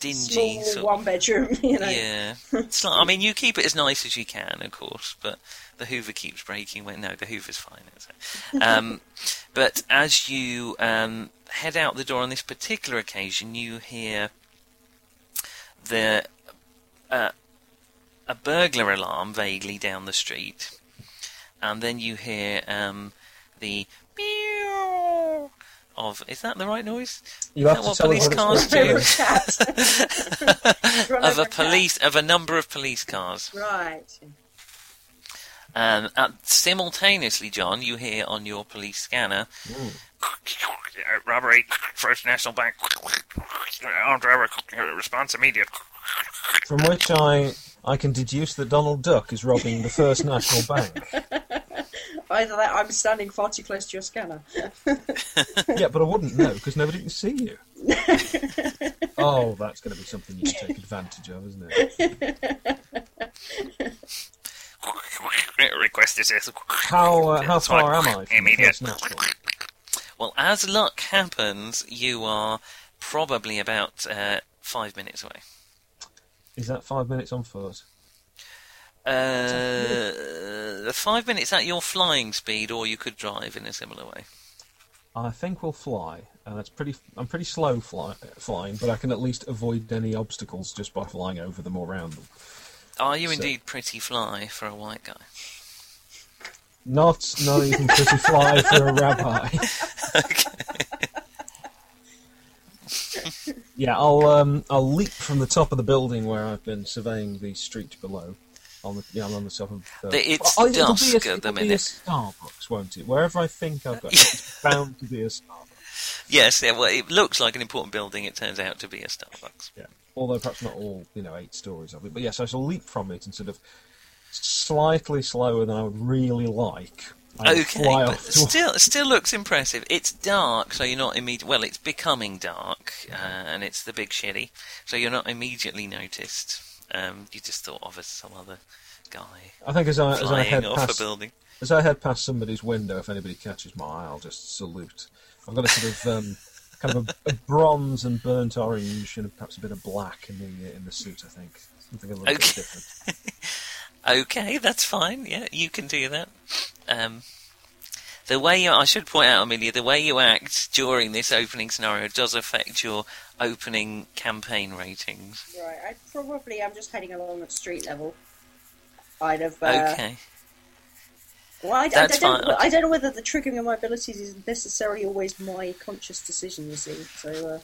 dingy Small sort of- one bedroom, you know. Yeah, it's not, I mean, you keep it as nice as you can, of course, but the Hoover keeps breaking. Well, no, the Hoover's fine. Isn't it? Um, but as you um, head out the door on this particular occasion, you hear the uh, a burglar alarm vaguely down the street, and then you hear um, the meow of is that the right noise? You'll have Is to that tell what us what police it's cars do? Over a cat. Run of over a police of a number of police cars. cat. Right. Um, at, simultaneously, John, you hear on your police scanner, robbery, First National Bank, armed robbery, response immediate. From which I I can deduce that Donald Duck is robbing the First National Bank. Either that, I'm standing far too close to your scanner. Yeah, but I wouldn't know because nobody can see you. oh, that's going to be something you can take advantage of, isn't it? Request this. How uh, how That's right. far am I? From the Immediate. First National? Well, as luck happens, you are probably about uh, five minutes away. Is that five minutes on foot? Uh, the five minutes at your flying speed, or you could drive in a similar way. I think we'll fly. Uh, it's pretty. I'm pretty slow fly, flying, but I can at least avoid any obstacles just by flying over them or around them. Are you So- indeed pretty fly for a white guy? Not not even pretty fly for a rabbi. yeah, I'll um, I'll leap from the top of the building where I've been surveying the street below. On the yeah, I'm on the top of. The, The- it's Oh, it'll be a- dusk at the it'll be a minute. Starbucks, won't it? Wherever I think I've got, it's bound to be a Starbucks. Yes, yeah, well, it looks like an important building. It turns out to be a Starbucks. Yeah. Although perhaps not all, you know, eight stories of it. But yes, I shall leap from it and sort of slightly slower than I would really like. I will okay, fly but off to- still, still looks impressive. It's dark, so you're not immediate. Well, it's becoming dark, uh, and it's the big shitty, so you're not immediately noticed. Um, you just thought of as some other guy I think as I as I flying head off a past building. As I head past somebody's window, if anybody catches my eye, I'll just salute. I've got a sort of um, kind of a, a bronze and burnt orange, and perhaps a bit of black in the in the suit. I think something a little bit Okay. different. Okay, that's fine. Yeah, you can do that. Um, the way you, I should point out, Amelia, the way you act during this opening scenario does affect your opening campaign ratings. Right. I probably I'm just heading along at street level. I'd have. Uh, Okay. Well, I, I- I That's don't, fine. I don't know whether the triggering of my abilities is necessarily always my conscious decision. You see, so uh,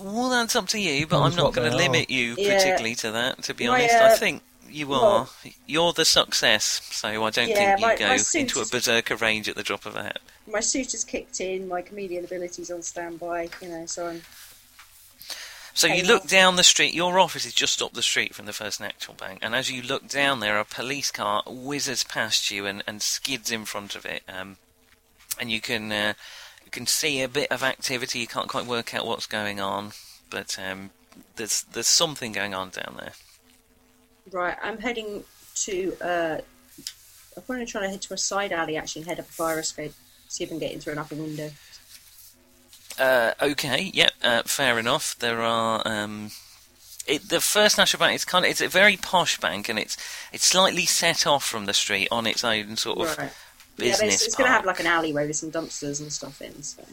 Well, that's up to you, but Depends I'm not what going to they limit you Yeah. particularly to that. To be My, honest, I uh, think you well- are. You're the success, so I don't Yeah, think you my- go my suit into a is- berserker range at the drop of a hat. my suit is kicked in. My comedian abilities on standby. You know, so I'm So you Okay. look down the street. Your office is just up the street from the First National Bank, and as you look down, there a police car whizzes past you and, and skids in front of it, um, and you can uh, you can see a bit of activity. You can't quite work out what's going on, but um, there's there's something going on down there. right. I'm heading to. Uh, I'm probably trying to head to a side alley actually and head up a fire escape. See if I can get in through an upper window. Uh, okay, yep, uh, fair enough. There are um, it, the First National Bank. It's kind of it's a very posh bank, and it's it's slightly set off from the street on its own sort of Right. business yeah, it's, it's going to park. have like an alleyway with some dumpsters and stuff in. So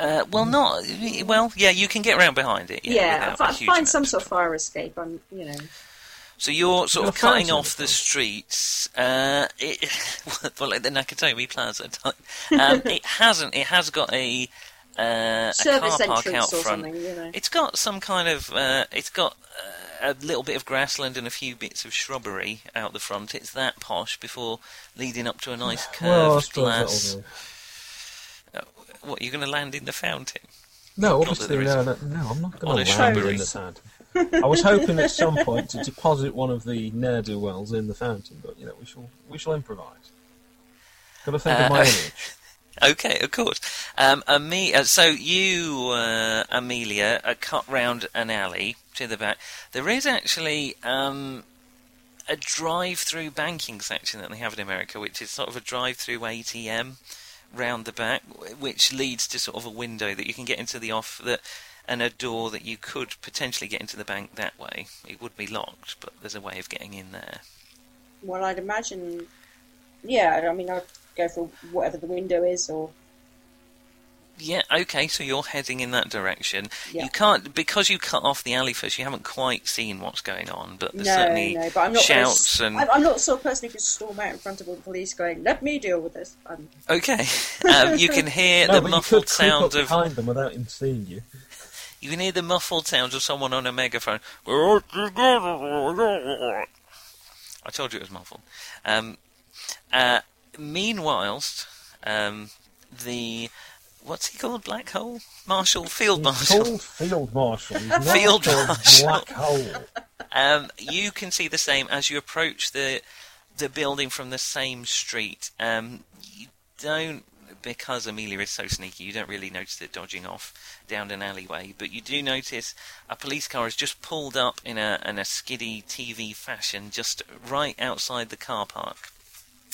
Uh, well, not well. Yeah, you can get round behind it. Yeah, yeah, without a fi- huge find amount some of sort of fire escape. I'm, you know, So you're sort of You're fighting cutting off the it. streets. Uh, it, well, like the Nakatomi Plaza type. Um, it hasn't. It has got a, uh, a service car park out entrance or front. something. You know, It's got some kind of. Uh, it's got uh, a little bit of grassland and a few bits of shrubbery out the front. It's that posh before leading up to a nice Well, I curved suppose glass. Uh, that'll do. What you're going to land in the fountain? No, Not that obviously, there no, no, no, I'm not On a going to land shrubbery. in the sand. I was hoping at some point to deposit one of the ne'er do wells in the fountain, but you know, we shall we shall improvise. Got to think Uh, of my image. Okay, of course. Um, Ame- uh, so you, uh, Amelia, are cut round an alley to the back. There is actually um, a drive-through banking section that they have in America, which is sort of a drive-through ATM round the back, wh- which leads to sort of a window that you can get into the off that and a door that you could potentially get into the bank that way. It would be locked, but there's a way of getting in there. well, I'd imagine. Yeah, I mean, I'd go for whatever the window is, or Yeah, okay, so you're heading in that direction. Yeah. You can't because you cut off the alley first, you haven't quite seen what's going on, but there's no, certainly no. But I'm not gonna shouts s- and I'm, I'm not the sort of person who can storm out in front of all the police going, "Let me deal with this." Um, Okay. um, you can hear No, the but you muffled could creep up sound of behind them without him seeing you. you can hear the muffled sound of someone on a megaphone. I told you it was muffled. Um, uh, meanwhilest, um, the what's he called? Black hole marshal, field He's marshal. called Field Marshal. He's not Field called Marshal. Black Hole. Um, you can see the same as you approach the the building from the same street. Um, you don't because Amelia is so sneaky. You don't really notice it dodging off down an alleyway, but you do notice a police car has just pulled up in a in a skiddy TV fashion, just right outside the car park.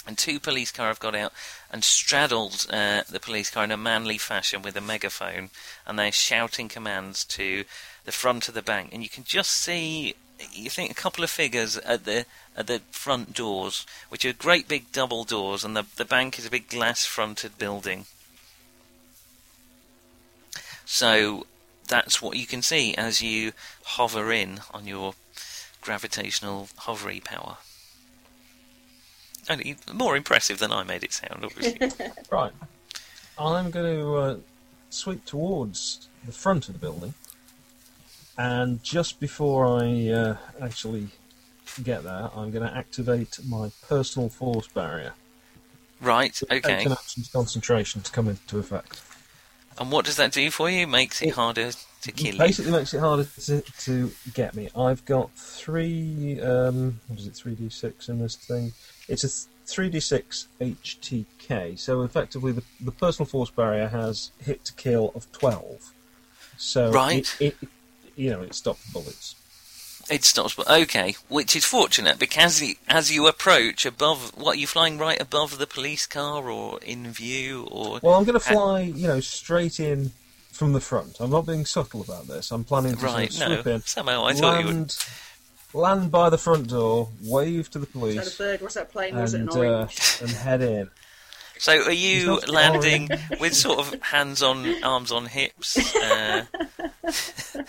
And two police car have got out and straddled uh, the police car in a manly fashion with a megaphone, and they're shouting commands to the front of the bank. And you can just see, you think, a couple of figures at the at the front doors, which are great big double doors, and the the bank is a big glass-fronted building. So that's what you can see as you hover in on your gravitational hovery power. And it- more impressive than I made it sound, obviously. Right. I'm going to uh, sweep towards the front of the building, and just before I uh, actually get there, I'm going to activate my personal force barrier. right, Takes okay. an action's concentration to come into effect. And what does that do for you? Makes it harder to kill you. Basically, makes it harder to, to get me. I've got three. Um, what is it? Three d six in this thing. It's a three d six HTK. So effectively, the, the personal force barrier has hit to kill of twelve. So Right. it, it you know it stopped bullets. It stops, but okay, which is fortunate because y- as you approach above, what are you flying right above the police car or in view or Well, I'm going to fly, you know, straight in from the front. I'm not being subtle about this. I'm planning to right? sort of swoop No, in, somehow I thought land, you would. land by the front door, wave to the is that police. a bird? What's that plane? Was it an and, orange? uh, and head in. So are you He's not landing with sort of hands on arms on hips, uh,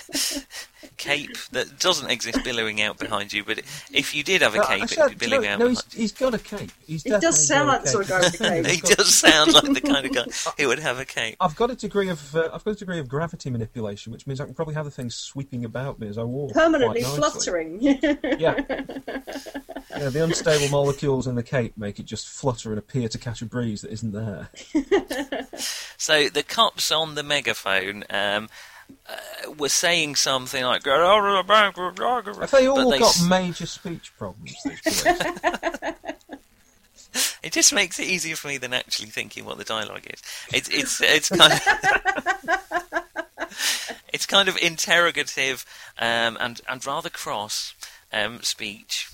cape that doesn't exist billowing out behind you? But if you did have a Well, cape, I it'd said- be billowing no, out. no, behind. he's, he's got a cape. He's It definitely does sound got like the sort of cape. guy with a He cape. does sound like the kind of guy who would have a cape. I've got a degree of uh, I've got a degree of gravity manipulation, which means I can probably have the thing sweeping about me as I walk. quite Permanently nicely. fluttering. Yeah. yeah. The unstable molecules in the cape make it just flutter and appear to catch a breeze that isn't there. So the cops on the megaphone um, uh, were saying something like, "Get out of the bank!" you dog." Have they But all got s- major speech problems? These police? It just makes it easier for me than actually thinking what the dialogue is. It's it's it's kind of it's kind of interrogative um, and and rather cross um, speech.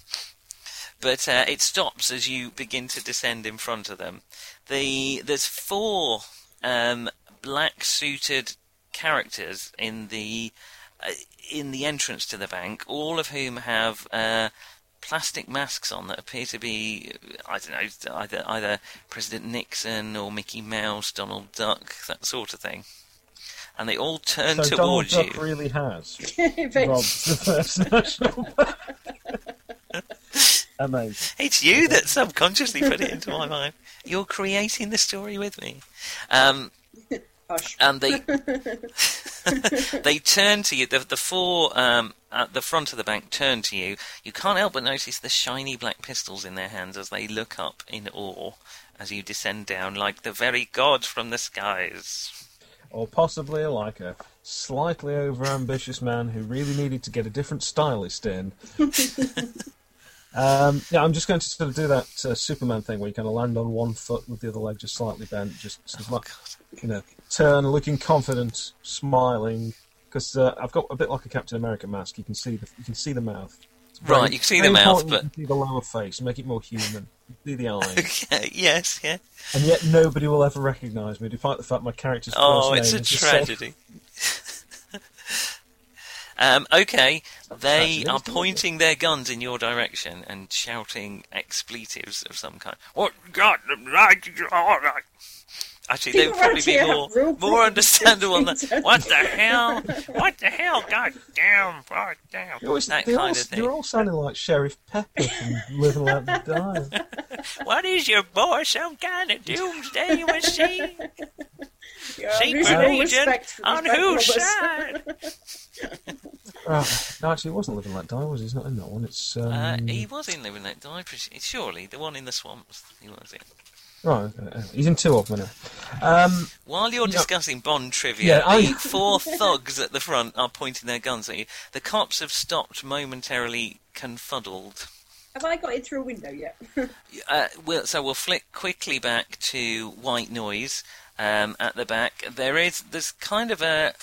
But uh, it stops as you begin to descend in front of them. The there's four um, black suited characters in the uh, in the entrance to the bank, all of whom have uh, plastic masks on that appear to be, I don't know, either, either President Nixon or Mickey Mouse, Donald Duck, that sort of thing. And they all turn So Donald towards you. Duck really has robbed the first national Bank. Amazing. It's you that subconsciously put it into my mind. You're creating the story with me. Um, Hush. and they they turn to you. The, the four um, at the front of the bank turn to you. You can't help but notice the shiny black pistols in their hands as they look up in awe as you descend down like the very god from the skies. Or possibly like a slightly overambitious man who really needed to get a different stylist in. um, yeah, I'm just going to sort of do that uh, Superman thing where you kind of land on one foot with the other leg just slightly bent, just sort of like, you know, turn, looking confident, smiling. Because uh, I've got a bit like a Captain America mask. You can see the you can see the mouth. It's very- Right, you can see very the mouth, important You can see the lower face. Make it more human. See the eyes. Okay, yes, yeah. and yet nobody will ever recognise me, despite the fact my character's Oh, first it's name a is the same. tragedy. um, okay, they tragedy, are isn't it? pointing their guns in your direction and shouting expletives of some kind. What God? Right, all right. Actually, they would People probably around be here more, have real more problems understandable than with that. things, What the hell? What the hell? God damn! God damn! You're always- that they're kind all, of thing. You're all sounding like Sheriff Pepper from Living Let Me Die. What is your boy? Some kind of doomsday machine? Yeah, Secret there's no respect agent? for On respect whose levels. side? Right. Uh, No, actually, it wasn't Living Let Die, was it? It's not in that one. It's um, Uh, he was in Living Let Die, pres- surely. The one in the swamps. He was in. right. uh, He's in two of them now. Um, While you're Yeah. discussing Bond trivia, Yeah, I- the four thugs at the front are pointing their guns at you. The cops have stopped momentarily confuddled. Have I got in through a window yet? Uh, we'll, so we'll flick quickly back to White Noise um, at the back. There is there's kind of a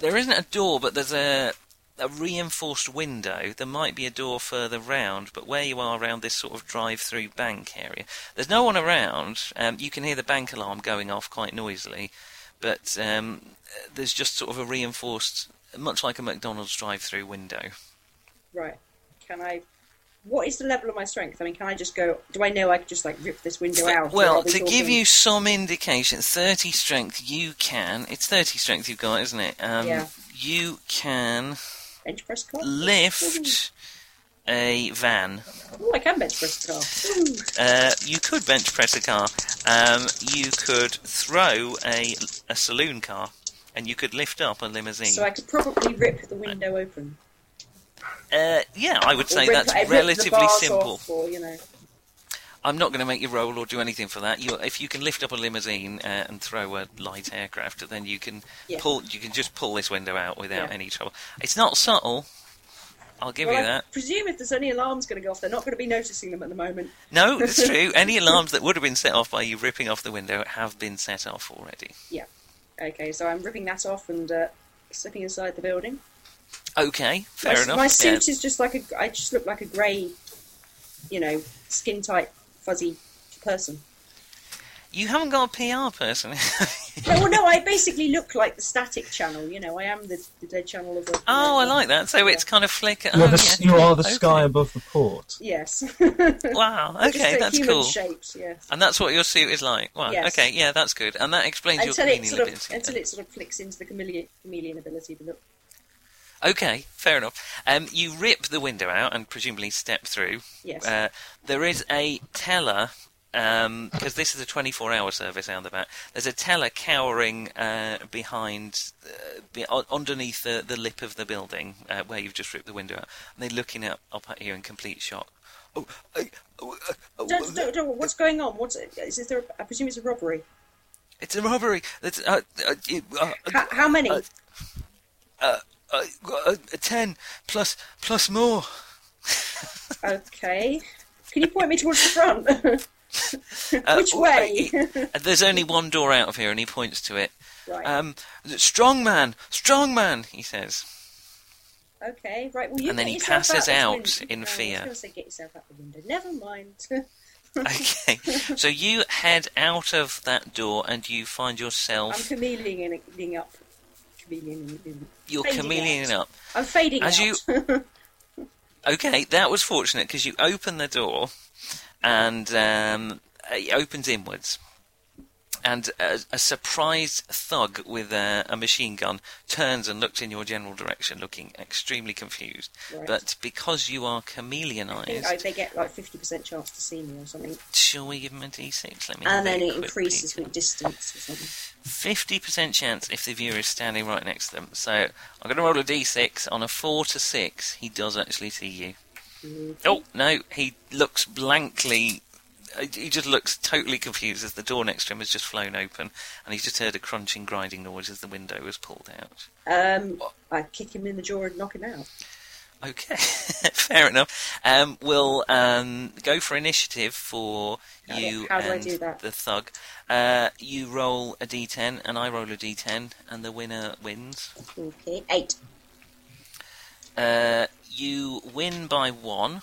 there isn't a door, but there's a a reinforced window. There might be a door further round, but where you are around this sort of drive-through bank area, there's no one around. Um, you can hear the bank alarm going off quite noisily, but um, there's just sort of a reinforced, much like a McDonald's drive-through window. right. Can I? What is the level of my strength? I mean, can I just go? Do I know I could just like rip this window out? or Well, are we to give talking- you some indication, 30 strength you can. It's 30 strength you've got, isn't it? Um, Yeah. You can bench press car. lift a van. Oh, I can bench press a car. Ooh. Uh, you could bench press a car. Um, you could throw a, a saloon car. And you could lift up a limousine. So I could probably rip the window open. uh, yeah, I would Or say rip- that's I rip the relatively bars simple. off or, you know, I'm not going to make you roll or do anything for that. You, if you can lift up a limousine uh, and throw a light aircraft, then you can Yeah. pull. You can just pull this window out without Yeah. any trouble. It's not subtle. I'll give well, you I that. presume if there's any alarms going to go off, they're not going to be noticing them at the moment. No, it's true. Any alarms that would have been set off by you ripping off the window have been set off already. Okay, so I'm ripping that off and uh, slipping inside the building. Okay, fair my, enough. My yeah. suit is just like a. I just look like a grey, you know, skin tight, fuzzy person. You haven't got a PR person. No, well, no, I basically look like the static channel. You know, I am the, the dead channel of. A, oh, I like that. So it's kind of flick. you're oh, the, yeah. you are the Okay. sky above the port. Yes. Wow. just Okay, the that's human cool. shapes. Yeah. And that's what your suit is like. Wow. Yes. Okay. Yeah, that's good. And that explains Until your it community sort of ability. until it sort of flicks into the chameleon, chameleon ability, but look, Okay, fair enough. Um, you rip the window out and presumably step through. yes. Uh, there is a teller, because this is a 24 hour service out the back, there's a teller cowering uh, behind, uh, be, un- underneath the, the lip of the building uh, where you've just ripped the window out. And they're looking up, up at you in complete shock. Oh, I- oh, I- oh, don't, don't, don't, what's going on? What's is there? I presume it's a robbery. It's a robbery. It's, uh, uh, it- uh, How, how many? Uh, uh, uh, ten plus plus more. okay. Can you point me towards the front? Uh, Which way? it- there's only one door out of here, and he points to it. right. Um, strong man, strong man, he says. okay. Right. Well, you and then get he yourself passes this out window. in No, fear. I was going to say, get yourself out the window. Never mind. Okay, so you head out of that door, and you find I'm yourself chameleoning up. Chameleoning. you're fading chameleon out. up. I'm fading As out. you- Okay, that was fortunate because you open the door and um, it opens inwards. And a, a surprised thug with a, a machine gun turns and looks in your general direction, looking extremely confused. Right. But because you are I think I, chameleonized, they get like fifty percent chance to see me or something, shall we give him a d6? Let me have and a then it quick increases peek. with distance or something. fifty percent chance if the viewer is standing right next to them. So I'm going to roll a d6 on a four to six. He does actually see you. Oh no, he looks blankly. uh, He just looks totally confused as the door next to him has just flown open, and he's just heard a crunching, grinding noise as the window was pulled out. Um, I kick him in the jaw and knock him out. Okay, fair enough. Um, we'll um, go for initiative for How do- you how do I and do that? the thug. Uh, you roll a d10, and I roll a d10, and the winner wins. Okay, eight. Uh, you win by one,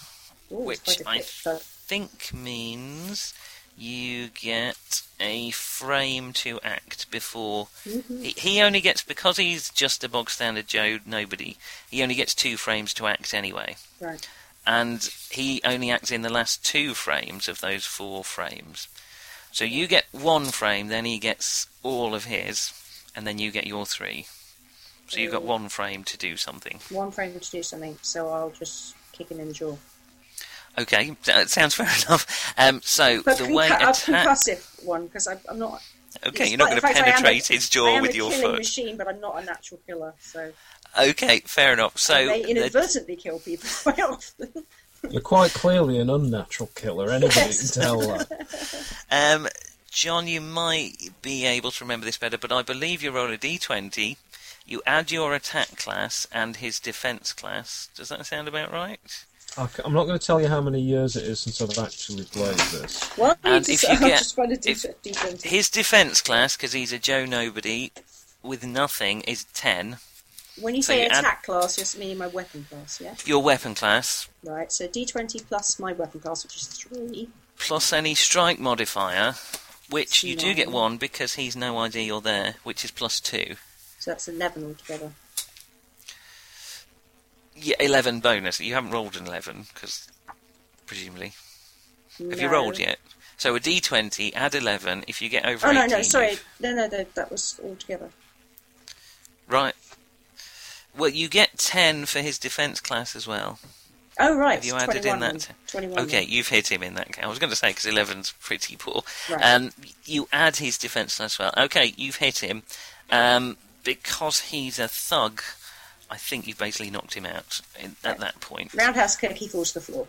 Ooh, it's which quite a I fit thug. think means you get a frame to act before. He- He only gets, because he's just a bog standard Joe, nobody, he only gets two frames to act anyway. Right. And he only acts in the last two frames of those four frames. So you get one frame, then he gets all of his, and then you get your three. So you've got one frame to do something. One frame to do something, so I'll just kick him in the jaw. Okay, that sounds fair enough. Um, so But the concu- way a attack. concussive one because I'm, I'm not. Okay, it's you're not like- going in to fact, I am a- penetrate his I jaw am with a your killing foot. machine, but I'm not a natural killer, so Okay, fair enough. So they the- inadvertently kill people quite often. You're quite clearly an unnatural killer. Anybody Yes. can tell that. um, John, you might be able to remember this better, but I believe you roll a d20. You add your attack class and his defense class. Does that sound about right? I c- I'm not going to tell you how many years it is since I've actually played this. Well, And just, if you I'll get- just find a d- if- d20. His defense class, because he's a Joe nobody with nothing, is 10. when you so say you add- attack class, you just mean my weapon class, yeah? Your weapon class Right, so d20 plus my weapon class, which is three. plus any strike modifier, which you do get Nine. one because he's no idea you're there, which is plus two. So that's 11 altogether. Yeah, eleven bonus. You haven't rolled an eleven because presumably have you No. rolled yet? So a D twenty, add eleven. If you get over, Oh, 18, no, no, sorry. you've- No, no, no, that was altogether. right. Well, you get ten for his defense class as well. Oh, right. Have you it's added 21 in that? then. t- 21. Okay, you've hit him in that. ca- I was going to say because 11's pretty poor. Right. Um, you add his defense as well. Okay, you've hit him um, because he's a thug. I think you've basically knocked him out in, at that point. then. Roundhouse kick, he falls to the floor.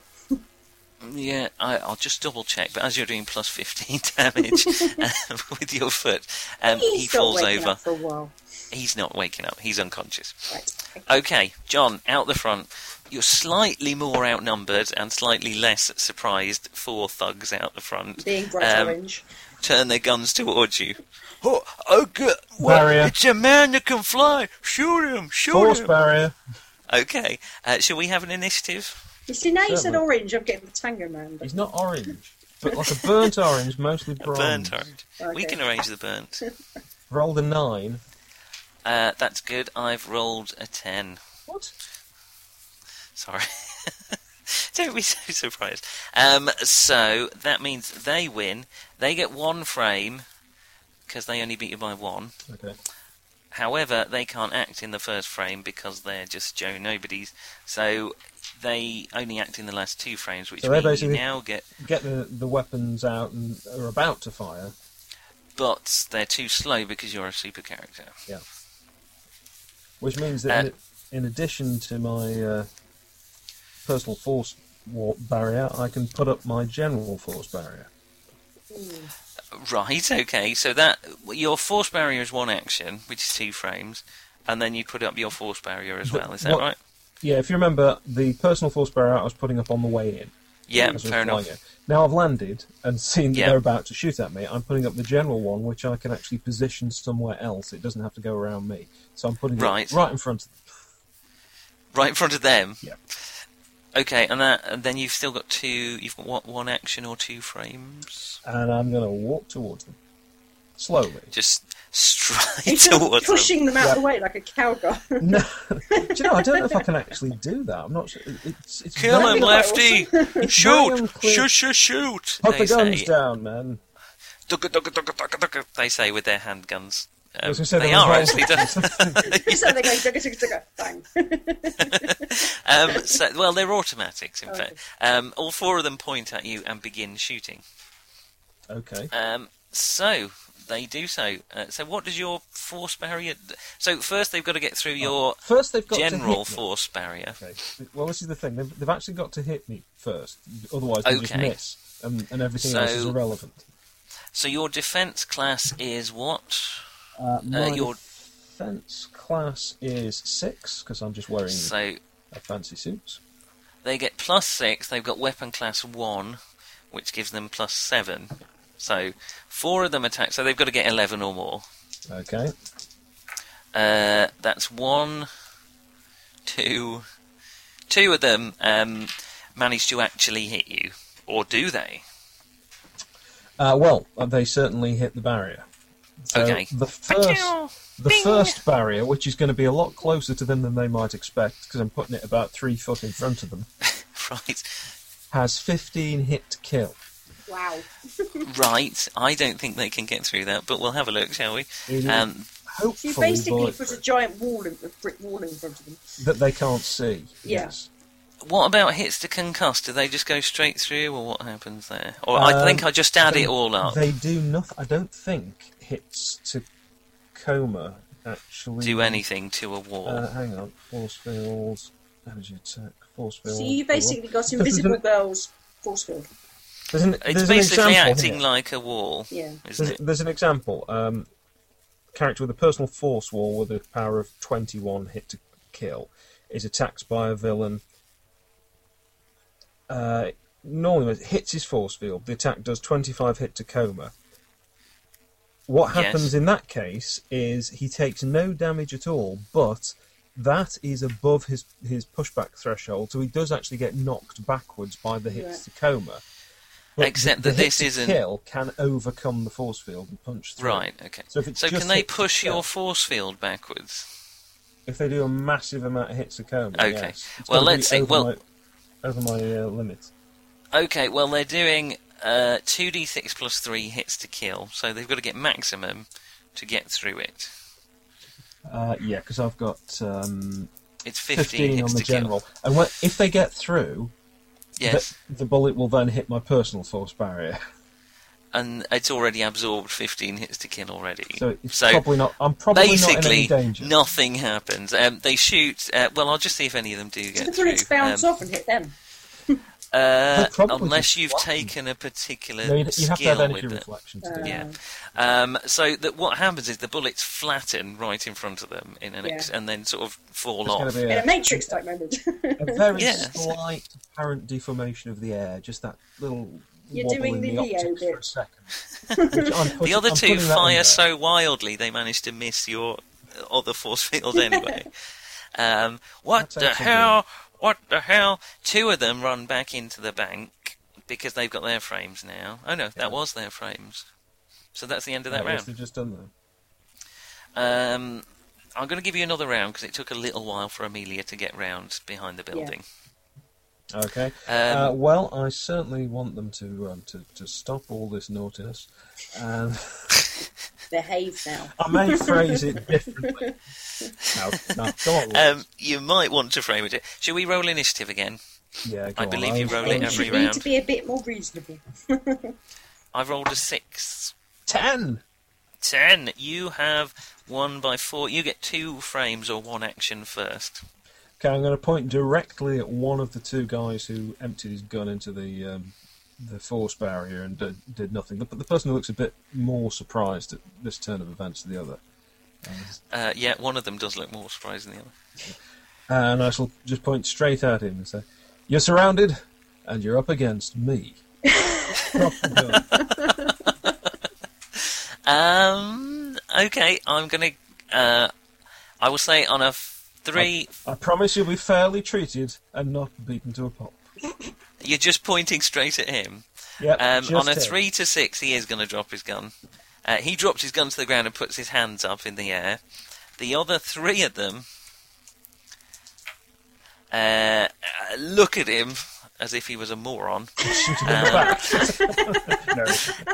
Yeah, I, I'll just double check. But as you're doing plus 15 damage um, with your foot, um, He's he still falls waking over. Up for a while. He's not waking up. He's unconscious. Right. okay. Okay, John, out the front. You're slightly more outnumbered and slightly less surprised. Four thugs out the front Being bright um, orange. turn their guns towards you. Oh, okay. Barrier. it's a man that can fly. Shoot him! Shoot Force him! barrier. okay, uh, shall we have an initiative? You see, now you said Certainly. orange, I'm getting the Tango Man. But He's not orange, but like a burnt orange, mostly bronze. Burnt orange. We Okay. can arrange the burnt. Roll the nine. Uh, that's good. I've rolled a 10. What? Sorry. Don't be so surprised. Um, so that means they win. They get one frame because they only beat you by one. Okay. However, they can't act in the first frame because they're just Joe nobodies. So they only act in the last two frames, which So they're means you basically- now get. Get the, the weapons out and are about to fire. But they're too slow because you're a super character. Which means that Uh, in, in addition to my uh, personal force war barrier, I can put up my general force barrier. Right. Okay. So that your force barrier is one action, which is two frames, and then you put up your force barrier as But well. Is that what- right? Yeah, if you remember, the personal force barrier I was putting up on the way in. Yeah. as I was Fair flying enough. it. Now I've landed and seen that Yeah. they're about to shoot at me. I'm putting up the general one, which I can actually position somewhere else. It doesn't have to go around me. So I'm putting Right. it right in front of them. Right in front of them. Yeah. Okay, and that, and then you've still got two. You've got what, one action or two frames. And I'm going to walk towards them. Slowly. Just straight He's just towards them. pushing them out Yeah. the way like a cowgirl. No, do you know? I don't know if I can actually do that. I'm not sure. It's it's Kill very- him, lefty! very Shoot! unclear. Shoot! Shoot! Shoot! Put They the guns say, um, down, man. "Dugga, dugga, dugga, dugga, dugga," They say with their handguns. Um, As we said, they there are was actually done. so they're going digga, digga, digga, bang. Um, so, well, they're automatics, in Okay. fact. Um, all four of them point at you and begin shooting. Okay. Um, so they do so. Uh, so what does your force barrier? So first they've got to get through Oh. your First, they've got general to hit me. force barrier. Okay. Well, this is the thing. They've, they've actually got to hit me first. Otherwise, they just Okay. miss, and, and everything else is So- irrelevant. So your defense class is what? Uh, my your- defense class is six because I'm just wearing So a fancy suit. they get plus six. They've got weapon class one, which gives them plus seven. So four of them attack. So they've got to get eleven or more. Okay. Uh, that's one, two, two of them um, manage to actually hit you, or do they? Uh, well, they certainly hit the barrier. So Okay. The first, the Bing. first barrier, which is going to be a lot closer to them than they might expect, because I'm putting it about three foot in front of them, Right, has 15 hit to kill. Wow. right. I don't think they can get through that, but we'll have a look, shall we? It is Um, So hopefully you basically put a bulletproof giant wall, in, a brick wall in front of them. that they can't see. Yeah. Yes. what about hits to concuss? Do they just go straight through, or what happens there? Or I Um, think I just add they- it all up. They do nothing. I don't think hits to coma actually Do anything to a wall. Uh, hang on. Force field, energy attack, force field. So you basically got Because there's an- Invisible Girls force field. There's an, it's there's an basically example acting here. like a wall, Yeah. isn't There's, it? there's an example. Um, character with a personal force wall with a power of 21 hit to kill is attacked by a villain. Uh, normally it hits his force field. The attack does 25 hit to coma. What Yes. happens in that case is he takes no damage at all, but that is above his his pushback threshold, so he does actually get knocked backwards by the hits Yeah. to coma. But Except the, that the this hit to isn't- kill can overcome the force field and punch through. Right. Okay. So if it's just can they hits to push kill- your force field backwards? If they do a massive amount of hits to coma, Okay. yes. It's Well, gotta be let's see. Over Well- my, over my uh, limit. Okay, well they're doing uh, 2d6 plus 3 hits to kill, so they've got to get maximum to get through it. Uh, yeah, because I've got um, It's 15, 15 hits on the to kill. general, and when, if they get through, Yes, the, the bullet will then hit my personal force barrier. and it's already absorbed 15 hits to kill already. So it's probably not. I'm probably not in any basically danger. nothing happens. Um, they shoot. Uh, well, I'll just see if any of them do So get the through. bullets bounce Um, off and hit them. uh, They'll probably unless just you've block them. taken a particular No, you, you skill have to have energy with it. reflection to do. Uh, that. Yeah. Um, so that what happens is the bullets flatten right in front of them in an Yeah. ex- and then sort of fall It's off. going to be In a a, Matrix type moment. a very Yes. slight apparent deformation of the air, just that little You're wobble doing in the the, Neo optics bit. for a second. which I'm putting- the other I'm two putting that in fire there. so wildly they manage to miss your uh, other force field anyway. um, what That's the actually hell? What the hell? Two of them run back into the bank because they've got their frames now. Oh no, Yeah. that was their frames. So that's the end of Yeah, that yes, round. They've just done that. Um, I'm going to give you another round because it took a little while for Amelia to get round behind the building. Okay. Um, uh, well, I certainly want them to um, to, to stop all this naughtiness. Um, Behave now. I may phrase it differently. No, no, go on. Lawrence. Um, you might want to frame it. Shall we roll initiative again? yeah, go I on. believe you roll it You every should need round. to be a bit more reasonable. I rolled a six. ten. 10. You have one by four. You get two frames or one action first. Okay, I'm going to point directly at one of the two guys who emptied his gun into the um, the force barrier and did, did nothing. But the person who looks a bit more surprised at this turn of events than the other. Uh, yeah, one of them does look more surprised than the other. And I shall just point straight at him and say, "You're surrounded, and you're up against me." Drop the gun. Um, okay, I'm going to. Uh, I will say on a f- three. I promise you'll be fairly treated and not beaten to a pulp. You're just pointing straight at him. Yep, Um, just on a him. three to six, he is going to drop his gun. Uh, he drops his gun to the ground and puts his hands up in the air. The other three of them uh, uh, look at him as if he was a moron. Shoot him in the back. no.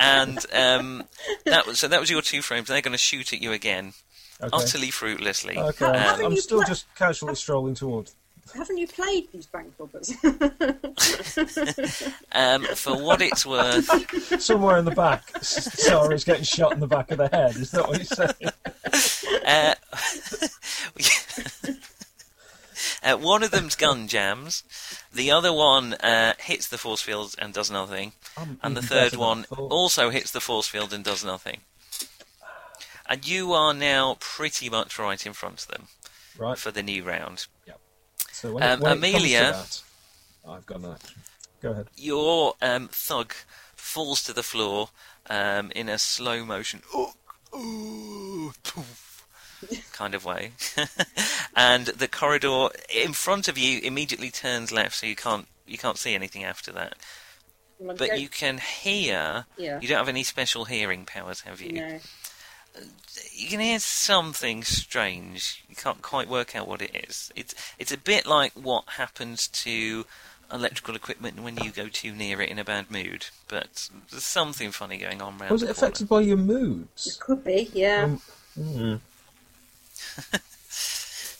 and um, that was so. That was your two frames. They're going to shoot at you again, Okay. utterly fruitlessly. Okay. How- how Um, many I'm still pla- just casually strolling towards. Haven't you played these bank robbers? um, for what it's worth, Somewhere in the back, Sarah's getting shot in the back of the head. Is that what you're saying? uh, uh, one of them's gun jams, the other one uh, hits the force field and does nothing, I'm and the even third better than one I thought. also hits the force field and does nothing. And you are now pretty much right in front of them Right. for the new round. So when, it, Um, when Amelia- it comes to that, I've got an action. Go ahead. Your um, thug falls to the floor um, in a slow motion, "Ooh, ooh, poof," kind of way, and the corridor in front of you immediately turns left, so you can't you can't see anything after that. But you can hear. Yeah. You don't have any special hearing powers, have you? No. you can hear something strange. You can't quite work out what it is. It's it's a bit like what happens to electrical equipment when you go too near it in a bad mood. But there's something funny going on round. Was the it corner. affected by your moods? Could be, yeah. Um, mm,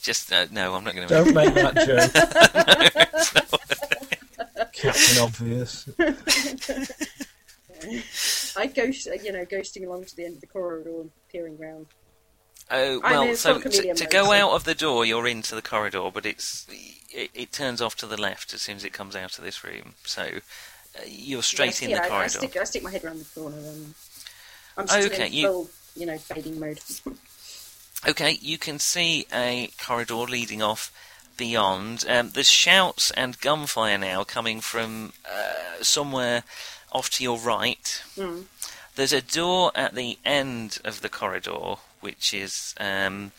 Just uh, no, I'm not going to. don't make that joke. Captain Obvious. I ghost, you know, ghosting along to the end of the corridor and peering round. Oh I well, mean, it's so not to, chameleon to mode, go so- out of the door, you're into the corridor, but it's it, it turns off to the left as soon as it comes out of this room. So uh, you're straight Yeah, in the I, I corridor. Oh, stick, I stick my head around the corner and I'm still Okay, in you- full, you know, fading mode. Okay, you can see a corridor leading off beyond. Um, there's shouts and gunfire now coming from uh, somewhere off to your right. Mm. There's a door at the end of the corridor, which is um,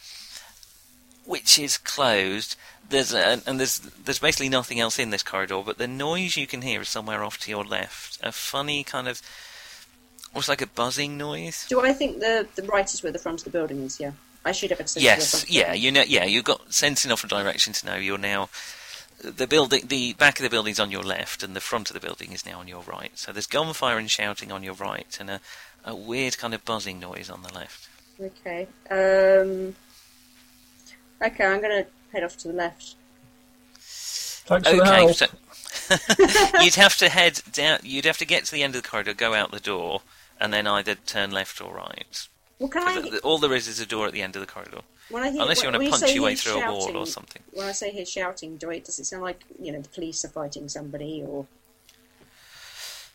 which is closed. There's a, and there's there's basically nothing else in this corridor, but the noise you can hear is somewhere off to your left. A funny kind of almost like a buzzing noise. Do I think the, the right is where the front of the building is, yeah? I should have access to the Yes, front. yeah, you know, yeah, you've got sense enough of direction to know you're now the building, the back of the building's on your left, and the front of the building is now on your right. So there's gunfire and shouting on your right, and a, a weird kind of buzzing noise on the left. Okay. Um, okay, I'm going to head off to the left. Thanks for the help. so you'd have to head down. You'd have to get to the end of the corridor, go out the door, and then either turn left or right. Well, can 'Cause I... th- all there is is a door at the end of the corridor, When I hear, unless you when- want to when punch say your way he's through a wall or shouting- something. When I say he's shouting, do I, does it sound like you know the police are fighting somebody or?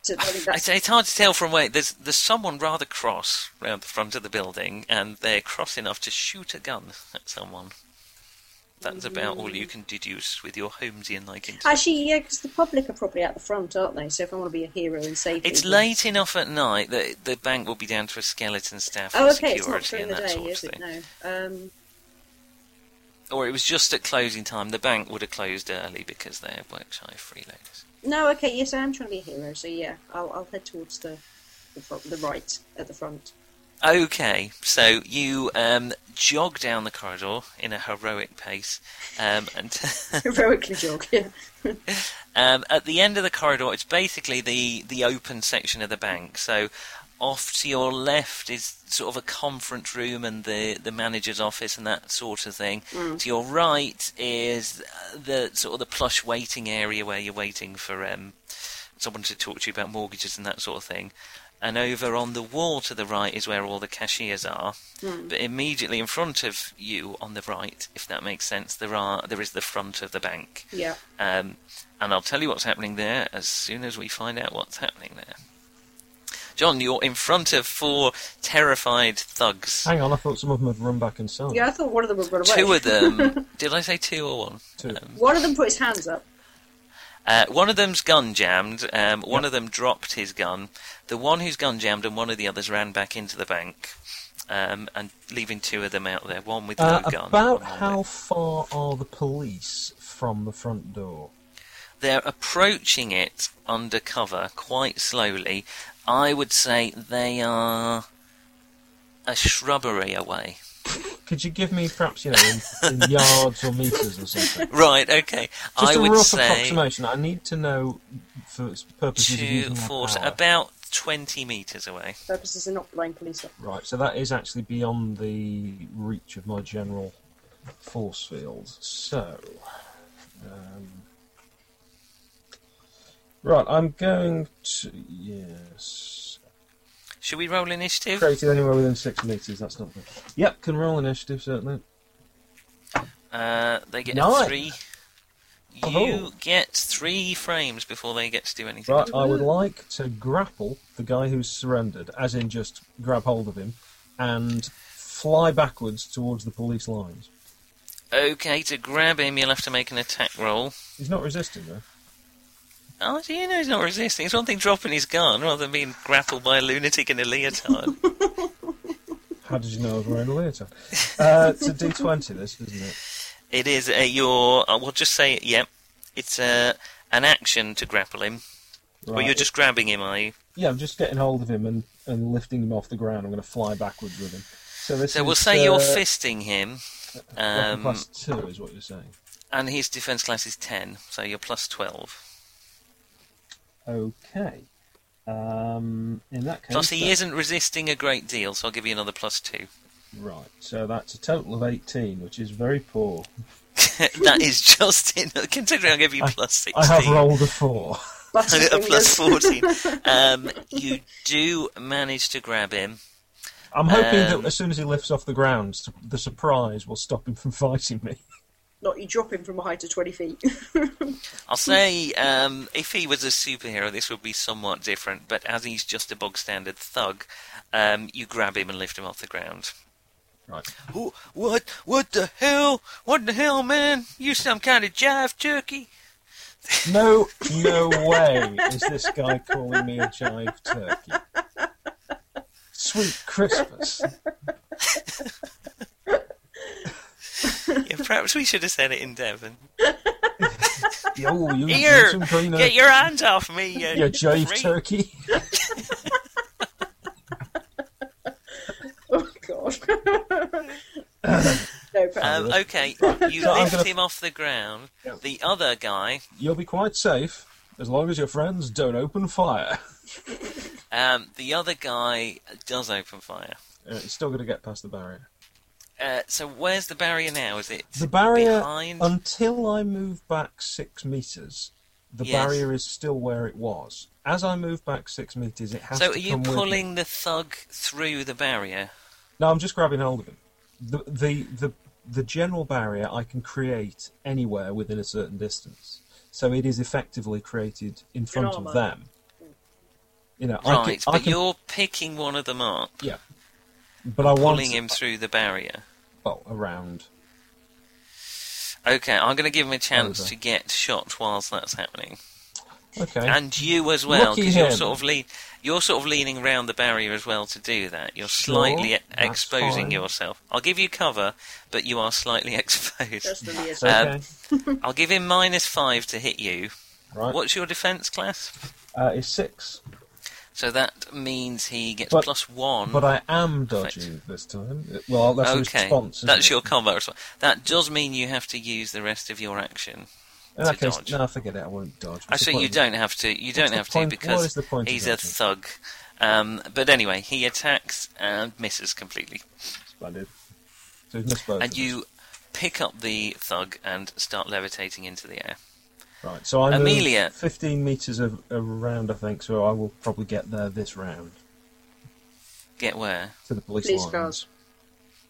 So I think that's- It's, it's hard to tell from where. There's there's someone rather cross round the front of the building, and they're cross enough to shoot a gun at someone. That's about all Mm. you can deduce with your Holmesian like intel. Actually, yeah, because the public are probably out the front, aren't they? So if I want to be a hero and save, It's people- late enough at night that the bank will be down to a skeleton staff Oh, and okay, it's not security during and the that day, sort of is thing. it? No. Um, Or it was just at closing time. The bank would have closed early because they're work shy freeloaders. no, okay, yes, I am trying to be a hero, so yeah, I'll, I'll head towards the the, fro- the right at the front. Okay, so you um, jog down the corridor in a heroic pace, um, and. Heroically jog, yeah. Um, at the end of the corridor, it's basically the, the open section of the bank. So, off to your left is sort of a conference room and the, the manager's office and that sort of thing. To your right is uh, the sort of the plush waiting area where you're waiting for um, someone to talk to you about mortgages and that sort of thing. And over on the wall to the right is where all the cashiers are. But immediately in front of you on the right, if that makes sense, there are there is the front of the bank. Yeah. Um, and I'll tell you what's happening there as soon as we find out what's happening there. John, you're in front of four terrified thugs. Hang on, I thought some of them had run back and sung. Yeah, I thought one of them would run away. Two of them. did I say two or one? Two. One of them put his hands up. Uh, one of them's gun jammed. Um, one of them dropped his gun. The one who's gun jammed and one of the others ran back into the bank, um, and leaving two of them out there. One with Uh, no gun. about and one how with- far are the police from the front door? they're approaching it undercover quite slowly. I would say they are a shrubbery away. Could you give me perhaps you know in, in yards or meters or something? Right, okay. Just I a would rough say approximation. I need to know for purposes of two, using my four, power. about 20 metres away. Purposes are not blind police officers. Right, so that is actually beyond the reach of my general force field. So, um, right, I'm going to yes. Should we roll initiative? Created anywhere within six meters. That's not good. Yep, can roll initiative certainly. Uh, they get Nine. a three. Oh. You get three frames before they get to do anything. Right, I would like to grapple the guy who's surrendered, as in just grab hold of him and fly backwards towards the police lines. Okay, to grab him, you'll have to make an attack roll. He's not resisting though. Oh, do you know he's not resisting? It's one thing dropping his gun rather than being grappled by a lunatic in a leotard. How did you know I was wearing a leotard? Uh, it's a D20, this, isn't it? it is a, your. I will just say, yep. It's a, an action to grapple him. Well, Right. you're just grabbing him, are you? Yeah, I'm just getting hold of him and, and lifting him off the ground. I'm going to fly backwards with him. So this So is, we'll say you're uh, fisting him, weapon um, class two is what you're saying. and his defense class is 10, so you're plus 12. Okay. Um, in that case, Plus, he that- isn't resisting a great deal, so I'll give you another plus 2. right. So that's a total of 18, which is very poor. that is just in. Considering I give you plus 16. I have rolled a four. But a plus 14. Um, you do manage to grab him. I'm hoping Um, that as soon as he lifts off the ground, su- the surprise will stop him from fighting me. Not you drop him from a height of 20 feet. I'll say um, if he was a superhero, this would be somewhat different, but as he's just a bog standard thug, um, you grab him and lift him off the ground. Right. Wh- What? What the hell? What the hell, man? You some kind of jive turkey? No, no way is this guy calling me a jive turkey. Sweet Christmas. Yeah, perhaps we should have said it in Devon. Oh, you, Here, you some kind of- get your hands off me! You, Your jive freak. turkey. oh, God. no problem. Um, okay, you So I'm lift gonna- him off the ground. Yeah. The other guy, You'll be quite safe as long as your friends don't open fire. um, the other guy does open fire. Uh, it's still going to get past the barrier. Uh, so where's the barrier now? Is it The barrier, behind? until I move back six metres, the Yes. barrier is still where it was. As I move back six metres, it has so to are you come with me. pulling the thug through the barrier? No, I'm just grabbing hold of him. The, the, the, the general barrier I can create anywhere within a certain distance. So it is effectively created in front armour. of them. You know, I Right, can, I but can you're picking one of them up, Yeah. But I want pulling him through the barrier. well, around. Okay, I'm going to give him a chance Over. to get shot whilst that's happening, Okay. and you as well, Lucky because you're him. sort of lean, you're sort of leaning round the barrier as well to do that. You're Sure, slightly e- that's exposing fine. yourself. I'll give you cover, but you are slightly exposed. That's the liaison. uh, okay. I'll give him minus five to hit you. right. What's your defense class? Uh, it's six. So that means he gets But- plus one. But I am dodging this time. Uh, Well, that's a okay, response. isn't that's it? your combo response. That does mean you have to use the rest of your action. In that to case, dodge. no, forget it. I won't dodge. I What's the Actually, you point of- don't have to. You don't the have to point- what is because the point of he's a action? thug. Um, but anyway, he attacks and misses completely, Splendid. So we've missed both. and of you pick up the thug and start levitating into the air. us. Right. So I'm Amelia. Fifteen meters of, around, I think. So I will probably get there this round Get where? to the police, Police lines. cars.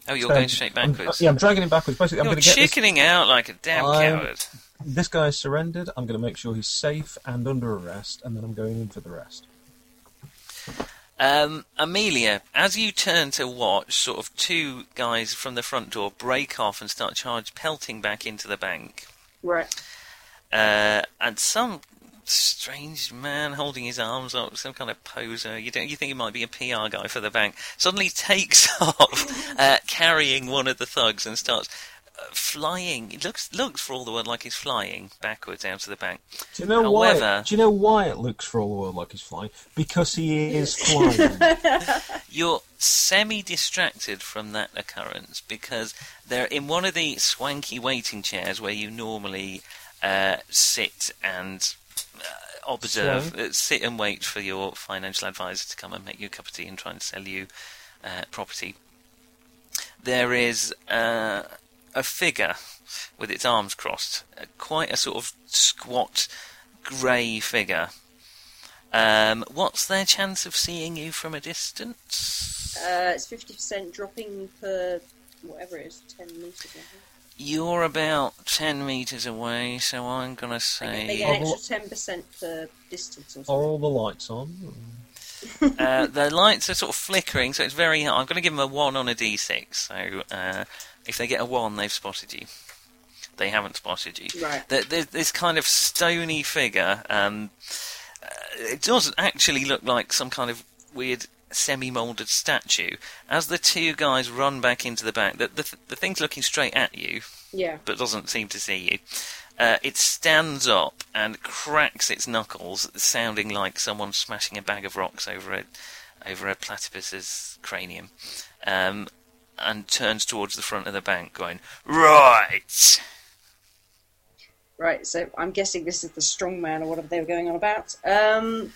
Oh, you're So going straight I'm- uh, backwards. yeah, I'm dragging him backwards. Basically, I'm you're going to get this, chickening out like a damn I'm- coward. this guy is surrendered. I'm going to make sure he's safe and under arrest, and then I'm going in for the rest. Um, Amelia, as you turn to watch, sort of two guys from the front door break off and start charge pelting back into the bank. Right. Uh, and some strange man holding his arms up, some kind of poser. You don't, you think he might be a PR guy for the bank? Suddenly takes off, uh, carrying one of the thugs and starts flying. It looks looks for all the world like he's flying backwards out of the bank. Do you know why? However- Do you know why it looks for all the world like he's flying? Because he is flying. You're semi distracted from that occurrence because they're in one of the swanky waiting chairs where you normally uh, sit and uh, observe, uh, sit and wait for your financial advisor to come and make you a cup of tea and try and sell you uh, property. There is uh, a figure with its arms crossed, uh, quite a sort of squat, grey figure. Um, what's their chance of seeing you from a distance? Uh, it's fifty percent dropping per whatever it is, ten meters. I think. You're about 10 metres away, so I'm going to They, they get say. an Oh, extra ten percent per distance or Are something. all the lights on? Uh, the lights are sort of flickering, so it's very hard. I'm going to give them a 1 on a d6, so uh, if they get a 1, they've spotted you. They haven't spotted you. Right. There, there's this kind of stony figure. Um, uh, it doesn't actually look like some kind of weird semi-moulded statue. As the two guys run back into the back, the, the, the thing's looking straight at you. Yeah. but doesn't seem to see you. Uh, it stands up and cracks its knuckles, sounding like someone smashing a bag of rocks over a over a platypus's cranium, um, and turns towards the front of the bank, going right. Right, so I'm guessing this is the strongman or whatever they were going on about. Um,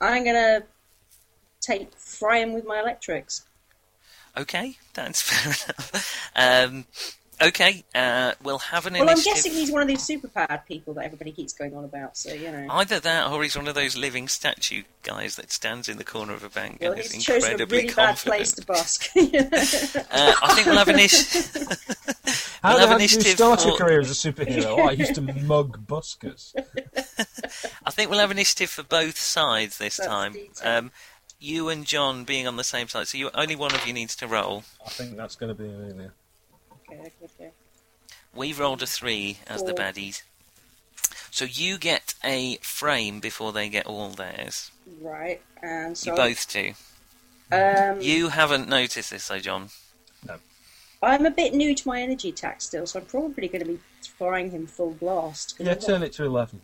I'm gonna take fry him with my electrics. Okay, that's fair enough. Um, okay, uh, we'll have an Well, I'm initiative. guessing he's one of these super powered people that everybody keeps going on about. So you know, Either that, or he's one of those living statue guys that stands in the corner of a bank well, and is he's chosen incredibly a really bad confident. place to busk. yeah, Uh, I think we'll have an issue. How We'll the have hell did you initiative start your for- career as a superhero? Oh, I used to mug buskers. I think we'll have initiative for both sides this That's time. detail. Um, you and John being on the same side, so you only one of you needs to roll. I think that's going to be Amelia. okay, okay. We rolled a three as the Four. baddies, so you get a frame before they get all theirs. Right, and so You both do. um, You haven't noticed this, though, John. I'm a bit new to my energy tax still, so I'm probably going to be frying him full blast. Yeah, turn it to eleven.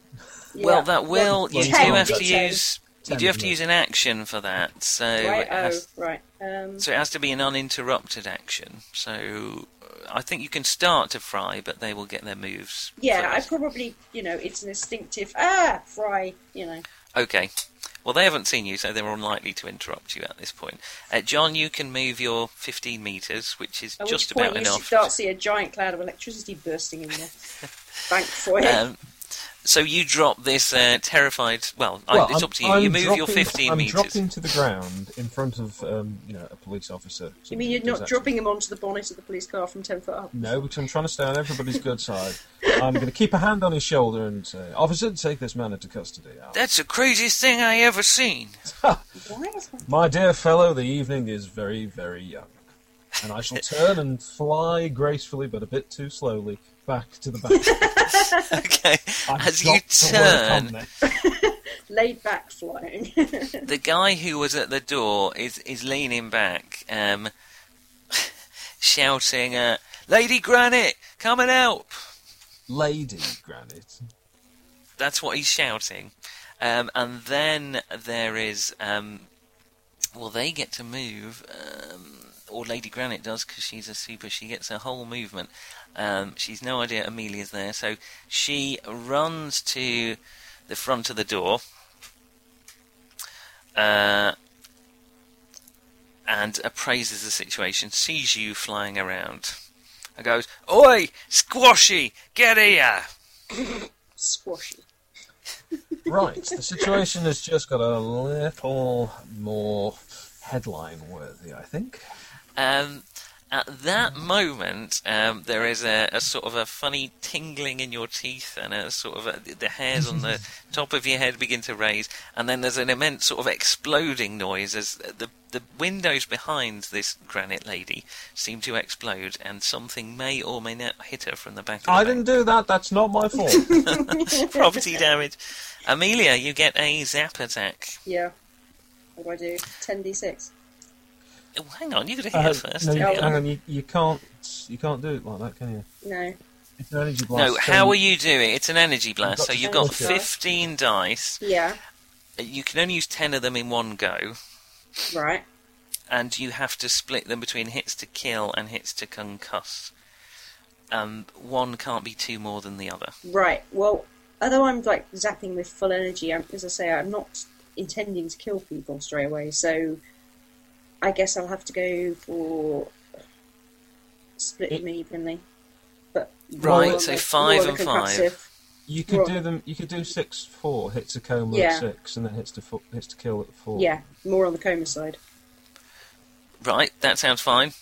Yeah. Well, that will. Well, you ten, do have to let's say. use. You Ten, do have to yeah. use an action for that, so Right, it oh, has, right. Um, so it has to be an uninterrupted action. So uh, I think you can start to fry, but they will get their moves. yeah, I first. probably, you know, it's an instinctive, ah, fry, you know. Okay. Well, they haven't seen you, so they're unlikely to interrupt you at this point. Uh, John, you can move your 15 metres, which is At just which point about you should enough. start to see a giant cloud of electricity bursting in the bank foyer. Um, so you drop this uh, terrified. Well, I, it's I'm- up to you. I'm you move your dropping- 15 I'm metres. dropping to the ground in front of um, you know a police officer. you mean Somebody you're not who's actually- dropping him onto the bonnet of the police car from 10 foot up? No, because I'm trying to stay on everybody's good side. I'm going to keep a hand on his shoulder and say, "Officer, take this man into custody." Uh, That's the craziest thing I ever seen. Why is my... My dear fellow, the evening is very, very young, and I shall turn and fly gracefully, but a bit too slowly, back to the back. okay. I've As you got to work on turn, this. Laid back flying. the guy who was at the door is, is leaning back, um, shouting, uh, Lady Granite, come and help! Lady Granite. That's what he's shouting. Um, and then there is, um, well, they get to move, um, or Lady Granite does because she's a super. She gets her whole movement. Um, she's no idea Amelia's there, so she runs to the front of the door. Uh, and appraises the situation, sees you flying around, and goes, Oi, Squashy, get here! Squashy. Right, the situation has just got a little more headline worthy, I think. Um, at that moment, um, there is a, a sort of a funny tingling in your teeth, and a sort of a, the hairs on the top of your head begin to raise, and then there's an immense sort of exploding noise as the the windows behind this granite lady seem to explode, and something may or may not hit her from the back. Of the I bank. didn't do that, that's not my fault. property damage. Amelia, you get a zap attack. Yeah. What do I do? 10d6. Oh, hang on, you got to hear Uh, first. no, you, yeah. hang on, you, you can't you can't do it like that, can you? No. It's an energy blast. Um, no, so how are you doing? It's an energy blast, got so to you've got finish it. 15 dice. Yeah. You can only use 10 of them in one go, Right. and you have to split them between hits to kill and hits to concuss. Um, one can't be two more than the other. Right. Well, although I'm like zapping with full energy, I'm, as I say, I'm not intending to kill people straight away. So I guess I'll have to go for split It- them evenly. But Right, more so on the- five more on and the five. concussive. You could Well- do them. You could do six four hits a coma Yeah. at six, and then hits to fo- hits to kill at four. Yeah, more on the coma side. Right, that sounds fine.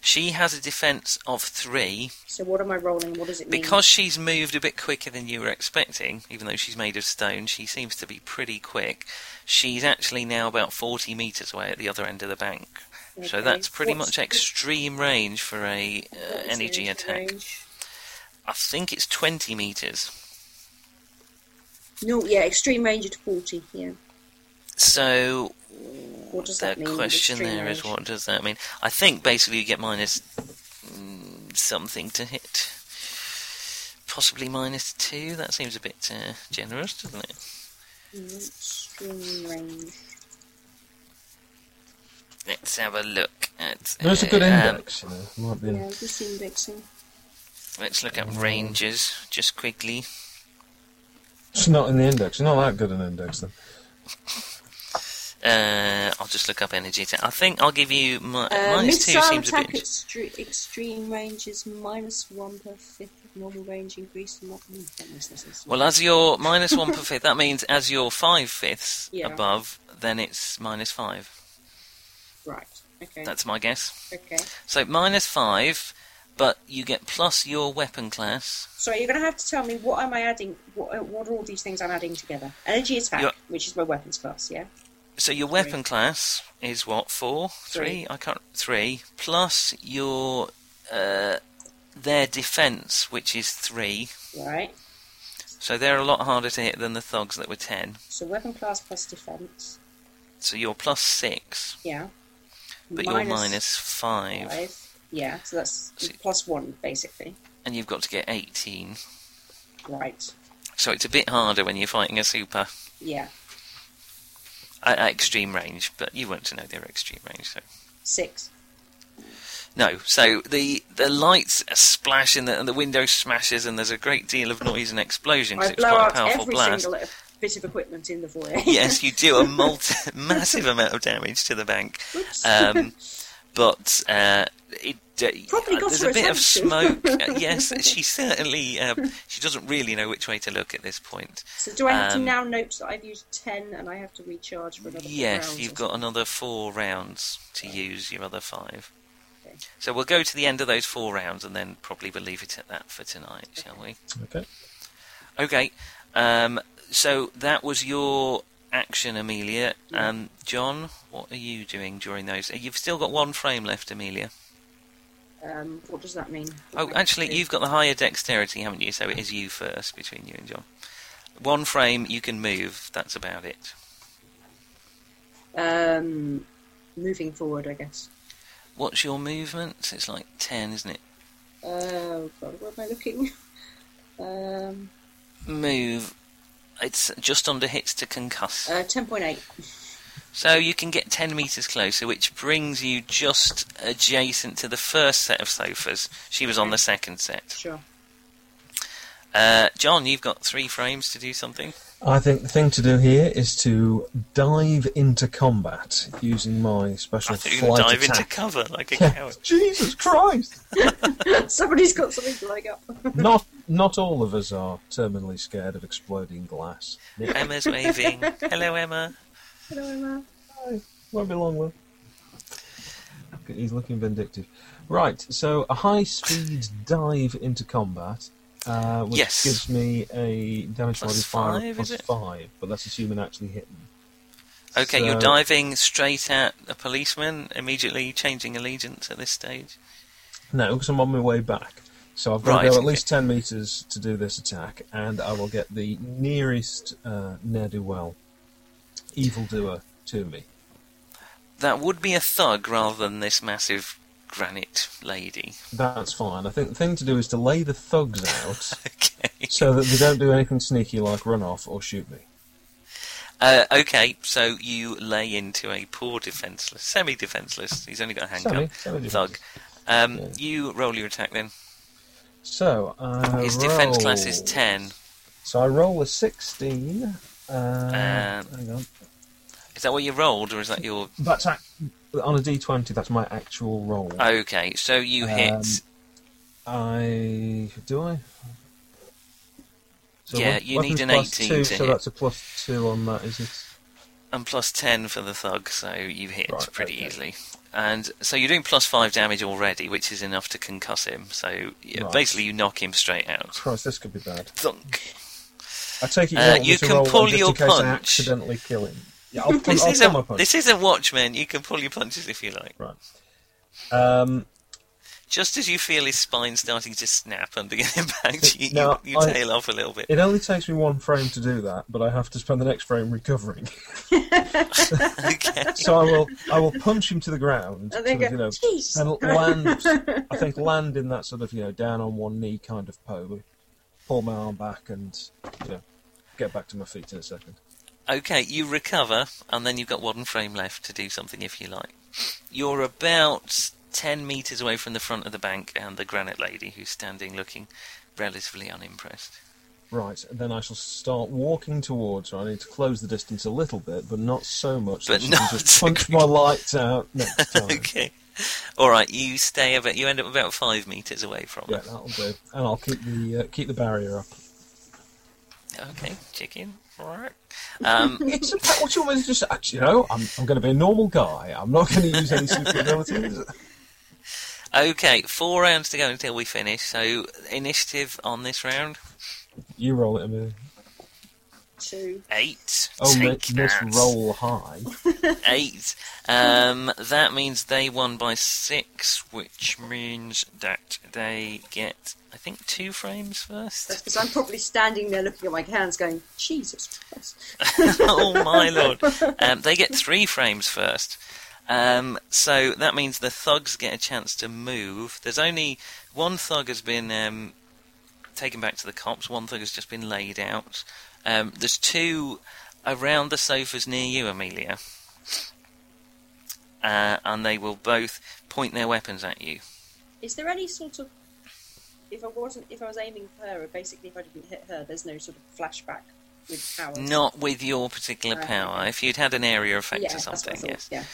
She has a defense of three. So what am I rolling? What does it mean? Because she's moved a bit quicker than you were expecting, even though she's made of stone, she seems to be pretty quick. She's actually now about 40 metres away at the other end of the bank. So Okay. that's pretty What's much the- extreme range for a uh, what is the energy attack. range? I think it's 20 metres. No, yeah, extreme range at forty. Yeah. So What does the that mean? question extreme there is, range? what does that mean? I think basically you get minus mm, something to hit. Possibly minus two. That seems a bit uh, generous, doesn't it? Mm, Extreme range. Let's have a look at. There's a good uh, um, index. you know. There might be. Yeah, an- just indexing. let's look at ranges just quickly. It's not in the index. It's not that good an index then. Uh, I'll just look up energy. attack. I think I'll give you mi- Uh, minus two. missile Seems a attack at bit. stre- extreme range is minus one per fifth of normal range increase. in What hmm, that makes no sense. Well, as you're minus one per fifth, that means as you're five fifths Yeah. above, then it's minus five. right. Okay. That's my guess. okay. So minus five, but you get plus your weapon class. So you're going to have to tell me what am I adding? What, uh, what are all these things I'm adding together? Energy attack, You're- which is my weapons class. Yeah. So your weapon class is what four, three? Three. I can't three plus your uh, their defense, which is three. Right. So they're a lot harder to hit than the thugs that were ten. So weapon class plus defense. So you're plus six, Yeah. but you're minus five, five. Yeah. So that's So- plus one basically. and you've got to get eighteen. Right. So it's a bit harder when you're fighting a super Yeah. at, at extreme range, but you want to know they're extreme range. So Six. no, so the the lights splash and the, and the window smashes, and there's a great deal of noise and explosion because I it's blow quite a out powerful every blast. single bit of equipment in the foyer. yes, you do a multi- massive amount of damage to the bank, Whoops. um, but uh, it. Uh, Probably got there's her a bit of attention. smoke. Uh, yes, she certainly. Uh, she doesn't really know which way to look at this point. So do I have Um, to now note that I've used ten and I have to recharge for another? four Yes, rounds you've or got another four rounds to use your other five. Okay. So we'll go to the end of those four rounds and then probably we'll leave it at that for tonight, shall we? Okay. Okay. Um, so that was your action, Amelia. Um, John, what are you doing during those? You've still got one frame left, Amelia. something? Um, what does that mean? Oh, actually, you've got the higher dexterity, haven't you? So it is you first between you and John. One frame, you can move. That's about it. um, moving forward, I guess. What's your movement? It's like 10, isn't it? Oh God, where am I looking? Um, move. It's just under hits to concuss. uh, ten point eight. So you can get 10 metres closer, which brings you just adjacent to the first set of sofas. She was on the second set. Sure. Uh, John, you've got three frames to do something. I think the thing to do here is to dive into combat using my special I thought you were flight going to dive attack. into cover like a coward. Jesus Christ! Somebody's got something to leg up. not not all of us are terminally scared of exploding glass. Nick, Emma's waving. Hello, Emma. Hello, Emma. hi. Won't be long, will? it? He's looking vindictive. Right, so a high speed dive into combat, uh, which Yes. gives me a damage Plus modifier five, of is plus it? five, but that's assuming I actually hit them. Okay, you're So- diving straight at a policeman, immediately changing allegiance at this stage. No, because I'm on my way back. So I've got Right, to go at okay. least 10 metres to do this attack, and I will get the nearest uh, ne'er do well evildoer to me. that would be a thug rather than this massive granite lady. That's fine. I think the thing to do is to lay the thugs out Okay. so that they don't do anything sneaky like run off or shoot me. Uh, okay, so you lay into a poor defenceless, semi defenceless, he's only got a handcuff, Semi- semi-defenceless. thug. Um, Yeah. You roll your attack then. So I His defense roll- class is 10. So I roll a sixteen. Uh, Um, hang on. Is that what you rolled, or is that your. That's ac- on a D twenty. That's my actual roll. Oh, Okay, so you hit. Um, I do I. So Yeah, wep- you need weapons an plus 18 two, to so hit. that's a plus two on that, is it? and plus 10 for the thug, so you hit Right, pretty okay. easily. And so you're doing plus 5 damage already, which is enough to concuss him. So yeah, Right. basically, you knock him straight out. Christ, this could be bad. Thunk. I take it you, Uh, want me you to can roll one pull just your in case punch. I accidentally kill him. Yeah, I'll, pull, This I'll is, pull my a, punch. this is a watchman. You can pull your punches if you like. Right. Um, Just as you feel his spine starting to snap and getting back to you, Now, you, you I- tail off a little bit. it only takes me one frame to do that, but I have to spend the next frame recovering. okay. so I will, I will punch him to the ground, And sort then of, go, you know, "Jeez." and land. I think land in that sort of you know down on one knee kind of pose. Pull my arm back and you know get back to my feet in a second. Okay, you recover, and then you've got one frame left to do something if you like. You're about 10 metres away from the front of the bank and the granite lady who's standing looking relatively unimpressed. Right, then I shall start walking towards her. I need to close the distance a little bit, but not so much But that she can not just punch my lights out next time. Okay. Alright, you stay about, you end up about 5 metres away from Yeah, her. that'll do. And I'll keep the uh, keep the barrier up. Okay, chicken. Alright. Um, It's about what you want me to just actually, you know, I'm, I'm going to be a normal guy. I'm not going to use any super abilities. okay, four rounds to go until we finish, so initiative on this round. You roll it, Amelia. Two. Eight. Oh, Take mi- miss that. roll high. eight. Um, that means they won by six, which means that they get, I think, two frames That's first. because I'm probably standing there looking at my hands going, Jesus Christ. oh my lord! Um, they get three frames first. Um, so that means the thugs get a chance to move. There's only one thug has been um, taken back to the cops. One thug has just been laid out. Um, there's two around the sofas near you, Amelia, uh, and they will both point their weapons at you. Is there any sort of. If I wasn't, if I was aiming for her, basically if I didn't hit her, there's no sort of flashback with powers. Not with your particular Right. power. If you'd had an area effect yeah, or that's what I something, thought, yes. yeah.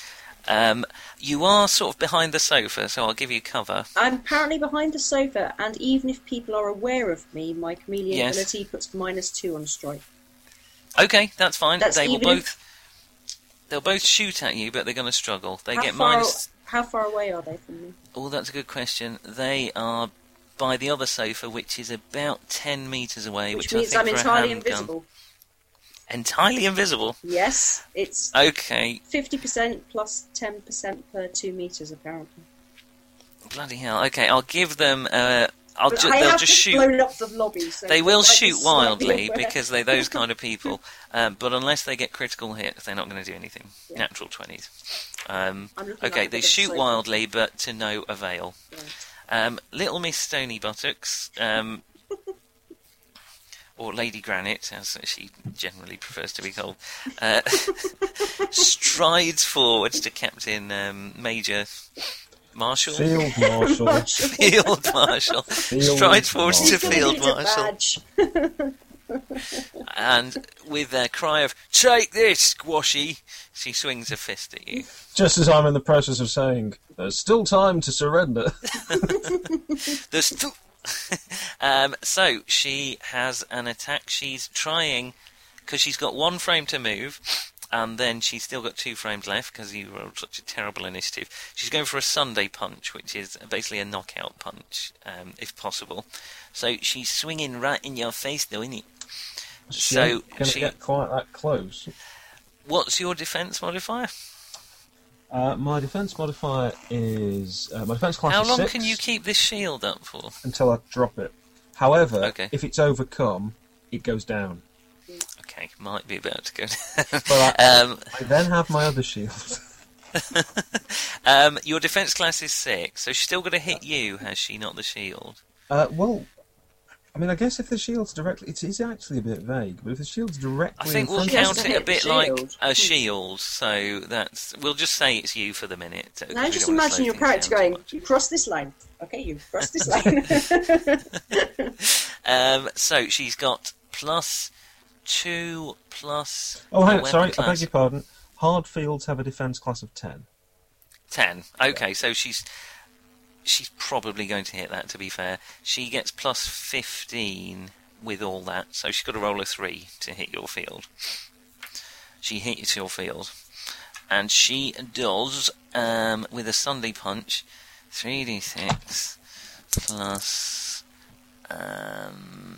Um, you are sort of behind the sofa, so I'll give you cover. I'm apparently behind the sofa, and even if people are aware of me, my chameleon Yes. ability puts minus two on strike. Okay, that's fine. That's they will even both. if- They'll both shoot at you, but they're going to struggle. They how get far, minus. How far away are they from me? Oh, that's a good question. They are by the other sofa, which is about ten meters away, which, Which, means I I'm think for entirely a handgun, invisible. entirely invisible. Yes, it's Okay, fifty percent plus ten percent per two meters, apparently. bloody hell. Okay, I'll give them. Uh, I'll But ju- I they'll have just shoot. blown up the lobby. So They will might be shoot slightly wildly aware. because they're those kind of people. Um, but unless they get critical hits, they're not going to do anything. Yeah. Natural twenties. Um, I'm okay, looking like a they bit of shoot soap. wildly, but to no avail. Yeah. Um, Little Miss Stony Buttocks, um, or Lady Granite, as she generally prefers to be called, uh, strides forwards to Captain um, Major Marshall. Field Marshal. Field Marshal strides forwards Marshal. to Still Field needs a Marshal badge. and with a cry of "Take this, Squashy!" she swings a fist at you. Just as I'm in the process of saying, there's still time to surrender. There's two. um, so she has an attack. She's trying because she's got one frame to move, and then she's still got two frames left because you rolled such a terrible initiative. She's going for a Sunday punch, which is basically a knockout punch, um, if possible. So she's swinging right in your face, though, isn't it? She So ain't gonna she- get quite that close. What's your defense modifier? Uh, my defense modifier is uh, my defense class How is long six can you keep this shield up for? until I drop it. However, Okay. if it's overcome, it goes down. Okay, might be about to go down. But I, um, I then have my other shield. um, your defense class is six, so she's still going to hit you, has she? Not the shield. Uh, well, I mean, I guess if the shield's directly, it is actually a bit vague. But if the shield's I directly, think in we'll front She has count to it a hit the bit like shield. Hmm. a shield. So that's we'll just say it's you for the minute. so- 'cause Now we just don't wanna imagine slow your things character down too going, much. you cross this line. Okay, you cross this line. Um, so she's got plus two plus. oh, hang her on, sorry, weapon I beg class. your pardon. Hard fields have a defense class of ten. Ten. Okay, so she's she's probably going to hit that. To be fair, she gets plus fifteen with all that, so she's got to roll a three to hit your field. She hits your field, and she does um, with a Sunday punch, three d six plus. Um,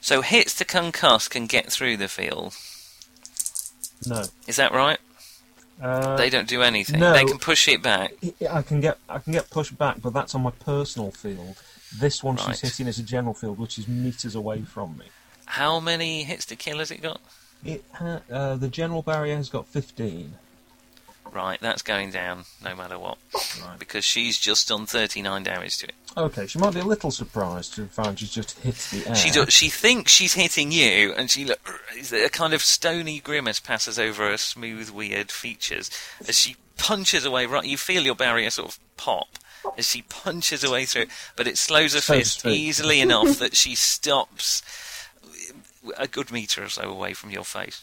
so hits to concuss can get through the field. No, Is that right? uh, They don't do anything. no. They can push it back. I can get I can get pushed back, but that's on my personal field. This one Right. she's hitting is a general field, which is meters away from me. How many hits to kill has it got? It ha- uh, the general barrier has got fifteen. Right, that's going down no matter what. Right. Because she's just done 39 damage to it. Okay, she might be a little surprised to find she's just hit the air. She do, she thinks she's hitting you, and she look, is a kind of stony grimace passes over her smooth, weird features as she punches away. Right, you feel your barrier sort of pop as she punches away through, it, but it slows her So to fist speak. easily enough that she stops a good meter or so away from your face.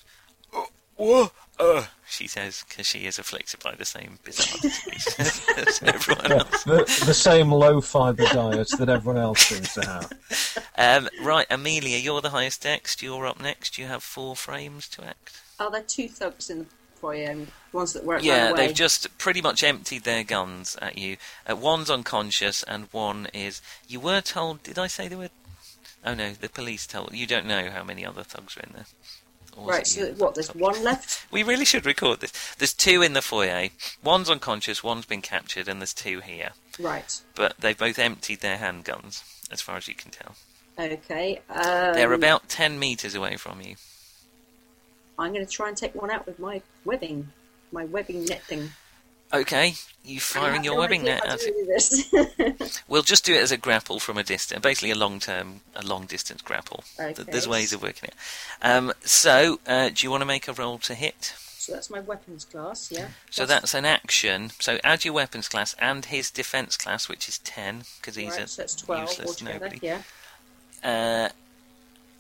"Oh, Whoa! Uh, she says, because she is afflicted by the same bizarre disease as everyone Yeah, else. the, the same low fibre diet that everyone else seems to have. Um, right, Amelia, you're the highest dex. You're up next. You have four frames to act. Are there two thugs in the foyer? um, Ones that weren't yeah, run away. they've just pretty much emptied their guns at you. Uh, one's unconscious, and one is. You were told. Did I say there were? Oh no, the police told. You don't know how many other thugs are in there. Or was right. it So you? what? There's one left. We really should record this. There's two in the foyer. One's unconscious. One's been captured, and there's two here. Right. But they've both emptied their handguns, as far as you can tell. Okay. Um, They're about ten meters away from you. I'm going to try and take one out with my webbing, my webbing net thing. Okay, you firing your webbing net at it. it. We'll just do it as a grapple from a distance, basically a long term, a long distance grapple. Th- Okay. There's ways of working it. Um, so, uh, do you want to make a roll to hit? so that's my weapons class. Yeah. So that's an action. So add your weapons class and his defense class, which is ten, because he's a right, so that's twelve uh, useless altogether. nobody. Yeah. Uh,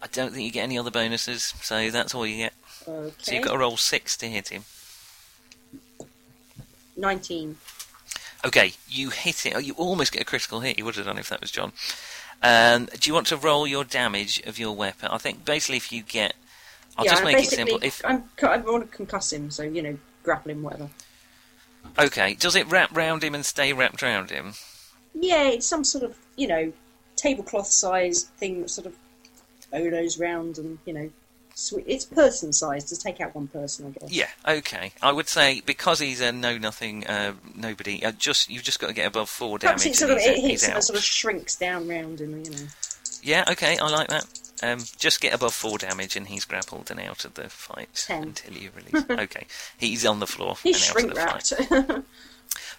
I don't think you get any other bonuses, so that's all you get. Okay. So you've got to roll six to hit him. Nineteen. Okay, you hit it. Oh, you almost get a critical hit. You would have done if that was John. Um, do you want to roll your damage of your weapon? I think basically if you get, I'll yeah, just I'm make it basically- simple. If I'm, cu- I want to concuss him, so you know, grapple him, whatever. okay, does it wrap round him and stay wrapped round him? Yeah, it's some sort of you know tablecloth sized thing that sort of odos round and you know, sw- it's person sized to take out one person, I guess. Yeah. Okay. I would say because he's a know nothing, uh, nobody. Uh, just you've just got to get above four damage. Perhaps it and sort of he's- it hits he's and out. it sort of shrinks down round and you know. Yeah. Okay. I like that. Um, just get above four damage and he's grappled and out of the fight Ten. until you release. okay. He's on the floor He's and out of shrink the fight. wrapped.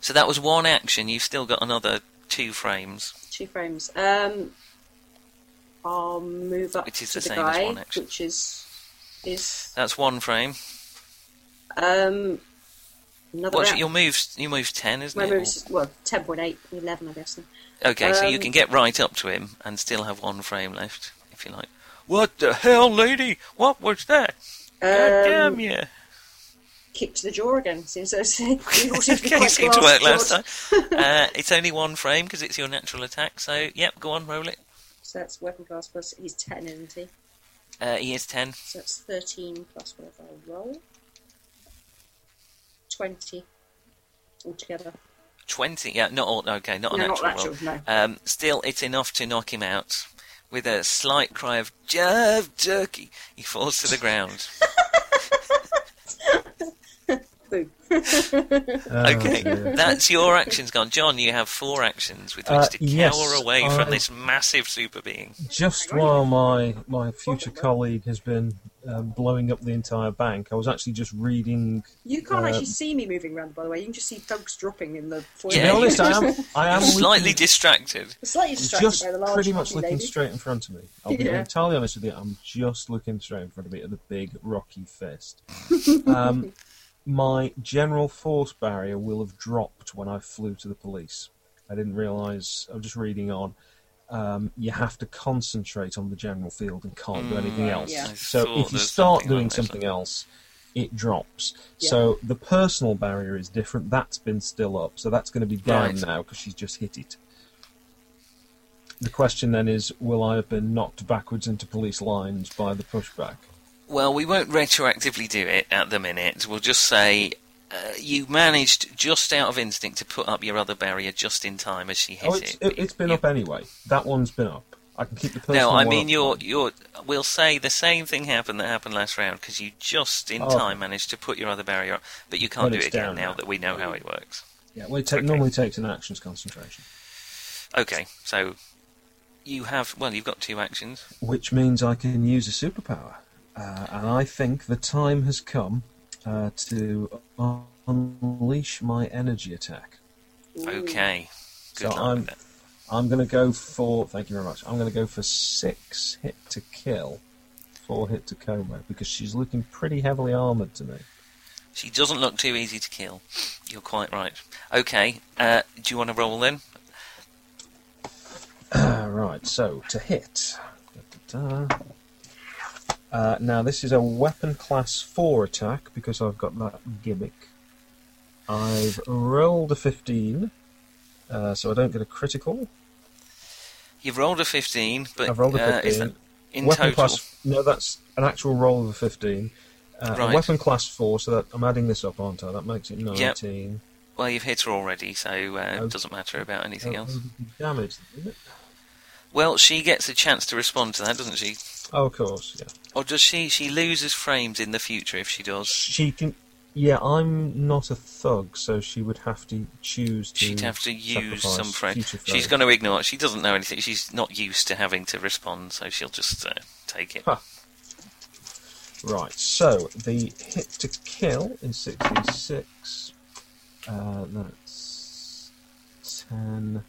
So that was one action. You've still got another two frames. Two frames. Um, I'll move up Which is to the the, same as guy, one action. which is is That's one frame. Uh, um another. What's round. your moves? Your moves ten, isn't My it? move's well, 10.8, 11, I guess. now. Okay, so you um, can get right up to him and still have one frame left, if you like. What the hell, lady? What was that? God damn Um, you! kick to the jaw again. Seems as though we all seem to be Okay, quite seemed to work last glass-jawed. time. uh, it's only one frame because it's your natural attack. So yep, go on, roll it. So that's weapon class plus. He's ten, isn't he? Uh, he is ten. So that's thirteen plus whatever I roll. Twenty altogether. 20 yeah not all okay not a No, natural, not roll. natural, um still it's enough to knock him out with a slight cry of jerv jerky he falls to the ground Boom. Oh, okay Uh, that's your actions gone john you have four actions with which Uh, to yes, cower away from I- this massive super being Just while my my future colleague has been uh, blowing up the entire bank. I was actually just reading. You can't Uh, actually see me moving around, by the way. You can just see Doug's dropping in the foyer. To be Yeah. honest, I am. I am I'm slightly looking- distracted. Slightly I'm distracted just by the large pretty much lovely looking lady. straight in front of me. I'll be Yeah. entirely honest with you. I'm just looking straight in front of me at the big rocky fist. um, my general force barrier will have dropped when I flew to the police. I didn't realise. I'm just reading on. Um, you have to concentrate on the general field and can't do anything Mm, else. yeah. I So thought if you there's start something doing like this, something else, it drops. Yeah. So the personal barrier is different. That's been still up. So that's going to be down Right. now because she's just hit it. The question then is, will I have been knocked backwards into police lines by the pushback? Well, we won't retroactively do it at the minute. We'll just say uh, you managed just out of instinct to put up your other barrier just in time as she hit oh, it's, it. it, has been You- up anyway. That one's been up. I can keep the personal. No, I one mean up. you're you're. We'll say the same thing happened that happened last round because you just in Oh. time managed to put your other barrier up, but you can't But do it's it again down now now. that we know how it works. Yeah, well, it ta- normally takes an action's concentration, Okay, so you have well, you've got two actions. which means I can use a superpower, uh, and I think the time has come uh, to unleash my energy attack. Ooh. Okay, good so luck I'm with that. I'm going to go for. Thank you very much. I'm going to go for six hit to kill, four hit to coma because she's looking pretty heavily armored to me. She doesn't look too easy to kill. You're quite right. Okay, uh, do you want to roll then? All right, so to hit. Da, da, da. Uh, now this is a weapon class four attack because I've got that gimmick. I've rolled a fifteen, uh, so I don't get a critical. You've rolled a fifteen, but I've rolled a uh, is that 15. in weapon total? class. No, that's an actual roll of a fifteen. Uh, a Right. Weapon class four, so that I'm adding this up, aren't I? That makes it Yep. nineteen. Well, you've hit her already, so uh, Oh. it doesn't matter about anything Uh, else. Damage. isn't it? Well, she gets a chance to respond to that, doesn't she? Oh, of course. Yeah. Or does she? She loses frames in the future if she does. She can. Yeah, I'm not a thug, so she would have to choose to. She'd have to use Mm, sacrifice some frame. future She's going to ignore it. She doesn't know anything. She's not used to having to respond, so she'll just uh, take it. Huh. Right. So the hit to kill is sixty-six. Uh, that's ten.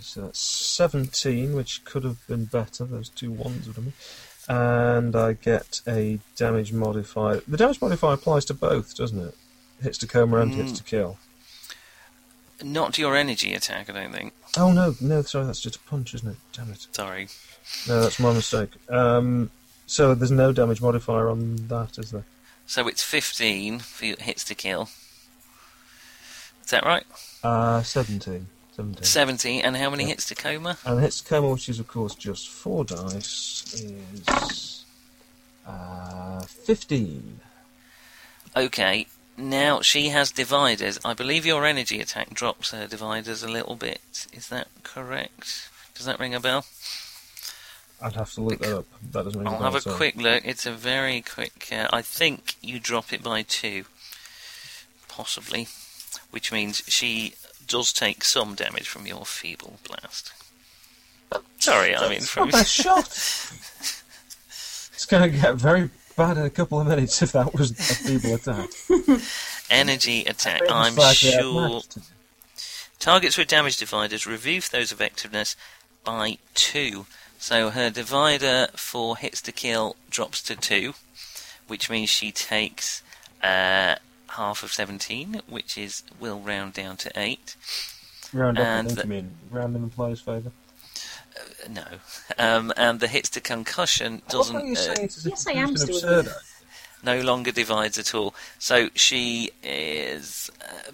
So that's seventeen, which could have been better. Those two ones would have been. And I get a damage modifier. The damage modifier applies to both, doesn't it? Hits to coma and hits to kill. Not your energy attack, I don't think. Oh no, no, sorry, that's just a punch, isn't it? Damn it. Sorry. No, that's my mistake. Um, so there's no damage modifier on that, is there? So it's 15 for your hits to kill. Is that right? Uh, 17. 17. 17. And how many hits to coma? and hits coma, which is of course just four dice, is uh, 15. Okay. Now she has dividers. I believe your energy attack drops her dividers a little bit. Is that correct? Does that ring a bell? I'd have to look that up. That doesn't make I'll have a quick look. It's a very quick. Uh, I think you drop it by two, possibly, which means she does take some damage from your feeble blast. Sorry, I mean from. What a shot! it's going to get very bad in a couple of minutes if that was a feeble attack. Energy attack. I'm Slightly sure outmatched. targets with damage dividers reduce those effectiveness by two. So her divider for hits to kill drops to two, which means she takes uh, half of seventeen, which is will round down to eight. Round up, I And think the- you mean. Round in the player's favour. No, um, and the hits to concussion What are you doesn't uh, saying? It's as if Yes, I it's am an still absurd here. no longer divides at all. So she is uh,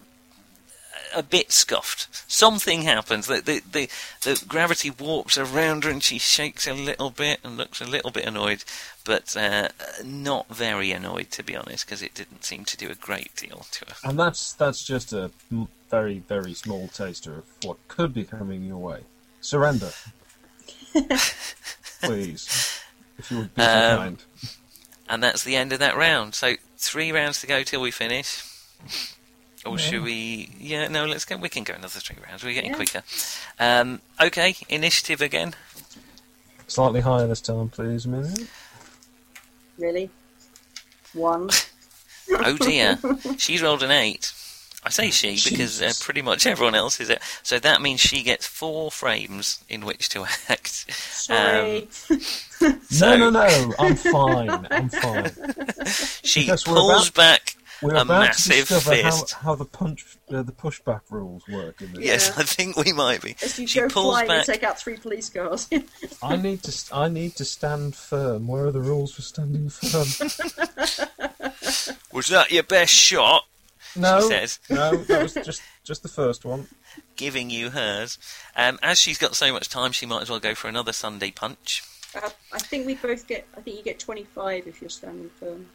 a bit scuffed. Something happens. The, the the the gravity warps around her, and she shakes a little bit and looks a little bit annoyed, but uh, not very annoyed to be honest, because it didn't seem to do a great deal to her. And that's that's just a m- very very small taster of what could be coming your way. Surrender, please, if you would be so Um, kind. And that's the end of that round. So three rounds to go till we finish. Or should we? Yeah, no. Let's go. We can go another three rounds. We're getting Yeah. quicker. Um, okay, initiative again. Slightly higher this time, please. a minute. really. One. Oh dear, she's rolled an eight. I say she because uh, Oh, Jesus. pretty much everyone else is it. So that means she gets four frames in which to act. Sorry. Um, So- No, no, no. I'm fine. I'm fine. She Because we're pulls about- back. We're A about to massive discover fist. how, how the punch, uh, the pushback rules work. In this. Yes, Yeah. I think we might be. As you She go pulls flying back. and take out three police cars. I need to. st- I need to stand firm. Where are the rules for standing firm? Was that your best shot? No, says. no, that was just just the first one. Giving you hers. Um, as she's got so much time, she might as well go for another Sunday punch. uh, I think we both get. I think you get twenty-five if you're standing firm.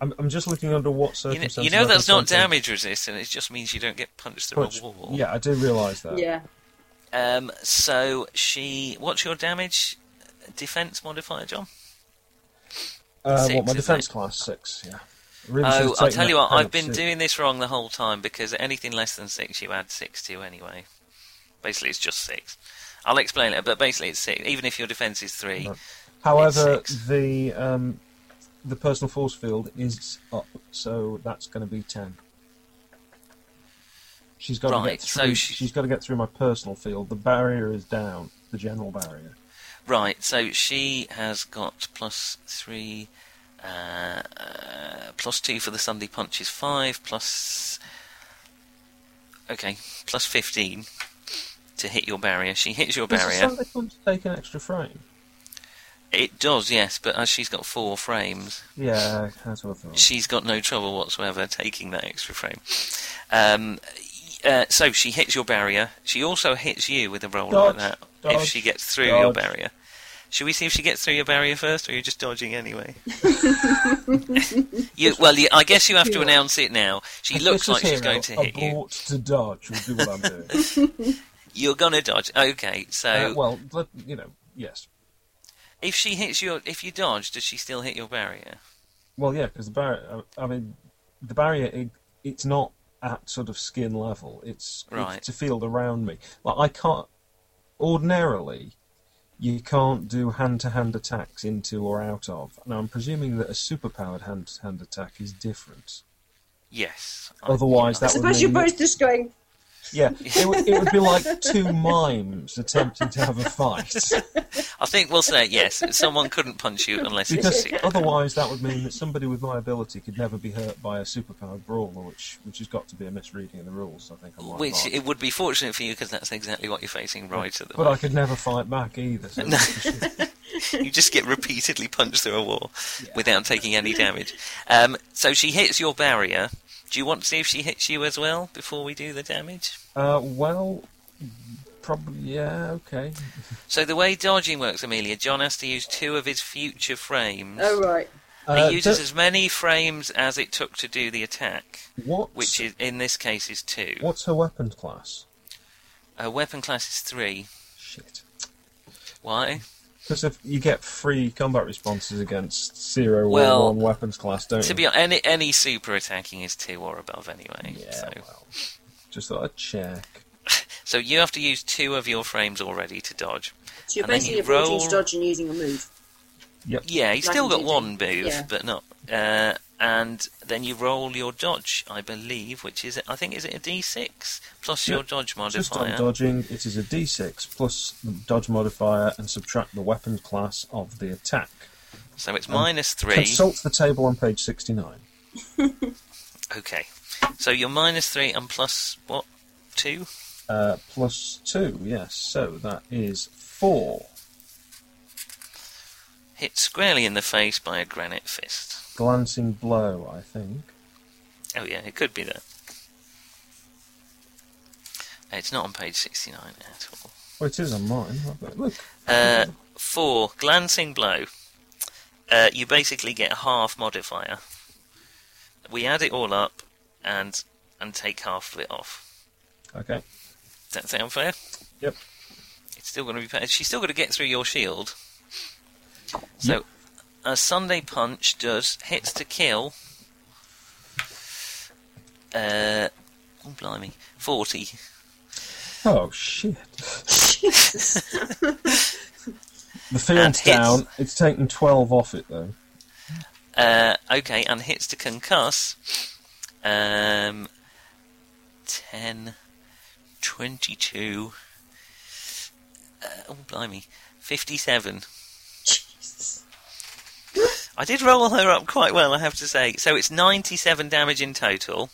I'm, I'm just looking under what You know, circumstances. you I know can that's not stand firm. damage resistant. It just means you don't get punched through Punch- a wall. Yeah, I do realise Uh, that. Yeah. Um, so she. What's your damage defense modifier, John? Uh, Six, what my isn't defence it? class six? Yeah. Really should oh, have I'll taken tell you that what. I've penalty. been doing this wrong the whole time because anything less than six, you add six to anyway. Basically, it's just six. I'll explain it, but basically, it's six. Even if your defense is three, No. However, six. the um, the personal force field is up, so that's going to be ten. She's got to Right, get so through. she- she's got to get through my personal field. The barrier is down. The general barrier. right? So she has got plus three, uh, uh, plus two for the Sunday punch is five, plus okay, plus fifteen to hit your barrier. She hits your Does barrier. Sunday punch take an extra frame? It does, yes, but as she's got four frames, Yeah, that's what I thought. she's got no trouble whatsoever taking that extra frame. Um, uh, so she hits your barrier. She also hits you with a roll Dodge, like that if dodge, she gets through your dodge. barrier. Should we see if she gets through your barrier first, or are you just dodging anyway? you, well, you, I guess you have to Hero. announce it now. She looks like she's going to hit you. abort to dodge would be what I'm doing. You're gonna dodge. Okay, so uh, well, let, you know, yes. if she hits your, if you dodge, does she still hit your barrier? Well, yeah, because the barrier. I mean, the barrier. It, it's not at sort of skin level. It's, Right. it's a field around me. Like I can't. Ordinarily, you can't do hand-to-hand attacks into or out of. Now, I'm presuming that a superpowered hand-to-hand attack is different. Yes. I- Otherwise, I- that would Suppose you're mean that- both just going. yeah, it, would- it would be like two mimes attempting to have a fight. I think we'll say yes. Someone couldn't punch you unless you Because succeed. otherwise, that would mean that somebody with my ability could never be hurt by a superpowered brawler, which which has got to be a misreading of the rules. I think. on my Which part. it would be fortunate for you because that's exactly what you're facing right at the but I moment. could never fight back either. So You just get repeatedly punched through a wall without taking any damage. Um, so she hits your barrier. Do you want to see if she hits you as well before we do the damage? uh, well, probably yeah. Okay. So the way dodging works, Amelia, John has to use two of his future frames. Oh right. Uh, he uses do- as many frames as it took to do the attack, what? which is in this case is two. what's her weapon class? Her weapon class is three. Shit. Why? Because if you get free combat responses against zero Well, or one weapons class, don't To you? be honest, any any super attacking is two or above anyway. yeah. so. Well, just thought I'd check. so you have to use two of your frames already to dodge. So you're And then basically you avoiding roll- dodge and using a move. Yep. Yeah, you've Like still you got did, one move, yeah. but not. Uh, and then you roll your dodge, I believe, which is I think is it a d6 plus your Yeah, dodge Just on modifier. dodging, it is a d6 plus the dodge modifier and subtract the weapon class of the attack. so Um, it's minus three. Consult the table on page 69. Okay, so you're minus three and plus what? Two. Uh, plus 2, yes, so that is 4. Hit squarely in the face by a granite fist. Glancing blow, I think. Oh yeah, it could be that. It's not on page sixty-nine at all. Well, Oh, it is on mine. but Look, Uh, four, glancing blow. Uh, you basically get a half modifier. We add it all up and and take half of it off. okay. Does that sound fair? Yep. It's still going to be. pa- She's still going to get through your shield. So, a Sunday punch does hits to kill. Uh, oh blimey, forty. Oh, shit. Jesus. The field's hits. down. It's taken 12 off it, though. Uh, okay, and hits to concuss. Um, 10, 22, uh, oh, blimey, 57. Jesus. I did roll her up quite well, I have to say. So it's 97 damage in total,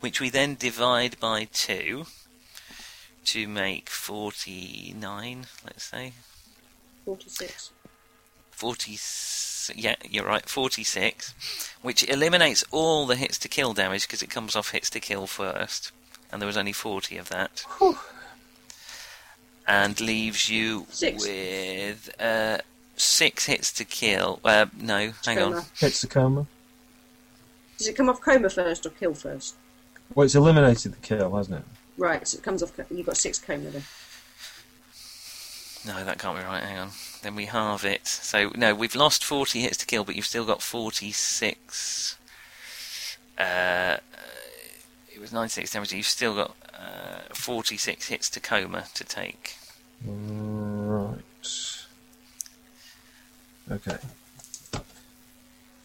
which we then divide by 2 to make 49, let's say. 46. 40 yeah you're right 46 which eliminates all the hits to kill damage because it comes off hits to kill first and there was only 40 of that Whew. and leaves you Six. with uh, 6 hits to kill uh, no hang on Coma. Hits the coma. Does it come off coma first or kill first? Well, it's eliminated the kill, hasn't it? Right, so it comes off. co- You've got six coma then. no that can't be right hang on then we halve it so no we've lost 40 hits to kill but you've still got 46 uh, it was 96 damage you've still got uh, 46 hits to coma to take Right. Okay.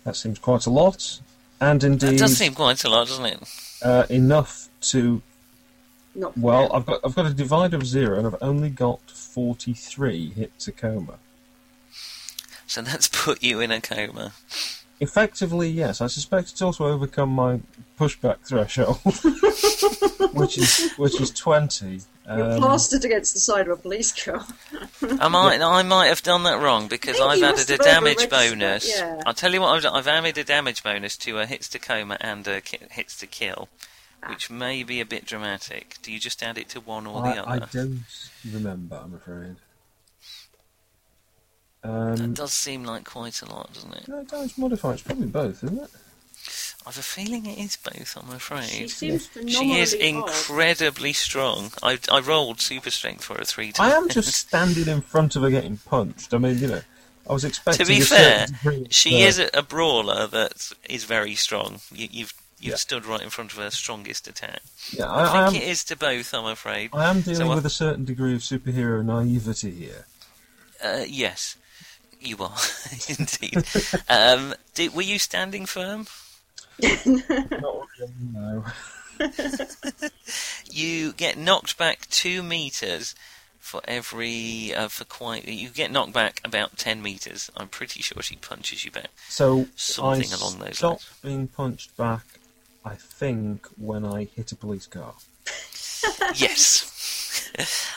That seems quite a lot, and That indeed does seem quite a lot, doesn't it? uh, enough to. Not Well, I've got I've got a divide of zero, and I've only got forty three hit to coma. So that's put you in a coma. Effectively, yes. I suspect it's also overcome my pushback threshold, which is which is twenty. You're Um, plastered against the side of a police car. I might, I might have done that wrong because I I've think you added must a have overread damage stuff, bonus. yeah. I'll tell you what, I've, I've added a damage bonus to a hits to coma and a ki- hits to kill, Ah. which may be a bit dramatic. Do you just add it to one or the I, I other? don't remember. I'm afraid. That Um, does seem like quite a lot, doesn't it? no, damage modifier. It's probably both, isn't it? I've a feeling it is both. I'm She afraid. seems She phenomenally is hard. incredibly strong. I, I rolled super strength for her three I times. am just standing in front of her getting punched. I mean, you know, I was to expecting. be a fair, certain degree of, she uh, is a, a brawler that is very strong. You, you've you've Yeah. stood right in front of her strongest attack. Yeah, I, I, I think am. it is to both. I'm afraid. I am dealing So I- with a certain degree of superhero naivety here. Uh, yes, you are indeed. um, did, were you standing firm? Not really, no. You get knocked back two meters for every uh, for quite. You get knocked back about ten meters. I'm pretty sure she punches you back. So Something I along those stopped being punched back. I think when I hit a police car. yes.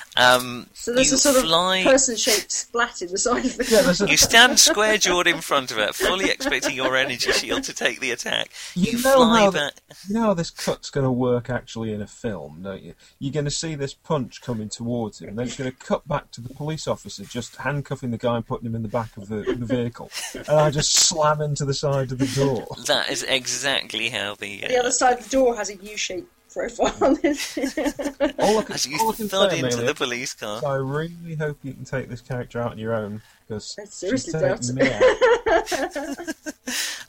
um, So there's you a sort of fly... person-shaped splat in the side of the Yeah, car. there's a, You stand square jawed in front of her, fully expecting your energy shield to take the attack. You You, know fly how- back. You know how this cut's going to work actually in a film, don't you? You're going to see this punch coming towards him, and then it's going to cut back to the police officer just handcuffing the guy and putting him in the back of the, the vehicle. And I just slam into the side of the door. That is exactly how the. The Uh, other side of the door has a U-shaped profile on it. All I can, as you all I can thud say, into Amelia, the police car. is I really hope you can take this character out on your own, because I seriously doubt it. me out.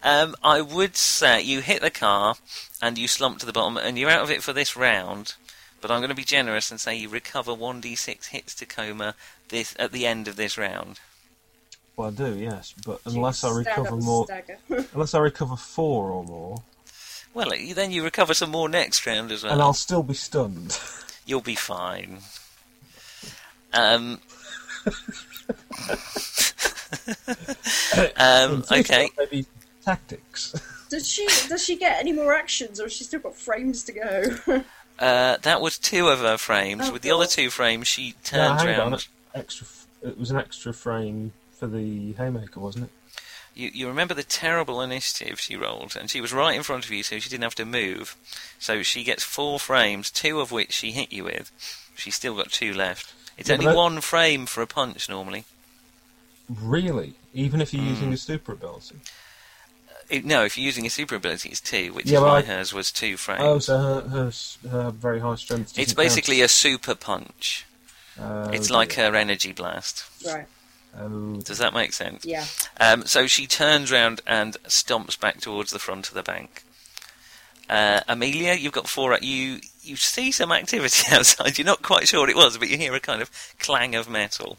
Um, I would say you hit the car and you slump to the bottom, and you're out of it for this round. But I'm going to be generous and say you recover 1d6 hits to coma this at the end of this round. Well, I do, yes, but unless I Stand up recover and more, stagger. unless I recover four or more, Well, you- then you recover some more next round as well. and I'll still be stunned. You'll be fine. Um. um, okay. Maybe tactics. Does she does she get any more actions, or has she still got frames to go? Uh, that was two of her frames. Oh, With the other God. two frames, she No, turns hang on, round. it- Extra. f- It was an extra frame for the haymaker, wasn't it? You, you remember the terrible initiative she rolled, and she was right in front of you, so she didn't have to move. So she gets four frames, two of which she hit you with. She's still got two left. It's Yeah, but only that- one frame for a punch normally. Really? Even if you're Hmm. using a super ability. It- no, if you're using a super ability, it's two, which Yeah, is but why I- hers was two frames. Oh, so her, her, s- her very high strength. it's doesn't basically a super punch. count. Oh, It's like dear. her energy blast. right. Oh, Does that make sense? Yeah. Um, so she turns round and stomps back towards the front of the bank. Uh, Amelia, you've got four. You you see some activity outside. You're not quite sure what it was, but you hear a kind of clang of metal.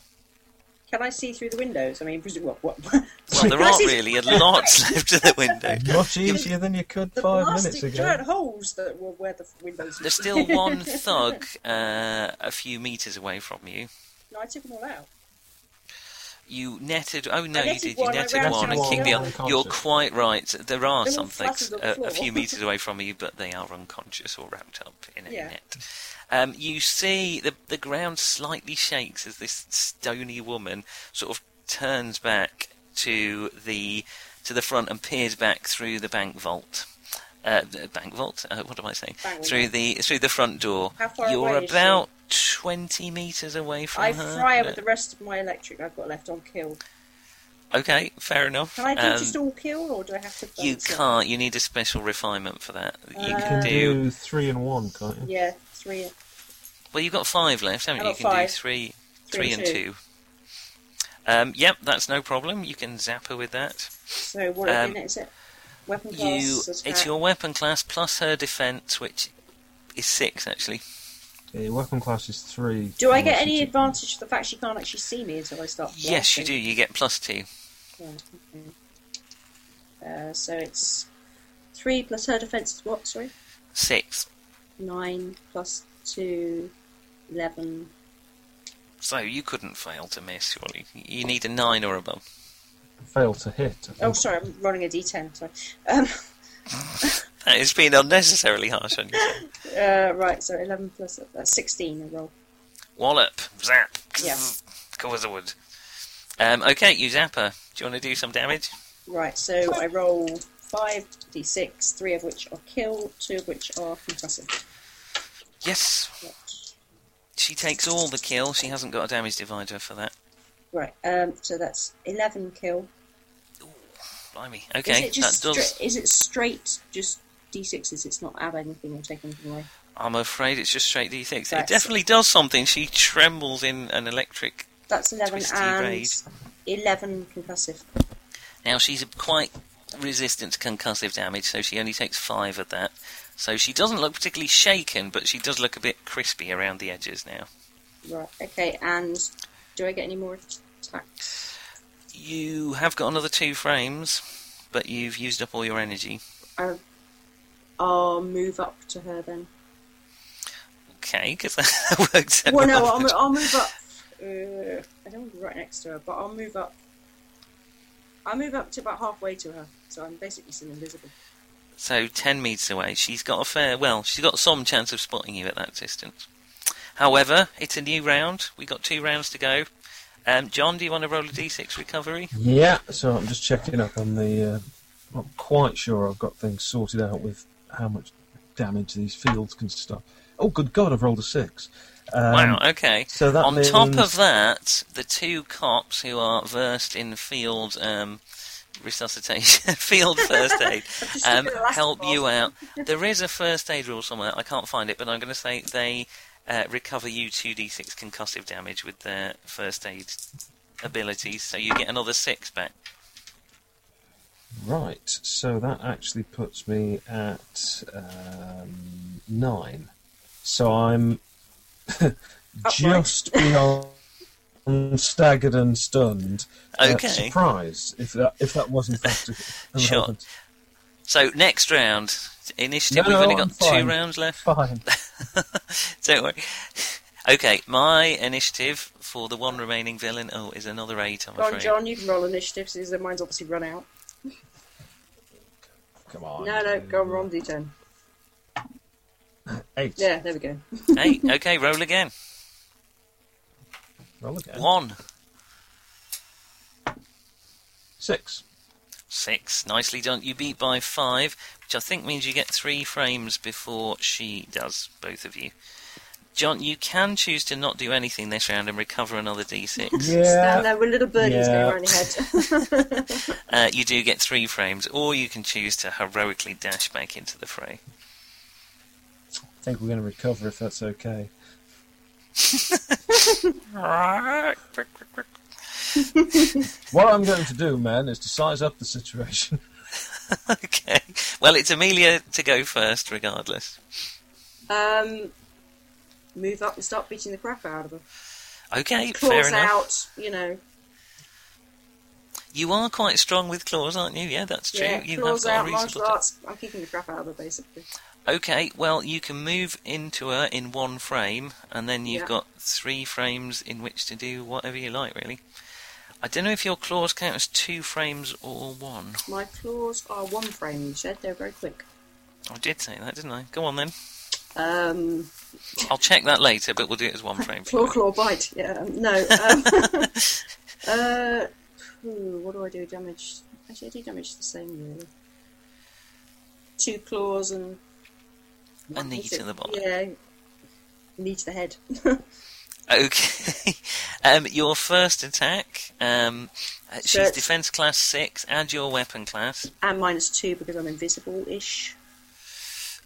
Can I see through the windows? I mean, presu- what? what Well, there Can I aren't see- really a lot left of the window. Much easier than you could The five minutes plastic ago. giant holes that were where the windows. There's still one thug uh, a few meters away from you. No, I took them all out. You netted. Oh no, I you netted did. You one, I netted ran one and out kicked the the other. other. You're quite right. There are They're all some things uh, flattened on a, the a few floor. meters away from you, but they are unconscious or wrapped up in a Yeah. net. Um, you see the the ground slightly shakes as this stony woman sort of turns back to the to the front and peers back through the bank vault. Uh, the bank vault. Uh, what am I saying? Bank through the through the front door. How far You're away is she? about twenty meters away from I her. fry her Uh, with the rest of my electric I've got left on kill. Okay, fair enough. Can I do Um, just all kill, or do I have to? you balance it? can't. You need a special refinement for that. You You Uh, can can do. do three and one, can't you? Yeah, three. Well, you've got five left, haven't you? I've You got can five. do three, Three three and and two. Um, yep, that's no problem. You can zap her with that. So what Um, in it is it? Weapon class. You, is it's that- your weapon class plus her defense, which is six actually. Yeah, your weapon class is three. Do I unless get any you- advantage to the fact she can't actually see me until I start? Yes, you do. blasting? You get plus two. Right, okay. Uh, so it's three plus her defense is what? Sorry, Six. nine plus two, eleven. So you couldn't fail to miss, surely. You need a nine or above. Fail to hit. I think. Oh, sorry, I'm rolling a d10. Sorry. Um, That is being unnecessarily harsh on you. uh, right, so eleven plus that's sixteen. I roll. Wallop. Zap. Yeah. Covers the wood. Um, okay, you zap her. Do you want to do some damage? Right, so I roll five d6, three of which are kill, two of which are concussive. Yes. Right. She takes all the kill. She hasn't got a damage divider for that. Right, um, so that's eleven kill. Blimey. Okay, is it just that does. stra- is it straight just d6s? It's not add anything or take anything away. I'm afraid it's just straight d6. It Right. definitely does something. She trembles in an electric. That's eleven Twisty and raid. eleven concussive. Now she's quite resistant to concussive damage, so she only takes five of that. So she doesn't look particularly shaken, but she does look a bit crispy around the edges now. Right, okay, and do I get any more attacks? You have got another two frames, but you've used up all your energy. I, I'll move up to her then. Okay, because that works out. Well, no, I'll, mo- I'll move up. Uh, I don't want to be right next to her, but I'll move up. I'll move up to about halfway to her, so I'm basically still invisible. So ten meters away, she's got a fair. Well, she's got some chance of spotting you at that distance. However, it's a new round. We got two rounds to go. Um, John, do you want to roll a d6 recovery? Yeah, so I'm just checking up on the. Uh, I'm quite sure I've got things sorted out with how much damage these fields can stop. Oh, good God, I've rolled a six. Um, wow. Okay. so that on top means- of that, the two cops who are versed in field um, resuscitation, field first aid, just um, looked at the last help one. you out. There is a first aid rule somewhere. I can't find it, but I'm going to say they uh, recover you two d6 concussive damage with their first aid abilities, so you get another six back. Right, so that actually puts me at um, nine. So I'm just beyond staggered and stunned. uh, Okay. surprised if that if that was in fact a, an Sure. elephant. So next round, initiative. No, we've no, only I'm got two fine. rounds left. Fine. Don't worry. Okay, my initiative for the one remaining villain. Oh, is another eight. I'm Go on, afraid. John, you can roll initiative since their mine's obviously run out. Come on. No, no, go on, roll d10. Eight. Yeah, there we go. Eight. Okay, roll again. Roll again. One, Six. six. Nicely done. You beat by five, which I think means you get three frames before she does. Both of you. John, you can choose to not do anything this round and recover another d6. Stand Yeah. there with little birdies Yeah. going around your head. Uh, you do get three frames, or you can choose to heroically dash back into the fray. I think we're going to recover if that's okay. What I'm going to do, man, is to size up the situation. okay. Well, it's Amelia to go first, regardless. um, move up and start beating the crap out of her. Okay, fair Claws enough. out, you know, You are quite strong with claws, aren't you? Yeah, that's true. Yeah, you claws have got out, a martial reasonable. arts. I'm kicking the crap out of her basically. Okay, well, you can move into her in one frame, and then you've Yeah. got three frames in which to do whatever you like, really. I don't know if your claws count as two frames or one. My claws are one frame. You said they're very quick. I did say that, didn't I? Go on then. Um, I'll check that later, but we'll do it as one frame. claw, claw, bite. Yeah, um, no. Um, uh, ooh, what do I do? Damage. Actually, I do damage the same really. Two claws and A knee to the bottom. Yeah, knee to the head. Okay. um, your first attack. Um, uh, she's Six. defense class six. Add your weapon class. and minus two because I'm invisible-ish.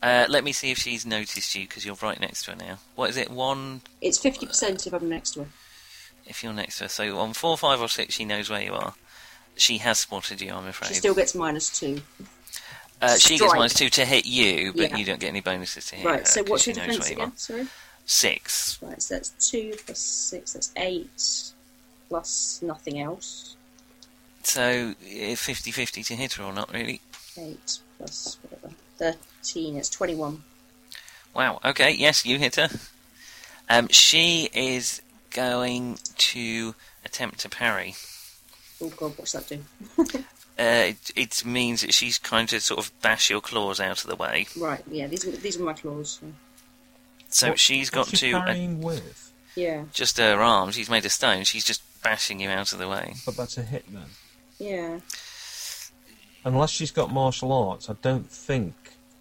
Uh, let me see if she's noticed you because you're right next to her now. What is it? One. It's fifty percent if I'm next to her. If you're next to her, so on four, five, or six, she knows where you are. She has spotted you. I'm afraid. She still gets minus two. uh, she gets Strike. minus two to hit you, but Yeah. you don't get any bonuses to hit. her Right, so 'cause what's she your knows defense where you are. again? Sorry. Six. Right, so that's two plus six, that's eight, plus nothing else. So 50-50 to hit her or not, really. Eight plus whatever. Thirteen, it's twenty-one. Wow. Okay. Yes, you hit her. Um, she is going to attempt to parry. Oh god, what's that do? Uh, it, it means that she's trying to sort of bash your claws out of the way. Right, yeah, these were these were my claws. so- So What- she's got what's she to uh, parrying with, Yeah, just her arm. She's made of stone. She's just bashing you out of the way. but that's a hit then. yeah. Unless she's got martial arts, I don't think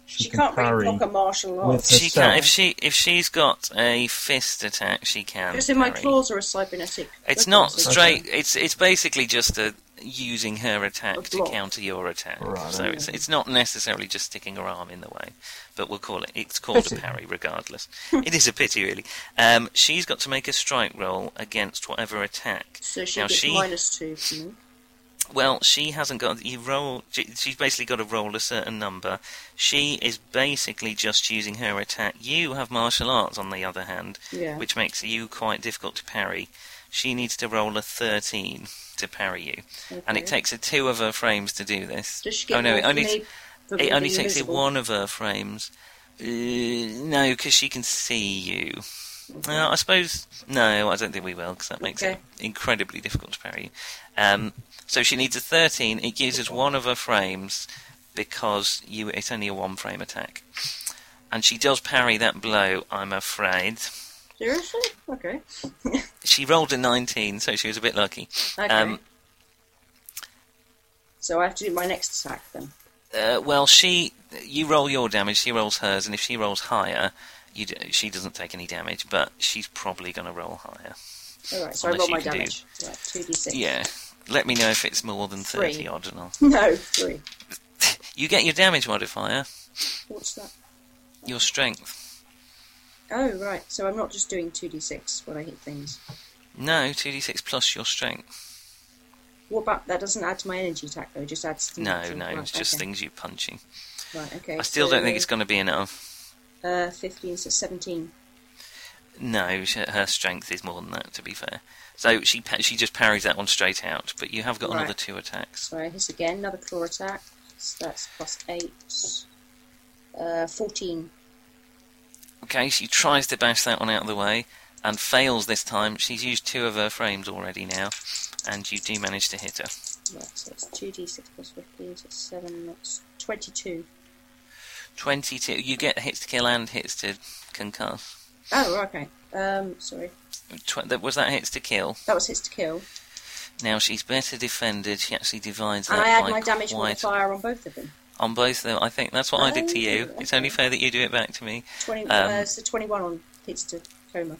she, She, can't parry. really block a martial with arts. her- She can if Herself. she if she's got a fist attack, she can. Because in my parry. claws are a cybernetic. It's weapon, not so- straight. It's it's basically just a using her A attack to block. counter your attack. Right. So it's it's not necessarily just sticking her arm in the way, but we'll call it. It's called Pity. a parry, regardless. it is a pity, really. Um, she's got to make a strike roll against whatever attack. So she now gets she minus two from me. well, she hasn't got. You roll. she- She's basically got to roll a certain number. She is basically just using her attack. You have martial arts, on the other hand, Yeah. which makes you quite difficult to parry. She needs to roll a thirteen to parry you, and it Okay. takes her two of her frames to do this. Does she get oh no! It more only from me for it being only takes her invisible? one of her frames. Uh, no, because she can see you. Uh, I suppose no. I don't think we will, because that makes Okay. it incredibly difficult to parry. Um, so she needs a thirteen. It uses one of her frames because you. It's only a one frame attack, and she does parry that blow. I'm afraid Seriously? Okay. she rolled a nineteen, so she was a bit lucky. Okay. Um, so I have to do my next attack then. Uh, well, she, you roll your damage, she rolls hers, and if she rolls higher, you d- she doesn't take any damage, but she's probably going to roll higher. All right, so I Unless roll you my can do- damage. Right, two d six. Yeah. Let me know if it's more than Three. thirty odd, and I'll. No, three. You get your damage modifier, What's that? your strength. Oh, right. So I'm not just doing two d six when I hit things. No, two d six plus your strength. What about that? Doesn't add to my energy attack though. it Just adds. To No, to- no, right, it's just okay. things you're punching. Right. Okay. I still so, don't think it's going to be enough. Uh, fifteen, so seventeen. No, sh- her strength is more than that. To be fair, so she pa- she just parries that one straight out. But you have got Right. another two attacks. So I hit again. Another claw attack. So that's plus eight. Uh, fourteen. Okay, she tries to bash that one out of the way and fails this time. She's used two of her frames already now, and you do manage to hit her. Right. So it's two d six plus fifteen. So it's seven. That's twenty-two. 22. You get hits to kill and hits to concuss. Oh, okay. Um, sorry. Tw- that- was that hits to kill? That was his to kill. Now she's better defended. She actually divides that And I add by my damage quite modifier on both of them. on both though. I think that's what I did to you. Oh, It's only okay. fair that you do it back to me. 20, Um, uh, so 21 on hits to coma.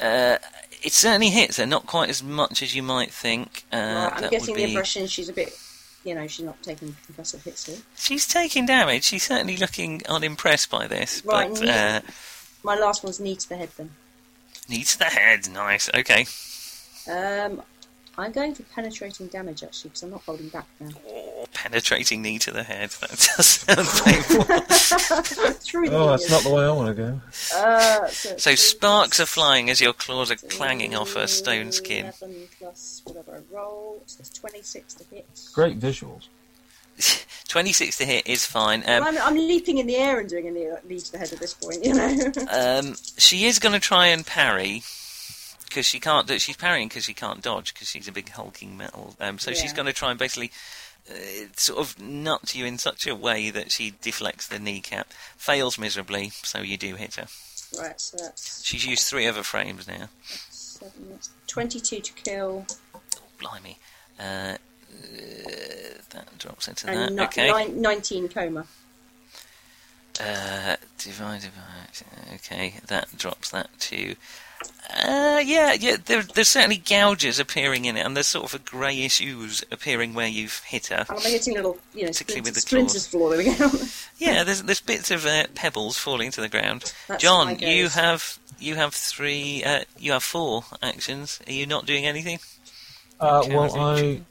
Uh, it certainly hits her, not quite as much as you might think. Uh, Right, I'm that getting would the be... impression she's a bit, you know, she's not taking concussive hits here. She's taking damage. She's certainly looking unimpressed by this. Right, but knee- uh, My last one's knee to the head then. Knee to the head, nice. Okay. Um, I'm going for penetrating damage actually because I'm not holding back now. Oh, penetrating knee to the head. That does sound painful. Through the Oh, that's ears. not the way I want to go. Uh, so, so it's sparks are flying as your claws are clanging off her stone skin. 11 plus whatever I roll. So that's 26 to hit. Great visuals. 26 to hit is fine. Well, Um, I'm, I'm leaping in the air and doing a knee, knee to the head at this point, you know. um, she is going to try and parry. Because she can't, do, she's parrying because she can't dodge because she's a big hulking metal. Um, so she's Yeah. going to try and basically uh, sort of nut you in such a way that she deflects the kneecap. Fails miserably, so you do hit her. right, so that's She's used three other frames now. seven, that's 22 to kill Blimey. Uh, uh, that drops into that. and ni- okay. nine, 19 coma. Uh, divided by. Okay, that drops that to. Uh, yeah, yeah. There, there's certainly gouges appearing in it, and there's sort of a greyish ooze appearing where you've hit her. And I'm hitting little, you know, Particularly with splinters, the splinters falling out. Yeah, there's there's bits of uh, pebbles falling to the ground. That's my John, goes. you have you have three, uh, you have four actions. Are you not doing anything? Uh, Okay, well, I I, think-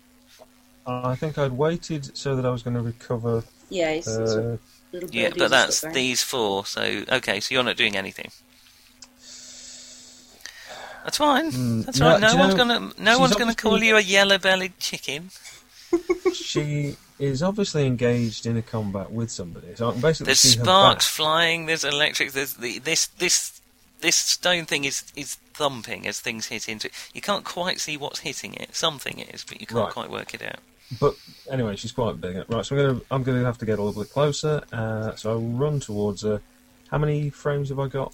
I think I'd waited so that I was going to recover. Yeah, it's, it's sort of Uh, little Yeah, birdies but and that's stuff, right? these four. So okay, so you're not doing anything. That's fine. That's Hmm, no, right. do No you one's know, gonna. No she's one's gonna obviously- call you a yellow-bellied chicken. she is obviously engaged in a combat with somebody, so I can basically There's see her sparks back. flying. There's electric. There's the, this this this stone thing is is thumping as things hit into it. You can't quite see what's hitting it. Something is, but you can't Right. quite work it out. But anyway, she's quite big. Right, so I'm going to I'm going to have to get a little bit closer. Uh, so I will run towards her. How many frames have I got?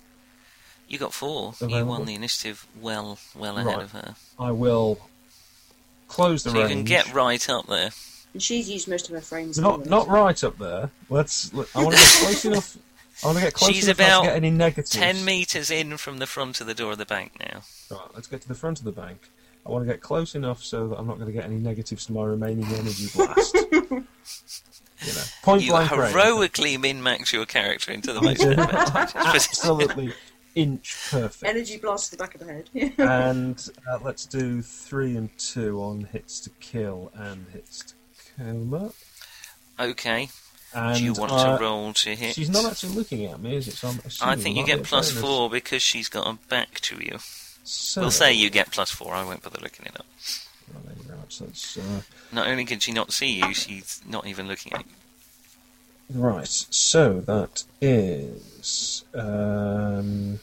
You got four. You Available. won the initiative well well ahead Right. of her. I will close the So you range. can get right up there. And she's used most of her frames. not anyway, not so- right up there. Let's. Look, I want to get close enough. I want to get close She's enough not about to get any negatives. Ten meters in from the front of the door of the bank now. Right, let's get to the front of the bank. I want to get close enough so that I'm not going to get any negatives to my remaining energy blast. you know, point You blank range. heroically min-max your character into the most advantageous position. absolutely inch perfect. Energy blast to the back of the head. And uh, let's do three and two on hits to kill and hits to coma. Okay. And Do you want uh, to roll to hit? She's not actually looking at me, is it? So I'm I assuming it think you might be get a plus bonus. four because she's got a back to you. So, We'll say you get plus four. I won't bother looking it up. Well, there you go, so it's, uh, Not only can she not see you, she's not even looking at you. Right, so that is um,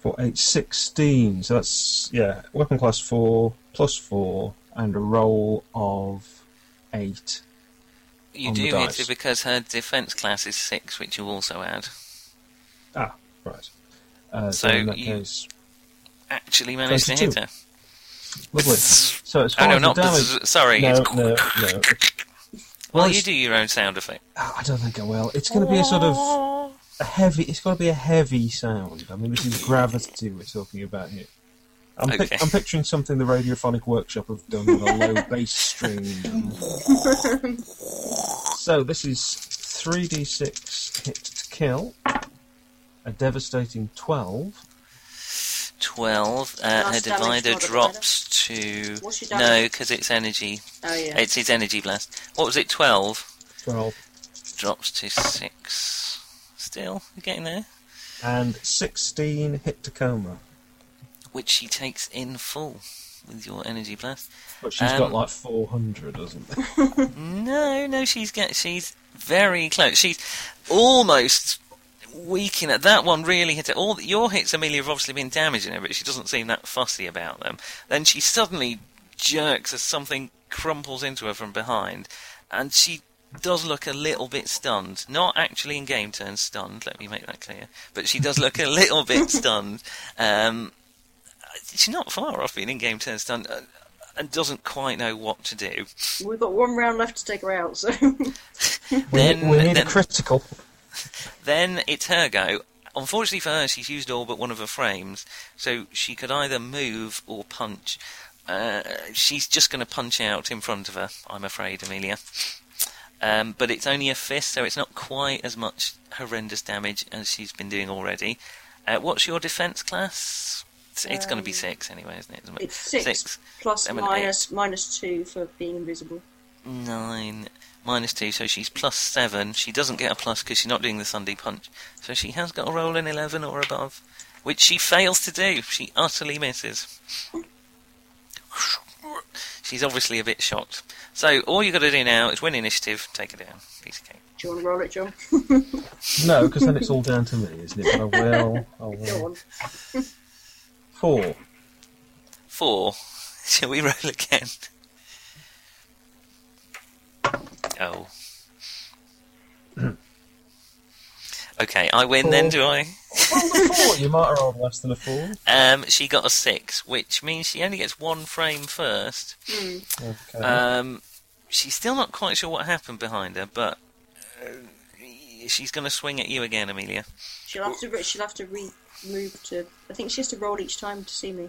for eight sixteen. So that's yeah, weapon class four plus four, and a roll of eight. You On the do dice. hit her because her defense class is six, which you also add. Ah, right. Uh, so, So in that you- case, Actually managed to hit 22. her. lovely. So it's Oh five no, not the damage. the, sorry. no, it's- no, no. Well, Well, you it's- do your own sound effect. Ah, I don't think I will. It's going to be a sort of a heavy. It's got to be a heavy sound. I mean, this is gravity we're talking about here. I'm, pic- Okay. I'm picturing something the Radiophonic Workshop have done with a low bass string. so this is 3d6 hit to kill, a devastating 12. 12. Uh, Last her damage divider for the drops to. What's your No, damage? because it's energy. oh yeah. It's his energy blast. What was it? 12. 12 Drops to 6. Still, you're getting there. and 16 hit to coma. Which she takes in full with your energy blast. But she's Um, got like 400 or something. No, no, she's get, she's very close. She's almost weakened. At that one really hit her. All your hits, Amelia, have obviously been damaging her, but she doesn't seem that fussy about them. Then she suddenly jerks as something crumples into her from behind, and she does look a little bit stunned. Not actually in game terms stunned. Let me make that clear. But she does look a little bit stunned. Um, she's not far off being in game terms stunned. uh, And doesn't quite know what to do. We've got one round left to take her out, so We, Then- need- we need then- a critical. Then it's her go. Unfortunately for her, she's used all but one of her frames, so she could either move or punch. Uh, she's just going to punch out in front of her, I'm afraid, Amelia. Um, but it's only a fist, so it's not quite as much horrendous damage as she's been doing already. Uh, what's your defense class? It's, it's going to be Um, six anyway, isn't it? It's six, Six, plus seven, minus- minus two for being invisible. nine, minus two, so she's plus seven. She doesn't get a plus because she's not doing the Sunday punch. So she has got a roll in 11 or above, which she fails to do. She utterly misses. She's obviously a bit shocked. So all you've got to do now is win initiative, take it down. Piece of cake. Do you want to roll it, John? No, because then it's all down to me, isn't it? But I will. I Go will. on. Four. Four. Shall we roll again? Oh. okay, I win then, do I? Four. You might have rolled less than a four. Um, she got a six, which means she only gets one frame first. Okay. Uh-huh. Um, she's still not quite sure what happened behind her, but uh, she's going to swing at you again, Amelia. She'll have to. Re- she'll have to re- move to. I think she has to roll each time to see me.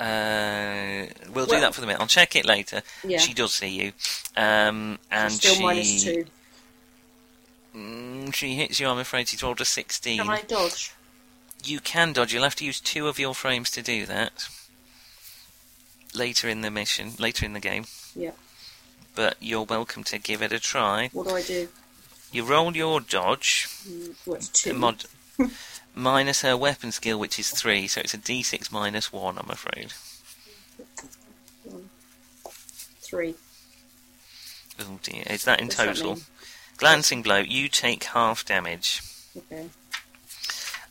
Uh, we'll, do Well- that for the minute. I'll check it later. Yeah. She does see you, um, and She's still she minus two. Mm, she hits you. I'm afraid she's rolled a sixteen. Can I dodge? You can dodge. You'll have to use two of your frames to do that later in the mission, later in the game. Yeah. But you're welcome to give it a try. What do I do? You roll your dodge Mm, What's two? mod minus her weapon skill, which is three, so it's a d6 minus one. I'm afraid. Three. Oh dear, is that in What's that total? mean? Glancing blow. You take half damage. Okay.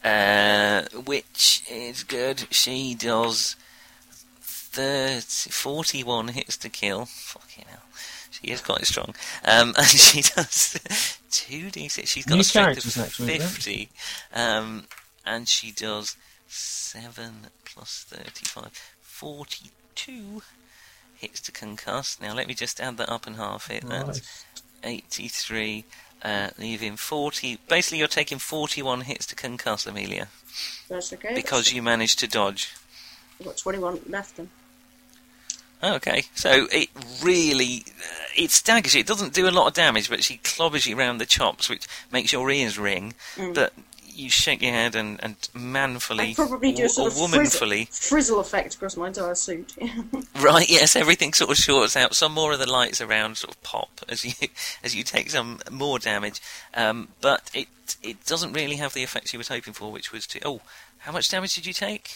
Uh, which is good. She does 30, 41 hits to kill. Fucking hell. She is quite strong. Um, and she does 2d6. She's got New a strength characters of next week, 50. Um, and she does 7 plus 35. 42 hits to concuss. Now let me just add that up and half it. That's Right. 83, uh, leaving 40. Basically, you're taking 41 hits to concuss, Amelia, That's okay. because you managed to dodge. I've got 21 left then. Oh, okay, so it really uh, it staggers you. It doesn't do a lot of damage, but she clobbers you round the chops, which makes your ears ring. But you shake your head and, and manfully, Mm. I probably do or- a sort or of womanfully, frizzle, frizzle effect across my entire suit. Right, yes, everything sort of shorts out. Some more of the lights around sort of pop as you as you take some more damage. Um, but it it doesn't really have the effect she was hoping for, which was to oh, how much damage did you take?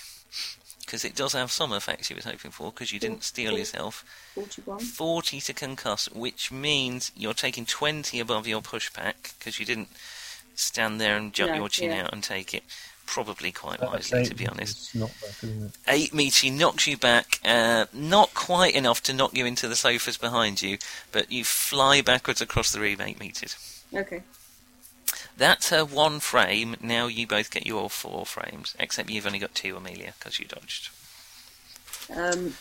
Because it does have some effect she was hoping for, because Mm. you didn't steal yourself. 41. Forty to concuss, which means you're taking twenty above your pushback because you didn't stand there and jut No, your chin yeah. out and take it. Probably quite That's wisely, eight. to be honest It's not bad, isn't it? eight meaty knocks you back, uh, not quite enough to knock you into the sofas behind you, but you fly backwards across the room eight metres. Okay. That's her one frame. Now you both get your four frames, except you've only got two, Amelia, because you dodged. Um,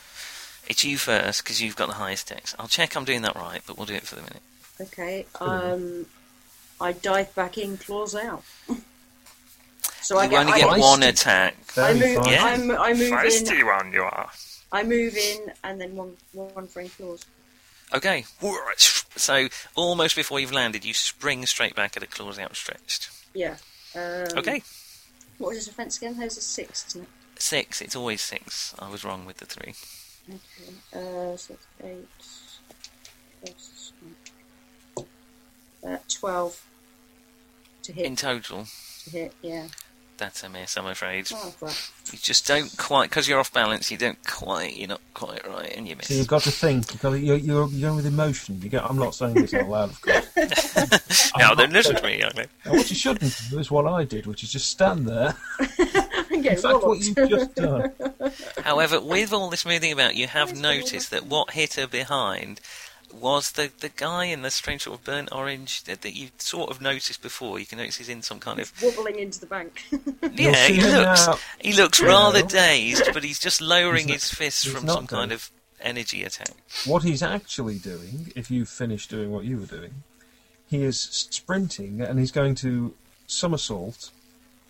It's you first, because you've got the highest dex. I'll check I'm doing that right, but we'll do it for the minute. okay. Um, I dive back in, claws out. so I you get, only I, get Feisty. one attack. I Very move, fine. Yeah. I, mo- I move in, one you are. I move in, and then one, one frame claws. Okay. So, almost before you've landed, you spring straight back at a claws outstretched. Yeah. Um, Okay. What was his offence again? There's a six, isn't it? Six. It's always six. I was wrong with the three. Okay. Uh, so that's eight. plus- Uh, 12 to hit. In total, to hit, yeah. that's a miss, I'm afraid. Oh, crap. You just don't quite, because you're off balance, you don't quite, you're not quite right, and you So you've miss. got to think. You've got to, you're, you're, you're going with emotion. You get, I'm not saying this out loud, of course. Now then, listen to me, young man. Now, what you shouldn't do is what I did, which is just stand there. I'm getting In fact, what walloped. you've just done. However, with all this moving about, you have noticed that what hit her behind was the, the guy in the strange sort of burnt orange that, that you sort of noticed before. You can notice he's in some kind of. Wobbling into the bank. You'll Yeah, see he him looks, now. he looks Yeah. rather dazed, but he's just He's lowering not- his fists he's from not some kind dazed. of energy attack. What he's actually doing, if you've finished doing what you were doing, he is sprinting and he's going to somersault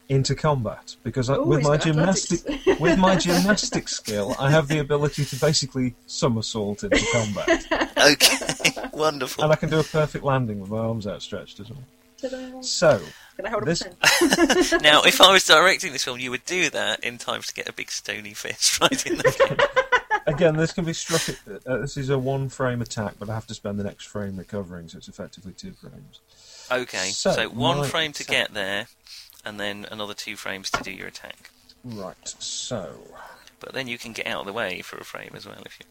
into combat because I, Ooh, with he's my got athletics. gymnastic with my gymnastic skill, I have the ability to basically somersault into combat, Okay, wonderful. and I can do a perfect landing with my arms outstretched as well. Ta-da. So Can I hold a This- percent? Now, if I was directing this film, you would do that in time to get a big stony fist right in the. Again, this can be struck. At, uh, this is a one frame attack, but I have to spend the next frame recovering, so it's effectively two frames. Okay, so, So, one right, frame to so- get there, and then another two frames to do your attack. Right, so. But then you can get out of the way for a frame as well if you.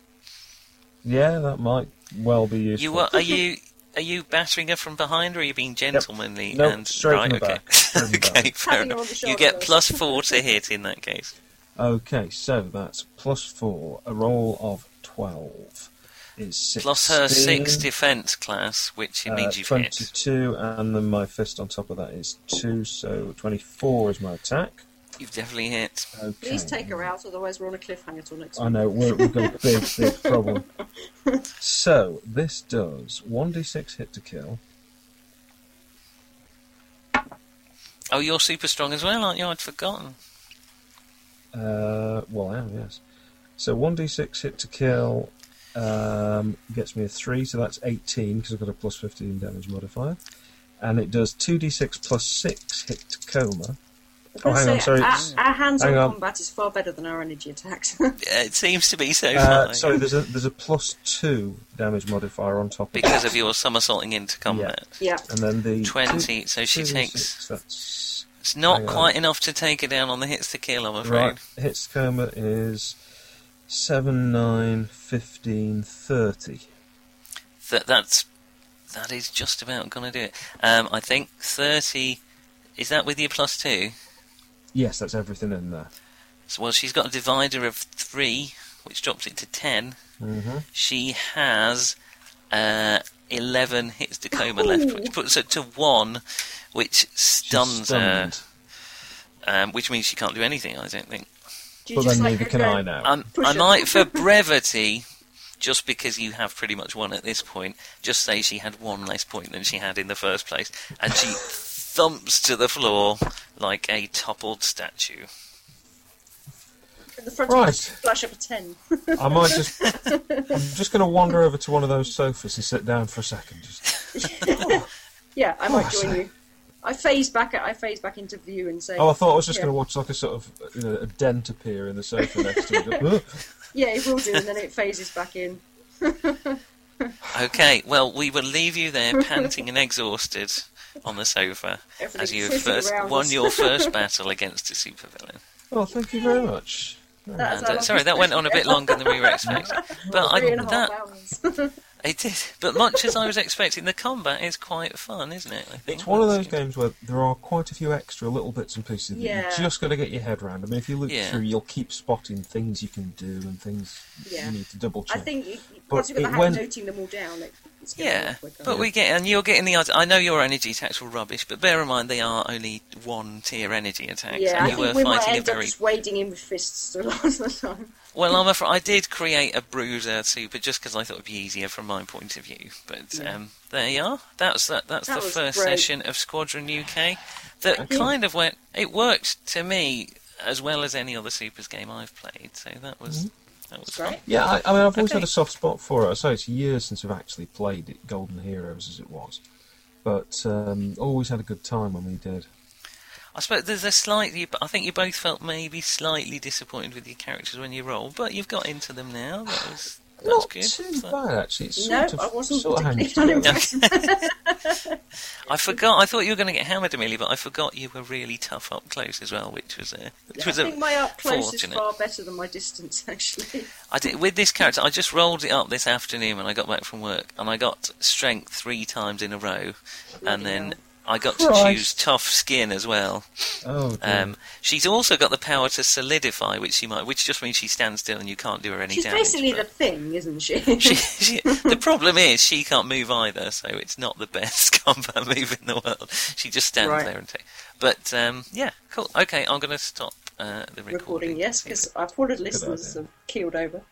Yeah, that might well be useful. You are, are you are you battering her from behind, or are you being gentlemanly Nope, and straight right? from the okay, back, straight from the back. okay, fair Tapping her on the enough. You shoulder get first. plus four to hit in that case. Okay, so that's plus four. A roll of 12 is 16. Plus her six defense class, which it uh, means you've hit. 22, and then my fist on top of that is 2, so 24 is my attack. You've definitely hit. Okay. Oh, Please take her out, otherwise we're on a cliffhanger till next I week. know, we're, we've got a big, big problem. So, this does 1d6 hit to kill. Oh, you're super strong as well, aren't you? I'd forgotten. Uh, well, I am, yes. So 1d6 hit to kill um, gets me a 3, so that's 18 because I've got a plus 15 damage modifier. And it does 2d6 plus 6 hit to coma. Oh, hang on, Say, sorry. Our, it's- our hands-on Hang on. combat is far better than our energy attacks. Yeah, It seems to be so Uh, far. sorry, there's a, there's a plus 2 damage modifier on top of because that. of your somersaulting into combat. yeah. And then the. 20, so she 2d6, takes- That's. It's not Hang on. quite enough to take her down on the hits to kill, I'm afraid. Right, hits to coma is 7, 9, 15, 30. That that's that is just about gonna do it. Um, I think thirty. Is that with your plus two? Yes, that's everything in there. So, well, she's got a divider of three, which drops it to ten. hmm She has uh, eleven hits to coma left, which puts her to one, which stuns her, um, which means she can't do anything. I don't think. Do you But just then like neither her can go, I now. Um, Push I it. might, for brevity, just because you have pretty much won at this point, just say she had one less point than she had in the first place, and she thumps to the floor like a toppled statue. The front Right. right. flash up a ten. I might just. I'm just going to wander over to one of those sofas and sit down for a second. Just, yeah, I might Oh, join sorry. you. I phase back. I phase back into view and say, oh, I thought I was just Yeah. going to watch like a sort of you know, a dent appear in the sofa next to it. "Yeah, it will do," and then it phases back in. Okay, well, we will leave you there, panting and exhausted, on the sofa, as Everything you have whizzing first around won us. your first battle against a supervillain. Oh, thank you very much. That's And, how uh, long sorry, this that went on a bit longer than we were expecting. But I, Three and a half that, hours. It did, but much as I was expecting, the combat is quite fun, isn't it? I think It's one of That's those good. games where there are quite a few extra little bits and pieces that Yeah. you just got to get your head around. I mean, if you look Yeah. through, you'll keep spotting things you can do and things Yeah. you need to double I check. think you- you- But once you've got the it hack of went- noting them all down, it, it's going Yeah, quicker. but we get and you're getting the. idea- I know your energy attacks were rubbish, but bear in mind they are only one tier energy attacks, yeah, and I you think were we might fighting a end up very. just wading in with fists the last of the time. Well, I'm afraid I did create a bruiser too, but just because I thought it'd be easier from my point of view. But Yeah. um, there you are. That's that. That's That the was first great. session of Squadron UK. That Excellent. kind of went. It worked to me as well as any other supers game I've played. So that was that was It's fun. Mm-hmm. great. Yeah, I, I mean, I've always Okay. had a soft spot for it. I say it's years since I've actually played it, Golden Heroes as it was, but um, always had a good time when we did. I suppose there's a slightly. I think you both felt maybe slightly disappointed with your characters when you rolled, but you've got into them now. That was that's Not good. too So- bad actually. It's No, sort of, I wasn't Sort of hangs particularly together. I forgot. I thought you were going to get hammered, Amelia, but I forgot you were really tough up close as well, which was a which I was a think my up close is fortunate. far better than my distance, actually. I did, with this character, I just rolled it up this afternoon when I got back from work, and I got strength three times in a row, Bloody and then hell. I got to Christ. choose tough skin as well. Oh, Hmm. dear. Um, she's also got the power to solidify, which she might, which just means she stands still and you can't do her any She's damage. basically but- the thing, isn't she? she, she, the problem is she can't move either, so it's not the best combat move in the world. She just stands Right. there and takes. But um, yeah, cool. Okay, I'm going to stop uh, the recording. recording, yes, because I've ordered listeners idea. have uh, keeled over.